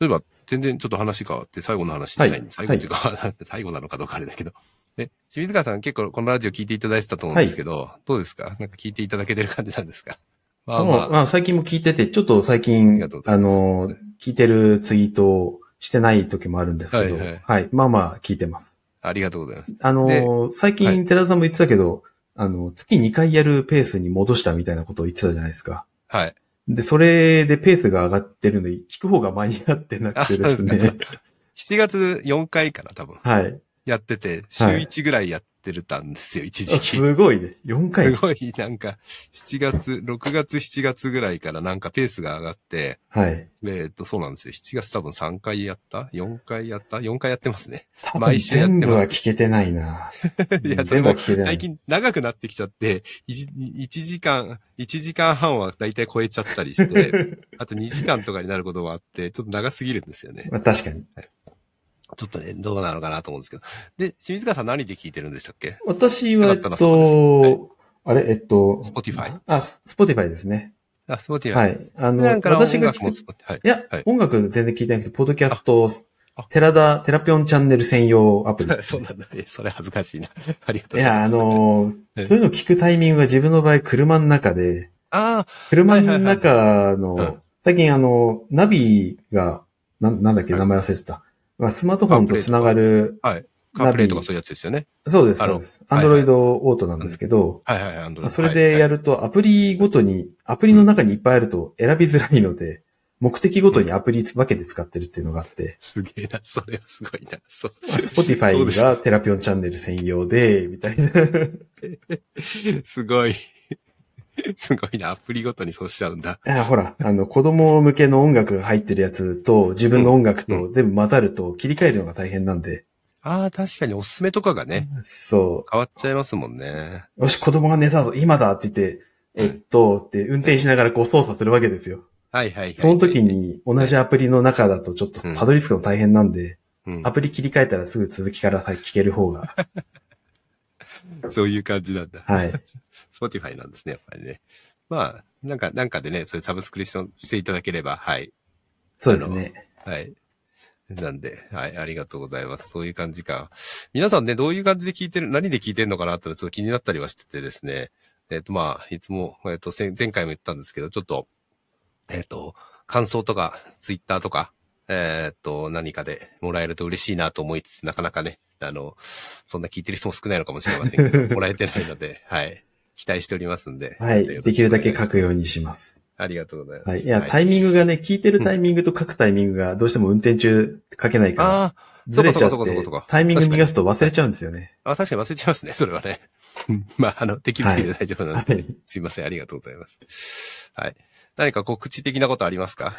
例えば、全然ちょっと話変わって最後の話したい、はい最後っていうか、 [laughs] 最後なのかどうかあれだけど。え、清水川さん結構このラジオ聞いていただいてたと思うんですけど、どうですかなんか聞いていただけてる感じなんですか [laughs] まあまもうあ、まあ最近も聞いてて、ちょっとあ最り近がとう、ござあいますの、聞いてるツイートをしてない時もあるんですけど、ははいい、はいまあまあ聞いてます。ありがとうございます。あの、最は近寺田さんも言ってたけど、あの、月2回やるペースに戻したみたいなことを言ってたじゃないですか。はい。で、それでペースが上がってるのに、聞く方が間に合ってなくてですあそうね。 7月4回かな、多分。はい。やってて、週1ぐらいやってたんですよ、一あ時期。すごいね。4回す。ごい、なんか、7月、6月、7月ぐらいからなんかペースが上がって、はい。でえっと、そうなんですよ。7月多分3回やった ?4 回やった ?4 回やってますね。毎週やってます全部は聞けてないな。 [laughs] いや、それ全部はも聞けてな最い。近長くなってきちゃって、1, 時間、1時間半はだいたい超えちゃったりして、あと2時間とかになることもあって、ちょっと長すぎるんですよね。まあ、確かに。ちょっとね、どうなのかなと思うんですけど。で、清水川さん何で聞いてるんでしたっけ私は、えっ少なかったなそうですと、あれ、えっと、 Spotify あ、スポティファイですね。あ、スポティファはイ。い。あ普の、段から私音が楽聞もく、スポティファイ。いや、はい音楽全然聞いてなくて、ポッドキャスト、あテラダ、テラピョンチャンネル専用アプリです。 [laughs] そうなんだ。えそれ恥ずかしいな。ありがとうございいや、まあす。のええー、そういうの聞くタイミングが自分の場合、車の中で、あ車のは中いはいはいうんの、最近あの、ナビが、なんなんだっけ、はい名前忘れてた。まあスマートフォンとつながる、あ、はい。カープレイとかそういうやつですよね。そうです、あそのうです。はアいンはいドロイドオートなんですけど、はいはいはいアンドロイド。それでやる。るとアプリごとに、アプリの中にいっぱいあると選びづらいので、目的ごとにアプリ分けて使ってるっていうのがあって、すげえな。それはすごいな。 [laughs] そう。スポティフそうでァイすがテラピオンチャンネル専用で、み [laughs] たいな。すごい。 [laughs] すごいな。アプリごとにそうしちゃうんだ。あほら、あの、子供向けの音楽が入ってるやつと、自分の音楽うんと、全部混ざると、切り替えるのが大変なんで。ああ、確かにおすすめとかがね、そ変わっちゃいますもんね。う。よし、子供が寝たぞ、今だって言って、えっと、って運転しながらこう操作するわけですよ。はいはいはい。その時。に、同じアプリの中だとちょっとうんたどり着くの大変なんで、うんア。プリ切り替えたらすぐ続きから聞ける [laughs] 方が、そういう感じなんだ。はい。 Spotify なんですね、やっぱりね。まあ、なんか、なんかでね、そういうサブスクリプションしていただければ、はい。そうですね。はい。なんで、はい、ありがとうございます。そういう感じか。皆さんね、どういう感じで聞いてる、何で聞いてるのかなってのはちょっと気になったりはしててですね。えっ、と、まあ、いつも、えっ、と、せん前回も言ったんですけど、ちょっと、えっ、と、感想とか、ツイッターとか、えっ、と、何かでもらえると嬉しいなと思いつつ、なかなかね、あの、そんな聞いてる人も少ないのかもしれませんけ [laughs] ど、もらえてないので、はい。期待しておりますんで。はよろい。しお願しますできるだけ書くようにします。ありがとうございます。はい。いや、タイミングがね、聞いてるタイミングと書くタイミングがどうしても運転中書けないから、あーずれちゃっそうかそうかそうかそうてか、タイミング逃がすと忘れちゃうんですよね。あ、確かに忘れちゃいますね、それはね。 [laughs] うんまあ、あの、できる時で大丈夫なはので、い。すいません、ありがとうございます。はい。何か告知的なことありますか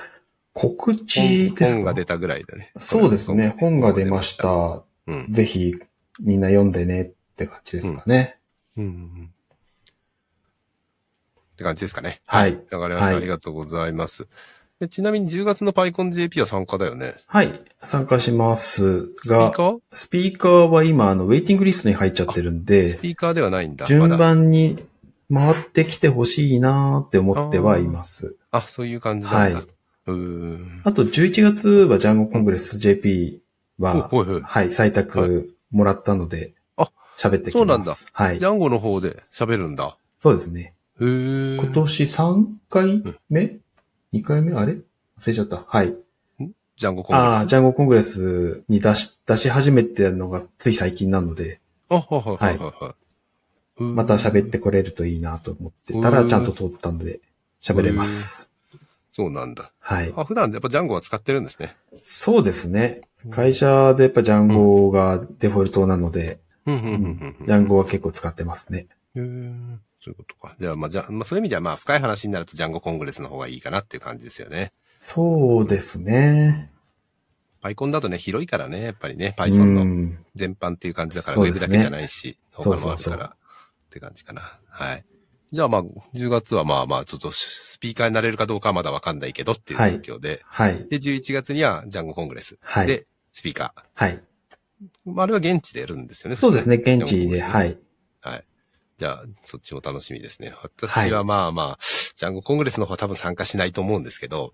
告知ですか本が出たぐらいだね。そうですね。本が出まし。た。うん。ぜひ、みんな読んでねって感じですかね。うんうんうん。って感じですかね。はいわかりました。はいありがとうございます。でちなみに10月のパイコン JP は参加だよね。はい。参加しますスピーが、カースピーカーは今、あの、ウェイティングリストに入っちゃってるんスで、ピーカーではないんだ。順まだ。番に回ってきてほしいなーって思ってはいます。あ、そういう感じなんだ。はいうーん。あと、11月はジャンゴコングレス JP は、おはいはいはい、採は択もらったのであ、喋ってきます。そうなんだはいジ。ャンゴの方で喋るんだ。そうですね。へー今年3回目 ?2 回目あれ忘れちゃった。はい。ジャンゴコングレあスあ、ジャンゴコングレスに出し、出し始めてるのがつい最近なので、あ、はいはいはいはいはい。また喋っうーん。てこれるといいなと思ってうんたら、ちゃんと通ったので、喋れます。そうなんだ。はい。あ、普段やっぱジャンゴは使ってるんですね。そうですね。会社でやっぱジャンゴがデフォルトなので、うんうんジャンゴは結構使ってますね。うん。そういうことか。じゃあ、まあ、じゃあ、まあ、そういう意味では、まあ、深い話になると、ジャンゴコングレスの方がいいかなっていう感じですよね。そうですね。パイコンだとね、広いからね、やっぱりね、う Python のん。全般っていう感じだから、そうウェブでだすねけじゃないし、そう他のもあるそうそうから、って感じかな。はい。じゃあ、まあ、10月はまあまあ、ちょっとスピーカーになれるかどうかはまだわかんないけどっていう状況で、はい。で、11月にはジャンゴコングレス。はいで、スピーカー。はい。まあ、あれは現地でやるんですよね。そうですね。現地で、ジャンゴコングレスねはい。はい。じゃあ、そっちも楽しみですね。私はまあまあ、ジャンゴコングレスの方は多分参加しないと思うんですけど。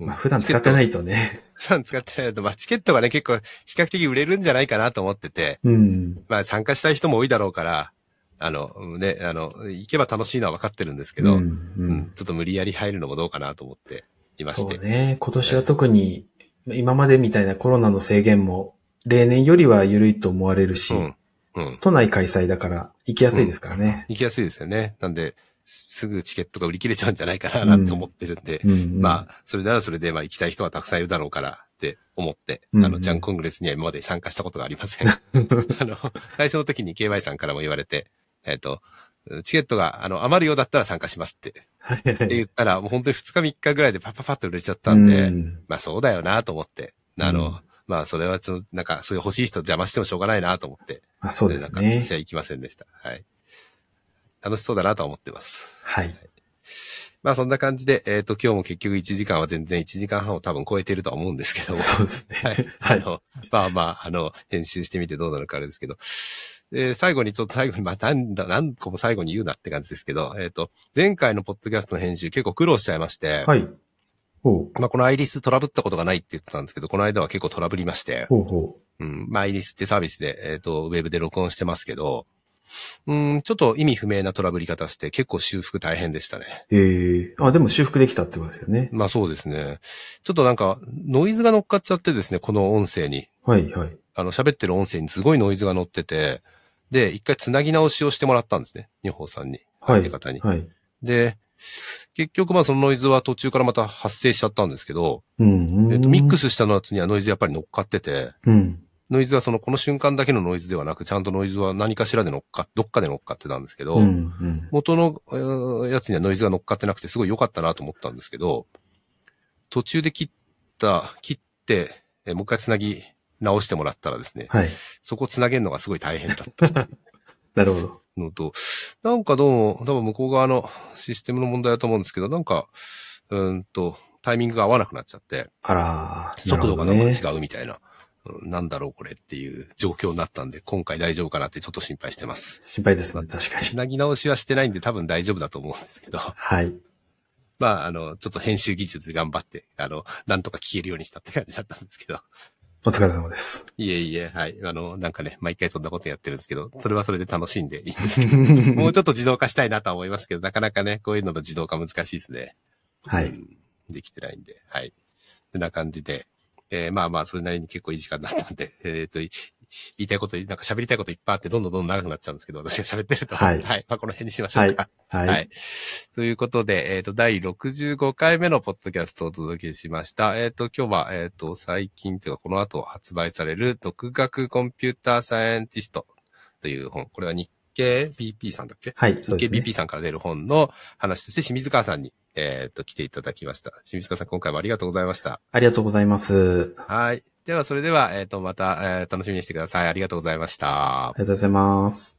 うんまあ、普段使ってなチケットいとね。普段使ってないと、まあチケットがね、結構比較的売れるんじゃないかなと思ってて、うん。まあ参加したい人も多いだろうから、あの、ね、あの、行けば楽しいのは分かってるんですけど、うんううんん。ちょっと無理やり入るのもどうかなと思っていましそて。うね。今年は特に、今までみたいなコロナの制限も、例年よりは緩いと思われるし、うん。うん。都内開催だから、行きやすいですからね。行きやすいですよね。なんで、すぐチケットが売り切れちゃうんじゃないかななんて思ってるんで、うん、うんまあ、それならそれで、まあ、行きたい人はたくさんいるだろうから、って思って、あうんの、うんジャンコングレスには今まで参加したことがありま [laughs] せん。あの、最初の時に KY さんからも言われて、えっ、と、チケットが、あの、余るようだったら参加しますって、ってはいはいはい、言ったら、もう本当に2日3日ぐらいでパッパパッと売れちゃったんで、うんまあ、そうだよなと思って、あの、うんまあ、それは、その、なんか、そういう欲しい人邪魔してもしょうがないなと思って、まあ、そうですなんか、ね私。は行きませんでした。はい。楽しそうだなとは思ってます。はい。まあそんな感じで、えっ、と、今日も結局1時間は全然1時間半を多分超えてるとは思うんですけども。そうですね。はい。 [laughs] はあい。の、まあまあ、あの、編集してみてどうなのかあれですけど。えー最後にちょっと最後に、まあ、なんだ、何個も最後に言うなって感じですけど、えっ、と、前回のポッドキャストの編集結構苦労しちゃいまして、はい。ほう。まあ、このアイリストラブったことがないって言ってたんですけど、この間は結構トラブりまして、ほうほうん、まあ、アイリスってサービスで、えっ、と、ウェブで録音してますけど、うん、ちょっと意味不明なトラブり方して結構修復大変でしたね。う。ええあ、でも修復できたってことですよね。まあそうですね。ちょっとなんか、ノイズが乗っかっちゃってですね、この音声に。はい、はい。あの、喋ってる音声にすごいノイズが乗ってて、で、一回繋ぎ直しをしてもらったんですね。二宝さんに。はい。相手方に。はい。で、結局まあそのノイズは途中からまた発生しちゃったんですけど、うん、うん。えっと、ミックス。スしたのやつにはノイズやっぱり乗っかってて、うん。ノイズはその、この瞬間だけのノイズではなく、ちゃんとノイズは何かしらで乗っか、どっかで乗っかってたんですけど、うん、うん。元のえーやつにはノイズが乗っかってなくてすごい良かったなと思ったんですけど、途中で切った、切って、えーもう一回繋ぎ直してもらったらですね、はい。そこ繋げるのがすごい大変だったなるほど。のと、 [laughs] なんかどうも、多分向こう側のシステムの問題だと思うんですけど、なんか、うーんと、タイミングが合わなくなっちゃって、あらー速度がなんかなるほどね違うみたいな、うんなんだろうこれっていう状況になったんで、今回大丈夫かなってちょっと心配して [laughs] ます。心配ですね。確かに。繋ぎ直しはしてないんで多分大丈夫だと思うんですけど。はい。まあ、あの、ちょっと編集技術で頑張って、あの、なんとか聞けるようにしたって感じだったんですけど。 [laughs] お疲れ様です。いえいえ、はい。あの、なんかね、毎回そんなことやってるんですけど、それはそれで楽しんでいいんですけ [laughs] ど、もうちょっと自動化したいなとは思いますけど、なかなかね、こういうのの自動化難しいですね。はいうんできてないんで、はい。そんな感じで、えーまあまあ、それなりに結構いい時間だったんで、 [laughs] えっ、と、い言いたいこと、なんか喋りたいこといっぱいあって、どんどんどんどん長くなっちゃうんですけど、私が喋ってると。はいはい。まあ、この辺にしましょはうか。い。はい。はい。ということで、えっ、と、第65回目のポッドキャストをお届けしました。えっ、と、今日は、えっ、と、最近というか、この後発売される、独学コンピューターサイエンティストという本。これは日経 BP さんだっけ、はい。そう日です経ね BP さんから出る本の話として、清水川さんに、えっ、と、来ていただきました。清水川さん、今回もありがとうございました。ありがとうございます。あはい。では、それでは、えっ、と、また、えー楽しみにしてください。ありがとうございました。りがとうございます。